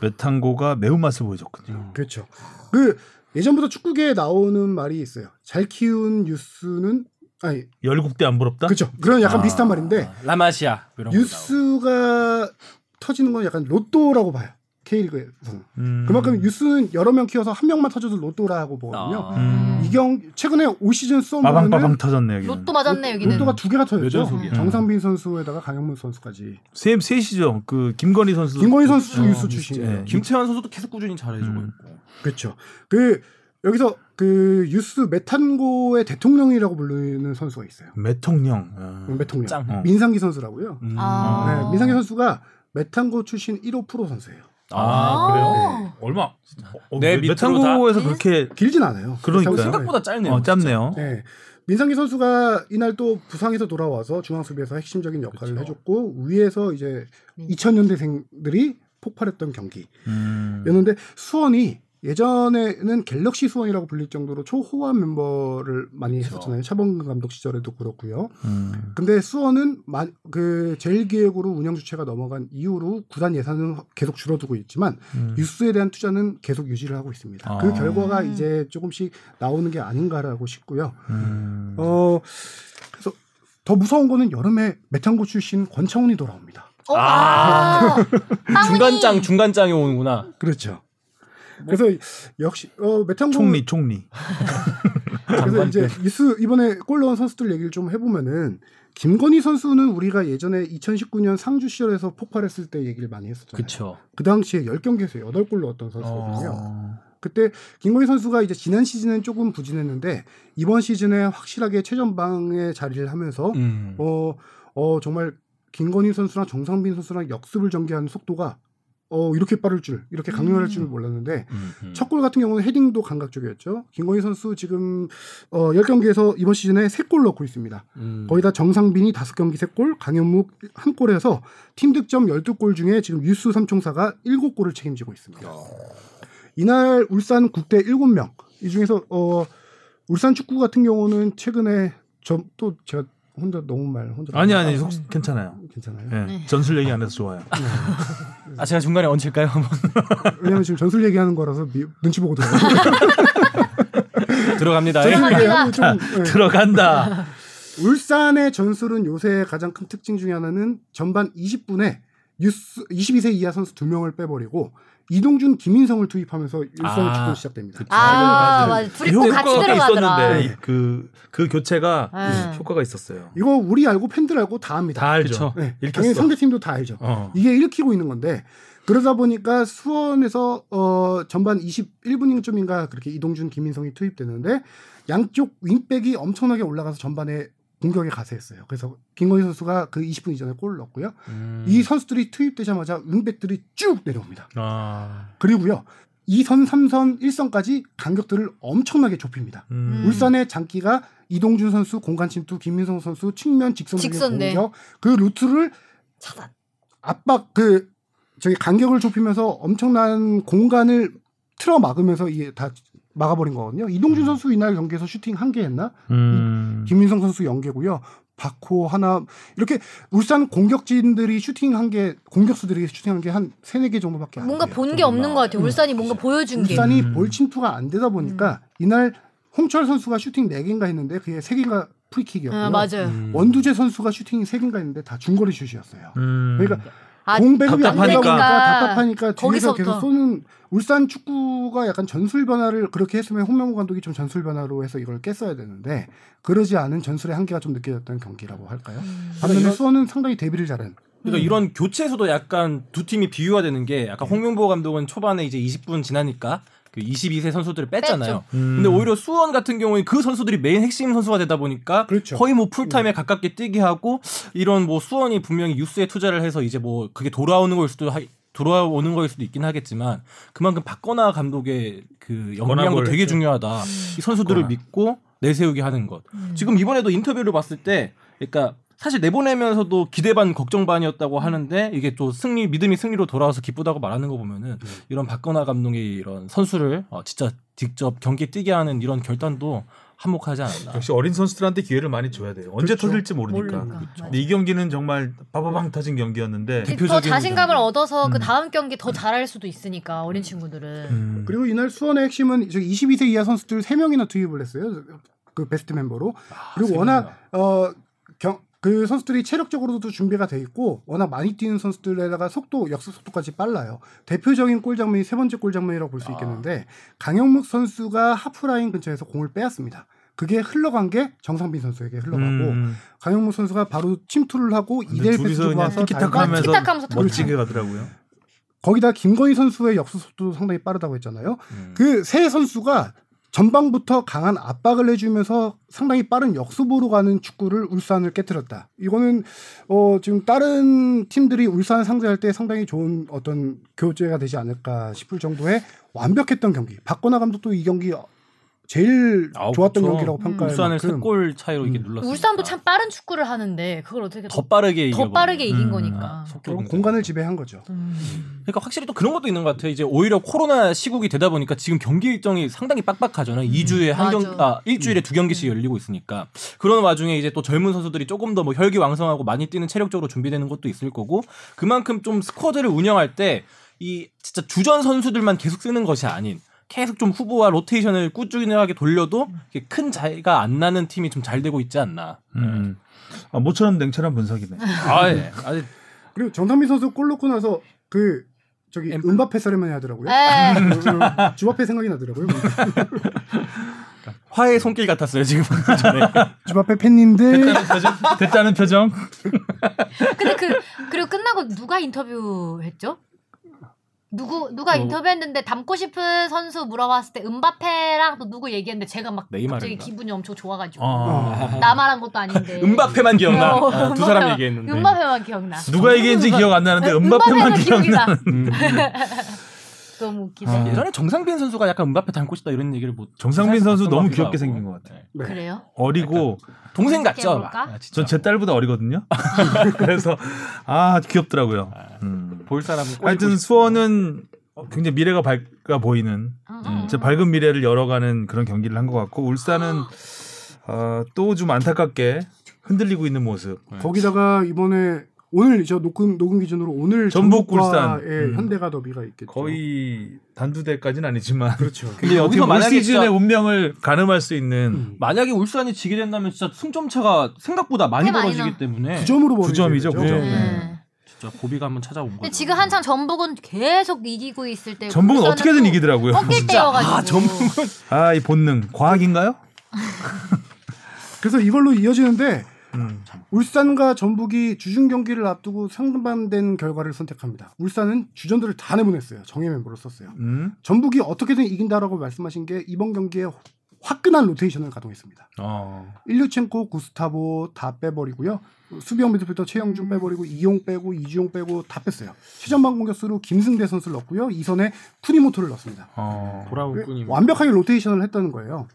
Speaker 2: 메탄고가 매운맛을 보여줬군요.
Speaker 4: 그렇죠. 그 예전부터 축구계에 나오는 말이 있어요. 잘 키운 유스는 아니
Speaker 2: 열국대 안 부럽다?
Speaker 4: 그렇죠. 그런 약간
Speaker 3: 아,
Speaker 4: 비슷한 말인데
Speaker 3: 라마시아 이런 거
Speaker 4: 유스가 터지는 건 약간 로또라고 봐요. K리그에서는.
Speaker 2: 음.
Speaker 4: 그만큼 유스는 여러 명 키워서 한 명만 터져도
Speaker 3: 나오고.
Speaker 4: 로또라고 보거든요.
Speaker 3: 아,
Speaker 2: 음.
Speaker 4: 이경 최근에 올 시즌 쏘
Speaker 2: 마방마방 터졌네 여기는.
Speaker 1: 로또 맞았네 여기는.
Speaker 4: 로또가 두 개가
Speaker 3: 여자
Speaker 4: 터졌죠.
Speaker 3: 속이야. 아,
Speaker 4: 정상빈 선수에다가 강영문 선수까지.
Speaker 2: 세 셋이죠. 그 김건희 선수.
Speaker 4: 김건희 선수도
Speaker 2: 어,
Speaker 4: 유스
Speaker 2: 진짜.
Speaker 4: 출신이에요.
Speaker 2: 예.
Speaker 3: 김태환 선수도 계속 꾸준히 잘해주고
Speaker 2: 음.
Speaker 3: 있고.
Speaker 4: 그렇죠. 그 여기서 그 유스 메탄고의 대통령이라고 불리는 선수가 있어요.
Speaker 2: 메통령. 아.
Speaker 3: 음.
Speaker 4: 메통령
Speaker 3: 짱.
Speaker 2: 어.
Speaker 4: 민상기 선수라고요.
Speaker 3: 음.
Speaker 1: 아.
Speaker 4: 네, 민상기 선수가 메탄고 출신 1호 프로 선수예요.
Speaker 3: 아,
Speaker 1: 그래요?
Speaker 2: 얼마? 어, 어,
Speaker 3: 네,
Speaker 2: 메-
Speaker 3: 밑으로
Speaker 2: 메탄고에서
Speaker 1: 다-
Speaker 2: 그렇게
Speaker 4: 길진 않아요.
Speaker 2: 그러니까요.
Speaker 4: 메탄고 선수가.
Speaker 3: 생각보다 짧네요.
Speaker 2: 어, 짧네요.
Speaker 4: 네. 민상기 선수가 이날 또 부상에서 돌아와서 중앙 수비에서 핵심적인
Speaker 3: 그렇죠.
Speaker 4: 역할을
Speaker 3: 음.
Speaker 4: 해줬고 위에서 이제
Speaker 1: 네.
Speaker 4: 2000년대생들이 폭발했던 경기였는데
Speaker 2: 음.
Speaker 4: 수원이 예전에는 갤럭시 수원이라고 불릴 정도로 초호화 멤버를 많이
Speaker 3: 그렇죠.
Speaker 4: 했었잖아요. 차범근 감독 시절에도 그렇고요.
Speaker 2: 음.
Speaker 4: 근데 수원은 마- 그 제일 기획으로 운영 주체가 넘어간 이후로 구단 예산은 계속 줄어들고 있지만
Speaker 2: 음.
Speaker 4: 유스에 대한 투자는 계속 유지를 하고 있습니다.
Speaker 2: 아.
Speaker 4: 그 결과가
Speaker 1: 음.
Speaker 4: 이제 조금씩 나오는 게 아닌가라고 싶고요.
Speaker 2: 음.
Speaker 4: 어 그래서 더 무서운 거는 여름에 메탄고 출신 권창훈이 돌아옵니다.
Speaker 1: 어,
Speaker 3: 아.
Speaker 1: 아. 빵훈이.
Speaker 3: 중간장 중간장이 오는구나.
Speaker 4: 그렇죠. 그래서 역시 어 메탄고
Speaker 2: 총리 총리.
Speaker 4: 그래서 이제 이스 이번에 골 넣은 선수들 얘기를 좀 해보면은 김건희 선수는 우리가 예전에 2019년 상주 시절에서 폭발했을 때 얘기를 많이 했었잖아요.
Speaker 3: 그쵸.
Speaker 4: 그 당시에 10경기에서 8골 넣었던 선수거든요.
Speaker 2: 어.
Speaker 4: 그때 김건희 선수가 이제 지난 시즌은 조금 부진했는데 이번 시즌에 확실하게 최전방에 자리를 하면서
Speaker 3: 음.
Speaker 4: 어, 어 정말 김건희 선수랑 정상빈 선수랑 역습을 전개하는 속도가 어 이렇게 빠를 줄 이렇게 강렬할
Speaker 1: 음.
Speaker 4: 줄 몰랐는데
Speaker 2: 음, 음.
Speaker 4: 첫 골 같은 경우는 헤딩도 감각적이었죠. 김건희 선수 지금 어 10경기에서 이번 시즌에 3골 넣고 있습니다.
Speaker 3: 음.
Speaker 4: 거의 다 정상빈이 5경기 3골, 강현묵 1골에서 팀 득점 12골 중에 지금 유스 삼총사가 7골을 책임지고 있습니다. 이날 울산 국대 7명 이 중에서 어 울산 축구 같은 경우는 최근에 좀 또 제가 혼자 너무 말 혼자
Speaker 2: 아니 아니 속, 괜찮아요.
Speaker 4: 괜찮아요.
Speaker 2: 예,
Speaker 1: 네.
Speaker 2: 전술 얘기 안 해서 좋아요.
Speaker 3: 아 제가 중간에 얹힐까요? (laughs) 한번
Speaker 4: 왜냐면 지금 전술 얘기하는 거라서 미- 눈치
Speaker 3: (laughs)
Speaker 4: 보고 들어요.
Speaker 3: 들어갑니다.
Speaker 1: 들어가-
Speaker 4: 전술 얘기하면 좀 예.
Speaker 2: 들어간다.
Speaker 4: 울산의 전술은 요새 가장 큰 특징 중에 하나는 전반 20분에 뉴스 22세 이하 선수 두 명을 빼버리고 이동준, 김인성을 투입하면서 울산의
Speaker 3: 아,
Speaker 4: 축구 는 시작됩니다.
Speaker 1: 아, 맞아. 둘이 꼭 같이
Speaker 2: 효과가
Speaker 1: 들어가더라.
Speaker 2: 있었는데 그그 교체가
Speaker 1: 네.
Speaker 2: 효과가 있었어요.
Speaker 4: 이거 우리 알고 팬들 알고 다 압니다.
Speaker 2: 다 알죠.
Speaker 3: 그쵸.
Speaker 4: 네,
Speaker 2: 읽혔어.
Speaker 4: 당연히 상대 팀도 다 알죠.
Speaker 2: 어.
Speaker 4: 이게 일으키고 있는 건데 그러다 보니까 수원에서 어 전반 21분쯤인가 그렇게 이동준 김민성이 투입되는데 양쪽 윙백이 엄청나게 올라가서 전반에 공격에 가세했어요. 그래서 김건희 선수가 그 20분 이전에 골을 넣었고요.
Speaker 3: 음.
Speaker 4: 이 선수들이 투입되자마자 윙백들이 쭉 내려옵니다.
Speaker 2: 아.
Speaker 4: 그리고요. 2선, 3선, 1선까지 간격들을 엄청나게 좁힙니다.
Speaker 2: 음.
Speaker 1: 음.
Speaker 4: 울산의 장기가 이동준 선수 공간 침투, 김민성 선수 측면 직선
Speaker 1: 직선, 네.
Speaker 4: 공격 그 루트를
Speaker 1: 차단.
Speaker 4: 압박 그 저기 간격을 좁히면서 엄청난 공간을 틀어 막으면서 이게 다 막아버린 거거든요. 이동준 선수 이날 경기에서 슈팅 한 개 했나?
Speaker 2: 음.
Speaker 4: 김민성 선수 연계고요. 박호 하나 이렇게 울산 공격진들이 슈팅 한 개, 공격수들이 슈팅 한 게 한 세네 개 정도밖에 안
Speaker 1: 뭔가
Speaker 4: 돼요.
Speaker 1: 본 게 없는 것 같아. 요 울산이 뭔가 보여준 게.
Speaker 4: 울산이
Speaker 2: 음.
Speaker 4: 볼 침투가 안 되다 보니까 이날 홍철 선수가 슈팅 4개인가 했는데 그게 3개인가
Speaker 5: 아,
Speaker 4: 프리킥이었고요.
Speaker 1: 네.
Speaker 5: 맞아요.
Speaker 3: 음.
Speaker 4: 원두재 선수가 슈팅이 3개인가 했는데 다 중거리 슛이었어요.
Speaker 2: 음.
Speaker 4: 그러니까
Speaker 5: 아,
Speaker 4: 공 배급이 안 되다
Speaker 2: 답답하니까.
Speaker 4: 보니까 답답하니까 뒤에서
Speaker 5: 거기서부터.
Speaker 4: 계속 쏘는 울산 축구가 약간 전술 변화를 그렇게 했으면 홍명호 감독이 좀 전술 변화로 해서 이걸 깼어야 되는데 그러지 않은 전술의 한계가 좀 느껴졌던 경기라고 할까요? 반면에 수원은 상당히 대비를 잘한
Speaker 3: 그러니까 이런 교체에서도 약간 두 팀이 비유가 되는 게 약간
Speaker 4: 음.
Speaker 3: 홍명보 감독은 초반에 이제 20분 지나니까 그 22세 선수들을 뺐잖아요. 근데
Speaker 4: 음.
Speaker 3: 오히려 수원 같은 경우는 그 선수들이 메인 핵심 선수가 되다 보니까
Speaker 4: 그렇죠.
Speaker 3: 거의 뭐 풀타임에 가깝게 뛰게 하고 이런 뭐 수원이 분명히 유스에 투자를 해서 이제 뭐 그게 돌아오는 걸 수도 하, 돌아오는 걸 수도 있긴 하겠지만 그만큼 박건하 감독의 그 영향도
Speaker 2: 권하골.
Speaker 3: 되게 중요하다.
Speaker 5: 음.
Speaker 3: 이 선수들을
Speaker 2: 박건하.
Speaker 4: 어.
Speaker 3: 믿고 내세우게 하는 것. 지금 이번에도 인터뷰를 봤을 때 그러니까 사실 내보내면서도 기대 반 걱정 반이었다고 하는데 이게 또 승리 믿음이 승리로 돌아와서 기쁘다고 말하는 거 보면은
Speaker 4: 네.
Speaker 3: 이런 박건하 감독의 이런 선수를 어, 진짜 직접 경기에 뛰게 하는 이런 결단도 한몫하지 않았나.
Speaker 2: 역시 어린 선수들한테 기회를 많이 줘야 돼요. 언제 터질지 모르니까.
Speaker 5: 모르니까. 그렇죠.
Speaker 2: 근데 이 경기는 정말 바바방 터진 경기였는데
Speaker 5: 더
Speaker 3: 대표적인
Speaker 5: 자신감을
Speaker 3: 장면.
Speaker 5: 얻어서 그 다음 경기 더 잘할 수도 있으니까 어린 친구들은
Speaker 2: 음.
Speaker 4: 그리고 이날 수원의 핵심은 저 22세 이하 선수들 3명이나 투입을 했어요. 그 베스트 멤버로.
Speaker 3: 아,
Speaker 4: 그리고 워낙 어, 경, 그 선수들이 체력적으로도 준비가 돼 있고 워낙 많이 뛰는 선수들에다가 속도 역습 속도까지 빨라요. 대표적인 골 장면이 세 번째 골 장면이라고
Speaker 2: 아.
Speaker 4: 볼 수 있겠는데 강영목 선수가 하프라인 근처에서 공을 빼앗습니다. 그게 흘러간 게 정상빈 선수에게 흘러가고
Speaker 2: 음.
Speaker 4: 강영목 선수가 바로 침투를 하고
Speaker 2: 근데
Speaker 4: 2대1 패스
Speaker 2: 둘이서
Speaker 4: 주고
Speaker 2: 그냥
Speaker 4: 와서
Speaker 2: 티키타카
Speaker 4: 다행히
Speaker 2: 하면서
Speaker 5: 티키타카하면서
Speaker 2: 멋지게 가더라고요.
Speaker 4: 거기다 김건희 선수의 역습 속도도 상당히 빠르다고 했잖아요.
Speaker 3: 음.
Speaker 4: 그 세 선수가 전방부터 강한 압박을 해주면서 상당히 빠른 역습으로 가는 축구를 울산을 깨뜨렸다. 이거는 어 지금 다른 팀들이 울산 상대할 때 상당히 좋은 어떤 교재가 되지 않을까 싶을 정도의 완벽했던 경기. 박건하 감독도 이 경기 제일
Speaker 3: 아우,
Speaker 4: 좋았던
Speaker 3: 그쵸.
Speaker 4: 경기라고 평가할
Speaker 3: 울산을
Speaker 4: 만큼. 음.
Speaker 3: 세골 차이로 이렇게 눌렀어.
Speaker 5: 울산도 참 빠른 축구를 하는데 그걸 어떻게
Speaker 3: 더 빠르게
Speaker 5: 더
Speaker 3: 이겨버리는.
Speaker 5: 빠르게 이긴
Speaker 2: 음,
Speaker 5: 거니까. 음.
Speaker 3: 속도가
Speaker 4: 그런
Speaker 3: 굉장히
Speaker 4: 공간을 지배한 거죠.
Speaker 3: 그러니까 확실히 또 그런 것도 있는 것 같아요. 이제 오히려 코로나 시국이 되다 보니까 지금 경기 일정이 상당히 빡빡하잖아요. 2주에 한
Speaker 5: 음. 맞아. 음.
Speaker 3: 경, 아, 일주일에 두 경기씩 열리고 있으니까. 그런 와중에 이제 또 젊은 선수들이 조금 더 뭐 혈기왕성하고 많이 뛰는 체력적으로 준비되는 것도 있을 거고, 그만큼 좀 스쿼드를 운영할 때 이 진짜 주전 선수들만 계속 쓰는 것이 아닌 계속 좀 후보와 로테이션을 꾸준하게 돌려도 이렇게 큰 차이가 안 나는 팀이 좀 잘 되고 있지 않나.
Speaker 2: 음. 아, 모처럼 냉철한 분석이네.
Speaker 3: 아, 예. 아직
Speaker 4: 그리고 정상민 선수 골 넣고 나서 그 저기
Speaker 3: 엠-
Speaker 4: 음바페 세레머니 하더라고요. 음,
Speaker 5: 에
Speaker 4: 주바페 생각이 나더라고요. 뭐.
Speaker 3: 화의 손길 같았어요, 지금. 방금 전에.
Speaker 2: 네. (laughs)
Speaker 4: 주바페 팬님들
Speaker 2: 됐다는 표정.
Speaker 5: 근데 그 그리고 끝나고 누가 인터뷰했죠? 누구 누가 인터뷰했는데 닮고 싶은 선수 물어봤을 때 음바페랑 또 누구 얘기했는데 제가 막
Speaker 3: 네이마르인가?
Speaker 5: 갑자기 기분이 엄청 좋아가지고
Speaker 2: 어.
Speaker 5: 나 말한 것도
Speaker 3: (laughs)
Speaker 5: 아닌데
Speaker 3: 음바페만 기억나.
Speaker 5: 네. 어,
Speaker 3: 아, 두 사람
Speaker 5: 음바페만-
Speaker 3: 얘기했는데.
Speaker 5: 음바페만 기억나.
Speaker 2: 아. 누가 얘기했는지 기억 안 나는데 음바페만
Speaker 5: 음바페만
Speaker 2: 네. 기억.
Speaker 5: 기억이 나. (laughs) 너무 웃기네.
Speaker 2: 아.
Speaker 3: 예전에 정상빈 선수가 약간 음바페 닮고 싶다 이런 얘기를 뭐
Speaker 2: 정상빈 선수
Speaker 3: 봤던 것
Speaker 2: 너무
Speaker 3: 같기도
Speaker 2: 귀엽게
Speaker 3: 하고.
Speaker 2: 생긴 것 같아요.
Speaker 3: 네.
Speaker 5: 그래요?
Speaker 2: 어리고
Speaker 3: 동생 같죠? 아,
Speaker 5: 볼까?
Speaker 2: 전 제 딸보다 어리거든요. (laughs) 그래서 아 귀엽더라고요. 음.
Speaker 3: 볼 사람은 꼬리고
Speaker 2: 하여튼
Speaker 3: 싶고.
Speaker 2: 수원은 굉장히 미래가 밝아 보이는
Speaker 5: 응,
Speaker 2: 음,
Speaker 5: 응.
Speaker 2: 진짜 밝은 미래를 열어가는 그런 경기를 한 것 같고 울산은 아, 또 좀 안타깝게 흔들리고 있는 모습.
Speaker 4: 거기다가 이번에 오늘 저 녹음 녹음 기준으로 오늘
Speaker 2: 전북,
Speaker 4: 전북과
Speaker 2: 울산.
Speaker 4: 예,
Speaker 2: 음.
Speaker 4: 현대가 더비가 있겠죠.
Speaker 2: 거의 단두대까지는 아니지만
Speaker 4: 그렇죠.
Speaker 3: (laughs) 근데
Speaker 2: 어떻게 보면
Speaker 3: 여기서
Speaker 2: 올
Speaker 3: 만약에
Speaker 2: 시즌의
Speaker 3: 진짜-
Speaker 2: 운명을 가늠할 수 있는
Speaker 4: 음.
Speaker 3: 만약에 울산이 지게 된다면 진짜 승점 차가 생각보다 많이
Speaker 5: 꽤 많이
Speaker 3: 벌어지기
Speaker 5: 나.
Speaker 3: 때문에
Speaker 4: 두 점으로
Speaker 2: 구
Speaker 4: 벌어지게
Speaker 2: 점이죠,
Speaker 4: 되죠.
Speaker 2: 구 점.
Speaker 5: 네.
Speaker 2: 네.
Speaker 3: 진짜 고비가 한번 찾아온 거죠.
Speaker 5: 근데 지금 한창 전북은 계속 이기고 있을 때
Speaker 2: 전북은 어떻게든 이기더라고요.
Speaker 5: 꺾일 때여가지고
Speaker 3: 아 전북은
Speaker 2: (laughs) 아 이 본능 과학인가요?
Speaker 4: 그래서 이걸로 이어지는데
Speaker 2: 음.
Speaker 4: 울산과 전북이 주중 경기를 앞두고 상반된 결과를 선택합니다. 울산은 주전들을 다 내보냈어요. 정예 멤버로 썼어요.
Speaker 2: 음.
Speaker 4: 전북이 어떻게든 이긴다라고 말씀하신 게 이번 경기에 화끈한 로테이션을 가동했습니다.
Speaker 2: 어.
Speaker 4: 일류첸코, 구스타보 다 빼버리고요. 수비형 미드필더
Speaker 2: 음.
Speaker 4: 최영준 빼버리고 이용 빼고 이주용 빼고 다 뺐어요. 최전방 공격수로 김승대 선수를 넣고요. 이선에 쿠니모토를 넣습니다. 그
Speaker 2: 어.
Speaker 3: 돌아올 뿐이면
Speaker 4: 완벽하게 로테이션을 했다는 거예요.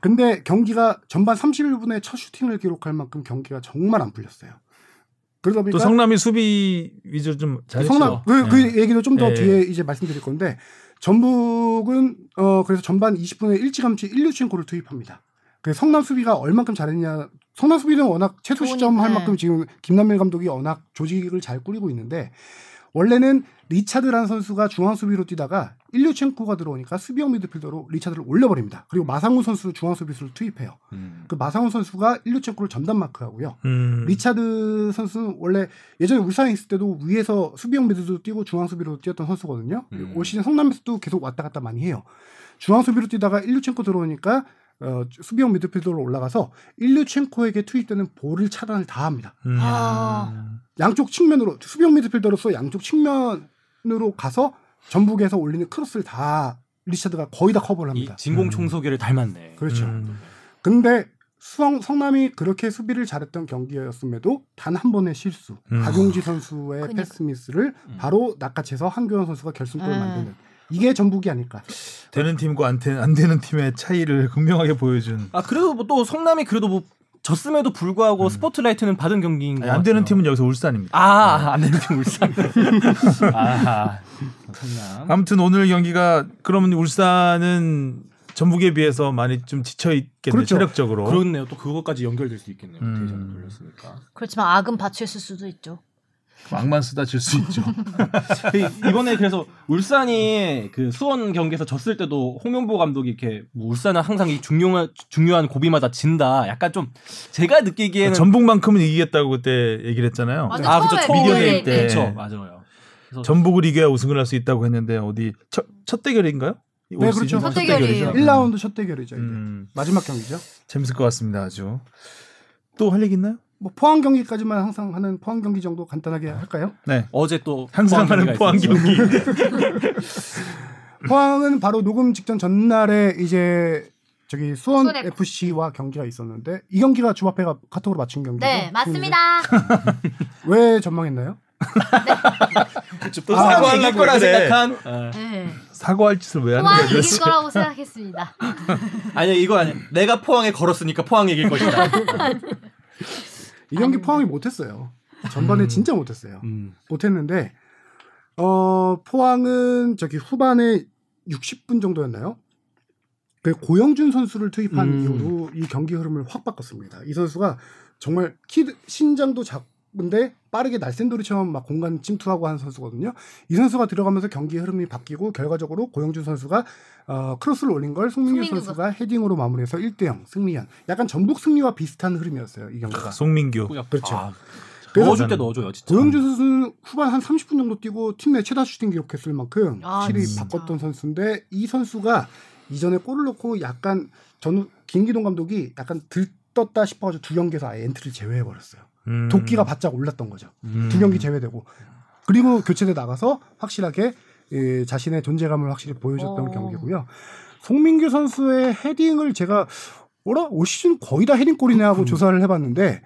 Speaker 4: 근데 경기가 전반 31분에 첫 슈팅을 기록할 만큼 경기가 정말 안 풀렸어요. 그러다 보니까
Speaker 2: 또 성남이 수비 위주로 좀 잘했죠.
Speaker 4: 성남 그,
Speaker 2: 예.
Speaker 4: 그 얘기도 좀 더
Speaker 2: 예.
Speaker 4: 뒤에 이제 말씀드릴 건데 전북은 어 그래서 전반 20분에 일찌감치 1류친코를 투입합니다. 그 성남 수비가 얼만큼 잘했냐 성남 수비는 워낙 최소
Speaker 5: 좋으니까.
Speaker 4: 시점할 만큼 지금 김남일 감독이 워낙 조직을 잘 꾸리고 있는데 원래는 리차드라는 선수가 중앙 수비로 뛰다가 일류첸코가 들어오니까 수비형 미드필더로 리차드를 올려버립니다. 그리고 마상훈 선수 중앙 수비수를 투입해요. 그 마상훈 선수가 일류첸코를 전담 마크하고요.
Speaker 2: 음.
Speaker 4: 리차드 선수는 원래 예전에 울산에 있을 때도 위에서 수비형 미드도 뛰고 중앙 수비로 뛰었던 선수거든요.
Speaker 6: 음.
Speaker 4: 올 시즌 성남에서도 계속 왔다 갔다 많이 해요. 중앙 수비로 뛰다가 일류첸코 들어오니까 어, 수비형 미드필더로 올라가서 일류첸코에게 투입되는 볼을 차단을 다 합니다.
Speaker 2: 음.
Speaker 1: 아.
Speaker 4: 양쪽 측면으로 수비형 미드필더로서 양쪽 측면으로 가서 전북에서 올리는 크로스를 다 리차드가 거의 다
Speaker 3: 이
Speaker 4: 커버를 합니다.
Speaker 3: 진공 청소기를 닮았네.
Speaker 4: 그렇죠.
Speaker 2: 음.
Speaker 4: 근데 수왕 성남이 그렇게 수비를 잘했던 경기였음에도 단 한 번의 실수,
Speaker 2: 음.
Speaker 4: 박용지 선수의
Speaker 5: 그니까.
Speaker 4: 패스 미스를
Speaker 3: 음.
Speaker 4: 바로 낚아채서 한교현 선수가 결승골을
Speaker 5: 음.
Speaker 4: 만드는 이게 전북이 아닐까.
Speaker 2: 음. 되는 팀과 안, 되, 안 되는 팀의 차이를 (laughs) 극명하게 보여준
Speaker 3: 아 그래도 뭐 또 성남이 그래도 뭐 졌음에도 불구하고 스포트라이트는 받은 경기인 것
Speaker 2: 아니, 안 되는
Speaker 3: 같아요.
Speaker 2: 팀은 여기서 울산입니다.
Speaker 3: 아안 되는
Speaker 2: (laughs)
Speaker 3: 팀 울산. 아 성남.
Speaker 2: 아무튼 오늘 경기가 그러면 울산은 전북에 비해서 많이 좀 지쳐 있겠네요.
Speaker 4: 그렇죠.
Speaker 2: 체력적으로.
Speaker 3: 그렇네요. 또 그것까지 연결될 수 있겠네요.
Speaker 2: 음.
Speaker 3: 대전을 돌렸으니까.
Speaker 5: 그렇지만 악은 받쳤을 수도 있죠.
Speaker 6: 악만 쓰다 질 수 있죠.
Speaker 3: 그 이번에 그래서 울산이 그 수원 경기에서 졌을 때도 홍명보 감독이 이렇게 뭐 울산은 항상 이 중요한 중요한 고비마다 진다. 약간 좀 제가 느끼기에는
Speaker 2: 그러니까 전북만큼은 이기겠다고 그때 얘기를 했잖아요.
Speaker 5: 맞아.
Speaker 3: 아 그렇죠.
Speaker 5: 처음에
Speaker 2: 미디어
Speaker 3: 초대
Speaker 2: 데이 때.
Speaker 3: 그렇죠. 맞아요.
Speaker 2: 전북을 이겨야 우승을 할 수 있다고 했는데 어디 첫, 첫 대결인가요? 올
Speaker 4: 그렇죠.
Speaker 2: 시즌
Speaker 4: 첫
Speaker 5: 대결이에요.
Speaker 2: 대결이죠.
Speaker 4: 1라운드 첫 대결이죠. 이게.
Speaker 2: 음,
Speaker 4: 마지막 경기죠.
Speaker 2: 재밌을 것 같습니다. 아주. 또 할 얘기 있나요?
Speaker 4: 뭐 포항 경기까지만 항상 하는 포항 경기 정도 간단하게 할까요?
Speaker 2: 네.
Speaker 3: 어제 또
Speaker 2: 항상
Speaker 3: 포항
Speaker 2: 하는
Speaker 3: 경기가
Speaker 2: 포항
Speaker 3: 있었죠.
Speaker 2: 경기.
Speaker 4: 포항은 바로 녹음 직전 전날에 이제 저기 수원
Speaker 5: 수원
Speaker 4: FC와 경기가 있었는데 이 경기가 주마페가 카톡으로 맞춘 경기죠.
Speaker 5: 네, 맞습니다.
Speaker 4: 왜 전망했나요?
Speaker 3: 또
Speaker 4: 아,
Speaker 3: 사고 이길
Speaker 2: 하려고
Speaker 3: 거라
Speaker 2: 그래.
Speaker 3: 생각한.
Speaker 1: (laughs)
Speaker 3: 아.
Speaker 5: 네.
Speaker 2: 사과할 짓을 왜 하는
Speaker 5: 포항이
Speaker 2: 거예요?
Speaker 5: 이길 거라고 생각했습니다.
Speaker 3: 아니 이거 아니. 내가 포항에 걸었으니까 포항 이길 것이다.
Speaker 4: 이 경기 포항이 못했어요. 전반에 진짜 못했어요.
Speaker 3: (laughs) 음.
Speaker 4: 못했는데 어 포항은 저기 후반에 60분 정도였나요? 그 고영준 선수를 투입한
Speaker 3: 음.
Speaker 4: 이후로 이 경기 흐름을 확 바꿨습니다. 이 선수가 정말 키 신장도 작은데 빠르게 날샌돌이처럼 막 공간 침투하고 하는 선수거든요. 이 선수가 들어가면서 경기 흐름이 바뀌고 결과적으로 고영준 선수가 어, 크로스를 올린 걸 송민규
Speaker 5: 송민규가.
Speaker 4: 선수가 헤딩으로 마무리해서 1대0 승리한 약간 전북 승리와 비슷한 흐름이었어요. 이 경기가.
Speaker 2: 송민규.
Speaker 4: 그렇죠.
Speaker 3: 아,
Speaker 4: 그래서
Speaker 3: 넣어줄 때 넣어줘요 진짜.
Speaker 4: 고영준 선수는 후반 한 30분 정도 뛰고 팀 내 최다 슈팅 기록했을 만큼
Speaker 5: 아,
Speaker 4: 실이
Speaker 5: 진짜.
Speaker 4: 바꿨던 선수인데 이 선수가 이전에 골을 넣고 약간 전후 김기동 감독이 약간 들떴다 싶어가지고 두 경기에서 아예 엔트를 제외해 버렸어요.
Speaker 2: 음.
Speaker 4: 도끼가 바짝 올랐던 거죠.
Speaker 2: 음.
Speaker 4: 두 경기 제외되고 그리고 교체돼 나가서 확실하게 예, 자신의 존재감을 확실히 보여줬던
Speaker 5: 어.
Speaker 4: 경기고요. 송민규 선수의 헤딩을 제가 어라 올 시즌 거의 다 헤딩골이네 하고
Speaker 2: 음.
Speaker 4: 조사를 해봤는데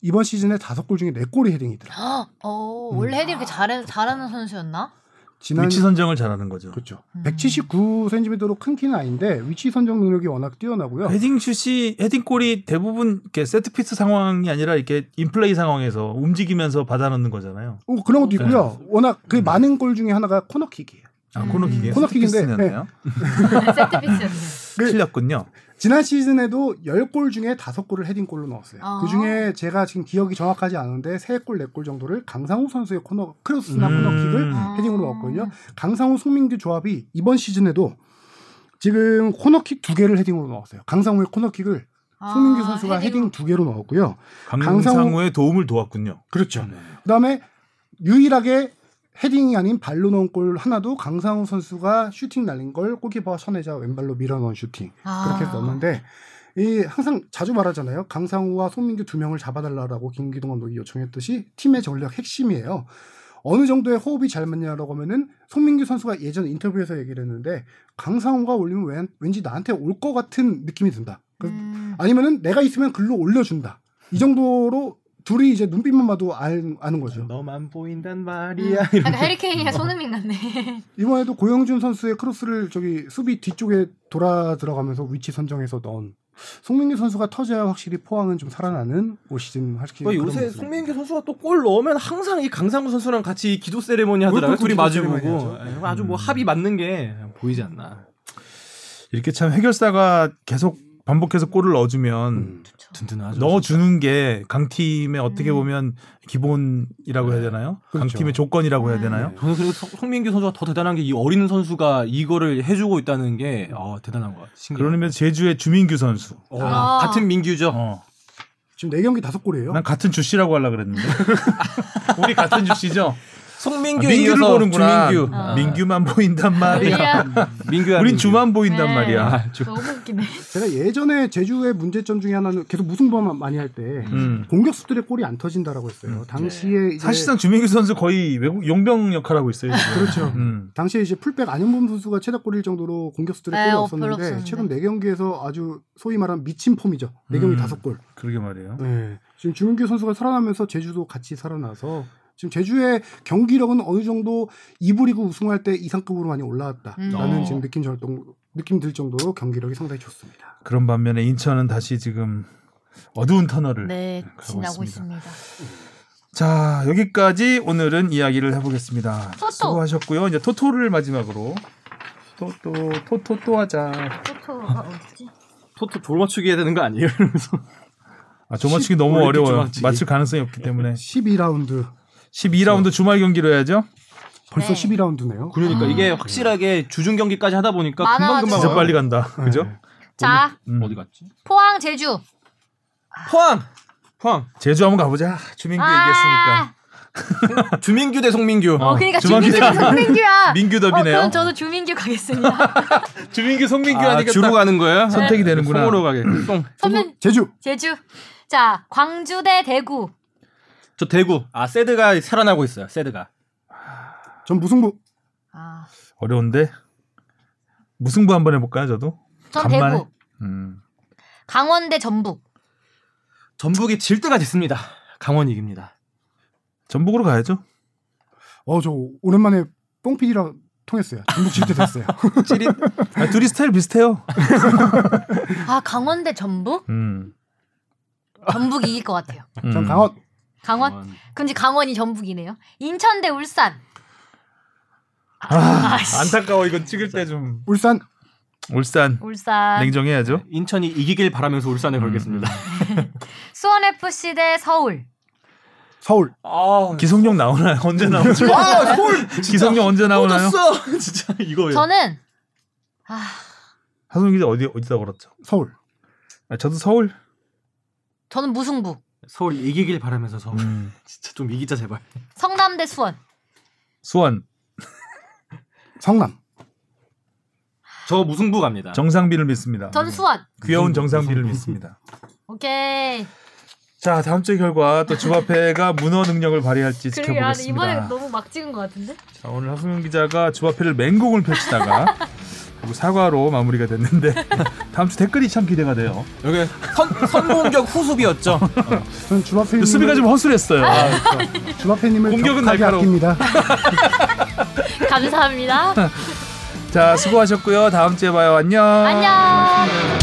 Speaker 4: 이번 시즌에 다섯 골 중에 네 골이 헤딩이더라. 고
Speaker 5: (gasps) 어, 원래 헤딩 이렇게 잘해, 잘하는
Speaker 1: (laughs)
Speaker 5: 선수였나?
Speaker 4: 지난
Speaker 2: 위치 선정을 잘하는 거죠.
Speaker 4: 그렇죠.
Speaker 5: 음.
Speaker 4: 179cm로 큰 키는 아닌데 위치 선정 능력이 워낙 뛰어나고요.
Speaker 2: 헤딩 슛이 헤딩골이 대부분 이렇게 세트 피스 상황이 아니라 이렇게 인플레이 상황에서 움직이면서 받아 넣는 거잖아요.
Speaker 4: 어, 그런 것도 있고요. 워낙 그 많은 골 중에 하나가 코너킥이에요.
Speaker 2: 아, 코너킥이
Speaker 4: 음. 코너킥인데, 네. 그
Speaker 2: 피스였나요?
Speaker 5: 세트피스였네.
Speaker 2: 틀렸군요.
Speaker 4: 지난 시즌에도 10골 중에 5골을 헤딩골로 넣었어요.
Speaker 5: 아.
Speaker 4: 그 중에 제가 지금 기억이 정확하지 않은데 3골, 4골 정도를 강상우 선수의 코너 크로스나
Speaker 2: 음.
Speaker 4: 코너킥을 헤딩으로 넣었거든요. 강상우, 송민규 조합이 이번 시즌에도 지금 코너킥 두 개를 헤딩으로 넣었어요. 강상우의 코너킥을
Speaker 5: 아,
Speaker 4: 송민규 선수가 아, 헤딩 두 개로 넣었고요.
Speaker 2: 강상우의 도움을 도왔군요.
Speaker 4: 그렇죠. 그다음에 유일하게 헤딩이 아닌 발로 넣은 골 하나도 강상우 선수가 슈팅 날린 걸 골키퍼가 쳐내자 왼발로 밀어넣은 슈팅
Speaker 5: 아.
Speaker 1: 아.
Speaker 4: 그렇게 해서 넣었는데 이 항상 자주 말하잖아요. 강상우와 송민규 두 명을 잡아달라라고 김기동 감독이 요청했듯이 팀의 전략 핵심이에요. 어느 정도의 호흡이 잘 맞냐라고 하면은 송민규 선수가 예전 인터뷰에서 얘기를 했는데 강상우가 올리면 왠, 왠지 나한테 올 것 같은 느낌이 든다. 그-
Speaker 5: 음.
Speaker 4: 아니면은 내가 있으면 글로 올려준다. 이 정도로 둘이 이제 눈빛만 봐도 알, 아는 거죠.
Speaker 3: 너만 보인단
Speaker 5: 음.
Speaker 3: 말이야.
Speaker 5: 약간 해리케인이야 손흥민 같네.
Speaker 4: 이번에도 고영준 선수의 크로스를 저기 수비 뒤쪽에 돌아 들어가면서 위치 선정해서 넣은 송민규 선수가 터져야 확실히 포항은 좀 살아나는 올 시즌 확실히
Speaker 3: 뭐
Speaker 4: 예, 그런
Speaker 3: 요새
Speaker 4: 모습입니다.
Speaker 3: 송민규 선수가 또 골 넣으면 항상 이 강상우 선수랑 같이 이 기도 세레모니 하더라고요.
Speaker 4: 그것도
Speaker 3: 둘이
Speaker 4: 기도
Speaker 3: 마주보고 예,
Speaker 4: 세레모니
Speaker 3: 아주 뭐 합이 맞는 게 보이지 않나.
Speaker 2: 이렇게 참 해결사가 계속 반복해서 골을 넣어주면
Speaker 4: 음.
Speaker 3: 든든하죠.
Speaker 2: 넣어주는 게 강팀의 어떻게 보면 기본이라고 해야 되나요?
Speaker 4: 그렇죠.
Speaker 2: 강팀의 조건이라고 해야 되나요?
Speaker 4: 네.
Speaker 3: 저는 그리고 성- 송민규 선수가 더 대단한 게 이 어린 선수가 이거를 해주고 있다는 게 아, 대단한 것 같아요.
Speaker 4: 네.
Speaker 3: 신기해요.
Speaker 2: 그러면 제주의 주민규 선수.
Speaker 3: 아, 같은 민규죠.
Speaker 2: 어.
Speaker 4: 지금 4경기 5골이에요.
Speaker 2: 난 같은 주씨라고 하려고 그랬는데. (laughs) 우리 같은 주씨죠?
Speaker 3: 송민규
Speaker 2: 아, 민규를
Speaker 3: 이어서
Speaker 2: 보는구나.
Speaker 3: 주민규.
Speaker 1: 아.
Speaker 2: 민규만 보인단 말이야.
Speaker 3: 민규야.
Speaker 2: 우린
Speaker 3: 민규.
Speaker 2: 주만 보인단
Speaker 1: 네.
Speaker 2: 말이야.
Speaker 3: 아, 주-
Speaker 1: 너무 웃기네.
Speaker 4: 제가 예전에 제주의 문제점 중에 하나는 계속 무승부만 많이 할 때
Speaker 2: 음.
Speaker 4: 공격수들의 골이 안 터진다라고 했어요. 당시에 이제
Speaker 2: 사실상 주민규 선수 거의 외국 용병 역할하고 있어요.
Speaker 4: (laughs)
Speaker 2: 지금.
Speaker 4: 그렇죠.
Speaker 2: 음.
Speaker 4: 당시에 이제 풀백 안현범 선수가 최다골일 정도로 공격수들의
Speaker 1: 네,
Speaker 4: 골이
Speaker 1: 어,
Speaker 4: 없었는데,
Speaker 1: 별로 없었는데.
Speaker 4: 최근 4경기에서 아주 소위 말하는 미친 폼이죠. 4경기
Speaker 2: 음.
Speaker 4: 다 5골.
Speaker 2: 그러게 말이에요.
Speaker 4: 네. 지금 주민규 선수가 살아나면서 제주도 같이 살아나서 지금 제주의 경기력은 어느 정도 2부 리그 우승할 때 이상급으로 많이 올라왔다라는
Speaker 1: 음.
Speaker 4: 지금 느낌, 절, 느낌 들 정도로 경기력이 상당히 좋습니다.
Speaker 2: 그런 반면에 인천은 다시 지금 어두운 터널을
Speaker 1: 네,
Speaker 2: 지나고
Speaker 1: 지나고 있습니다.
Speaker 2: 자 여기까지 오늘은 이야기를 해보겠습니다.
Speaker 1: 토토.
Speaker 2: 수고하셨고요. 이제 토토를 마지막으로 토토 토토 또 하자.
Speaker 1: 토토가 어디지?
Speaker 3: 토토 돌 맞추기 해야 되는 거 아니에요? (laughs) 이러면서.
Speaker 2: 아 조마치기 너무
Speaker 3: 올림픽
Speaker 2: 어려워요.
Speaker 3: 조마치기.
Speaker 2: 맞출 가능성이 없기 때문에
Speaker 4: 12라운드.
Speaker 2: 12라운드 주말 경기로 해야죠.
Speaker 4: 벌써
Speaker 1: 네.
Speaker 4: 12라운드네요.
Speaker 3: 그러니까 이게 확실하게 주중 경기까지 하다 보니까
Speaker 1: 많아가지고.
Speaker 3: 금방금방
Speaker 2: 진짜
Speaker 3: 와요.
Speaker 2: 빨리 간다. 그죠?
Speaker 1: 자,
Speaker 2: 음.
Speaker 3: 어디 갔지?
Speaker 1: 포항 제주.
Speaker 3: 포항. 포항.
Speaker 2: 제주 한번 가보자. 주민규
Speaker 1: 아.
Speaker 2: 얘기했으니까.
Speaker 3: 주민규 대 송민규.
Speaker 1: 어, 그러니까
Speaker 2: 주민규
Speaker 1: (laughs) 주민규 송민규야.
Speaker 2: (laughs) 민규
Speaker 1: 어,
Speaker 2: 더비네요.
Speaker 1: 그럼 저도 주민규 가겠습니다.
Speaker 2: 주민규 송민규
Speaker 3: 아,
Speaker 2: 하니까
Speaker 3: 주로
Speaker 2: 딱 네.
Speaker 3: 가는 거예요?
Speaker 2: 선택이 되는구나. 음.
Speaker 3: 송으로 가게. 송.
Speaker 1: 선배
Speaker 4: 제주.
Speaker 1: 제주. 자, 광주 대 대구.
Speaker 3: 저 대구. 아, 세드가 살아나고 있어요. 세드가.
Speaker 4: 전 무승부.
Speaker 1: 아,
Speaker 2: 어려운데 무승부 한번 해볼까요? 저도.
Speaker 1: 전
Speaker 2: 간만에.
Speaker 1: 대구.
Speaker 2: 음.
Speaker 1: 강원 대 전북.
Speaker 3: 전북이 질 때가 됐습니다. 강원이 이깁니다.
Speaker 2: 전북으로 가야죠.
Speaker 4: 어, 저 오랜만에 뽕피디랑 통했어요. 전북 질때 (laughs) 됐어요.
Speaker 3: 찌릿.
Speaker 2: 아, 둘이 스타일 비슷해요.
Speaker 1: 아, 강원 대 전북?
Speaker 2: 음.
Speaker 1: 전북이 이길 것 같아요.
Speaker 2: 음.
Speaker 4: 전 강원.
Speaker 1: (laughs) 강원?
Speaker 3: 음.
Speaker 1: 근데 강원이 전북이네요. 인천 대 울산.
Speaker 2: 아,
Speaker 1: 아이씨.
Speaker 2: 안타까워 이건 찍을 때 좀
Speaker 4: 울산.
Speaker 2: 울산
Speaker 1: 울산.
Speaker 2: 냉정해야죠.
Speaker 3: 인천이 이기길 바라면서
Speaker 2: 음.
Speaker 3: 울산에 걸겠습니다.
Speaker 1: 수원 FC 대 서울.
Speaker 4: 서울.
Speaker 3: (laughs) 아,
Speaker 2: 기성용 나오나요? 언제
Speaker 4: (laughs)
Speaker 2: 나오죠?
Speaker 3: 아, (laughs) 서울
Speaker 2: 기성용 언제 나오나요?
Speaker 3: 뻗었어. (laughs) 진짜 이거
Speaker 1: 저는
Speaker 2: 하성기 기자 어디 어디다 걸었죠?
Speaker 4: 서울.
Speaker 2: 아, 저도 서울.
Speaker 1: 저는 무승부.
Speaker 3: 서울 이기길 바라면서 서울
Speaker 2: 음.
Speaker 4: 음.
Speaker 3: 진짜 좀 이기자 제발.
Speaker 1: 성남 대 수원.
Speaker 2: 수원
Speaker 4: 성남.
Speaker 3: 저 무승부 갑니다.
Speaker 2: 정상빈을 믿습니다.
Speaker 1: 전 수원.
Speaker 2: 귀여운 정상빈을 믿습니다.
Speaker 1: 오케이.
Speaker 2: 자 다음 주의 결과 또 주화패가 문어 능력을 발휘할지
Speaker 1: 그리고 야, 이번에
Speaker 2: 지켜보겠습니다.
Speaker 1: 너무 막 찍은 것 같은데?
Speaker 2: 자, 오늘 하성용 기자가 주화패를 맹공을 펼치다가 그리고 사과로 마무리가 됐는데 (laughs) 다음 주 댓글이 참 기대가 돼요.
Speaker 3: 여기 선 선공격 후수비였죠.
Speaker 4: 저는 주바페님을
Speaker 2: 수비가 좀 허술했어요. 뭐
Speaker 4: 주바페님을
Speaker 2: 공격은
Speaker 4: 격하게
Speaker 2: 날카로워.
Speaker 4: 아낍니다.
Speaker 1: 감사합니다.
Speaker 2: (laughs) 자 수고하셨고요. 다음 주에 봐요. 안녕.
Speaker 1: 안녕.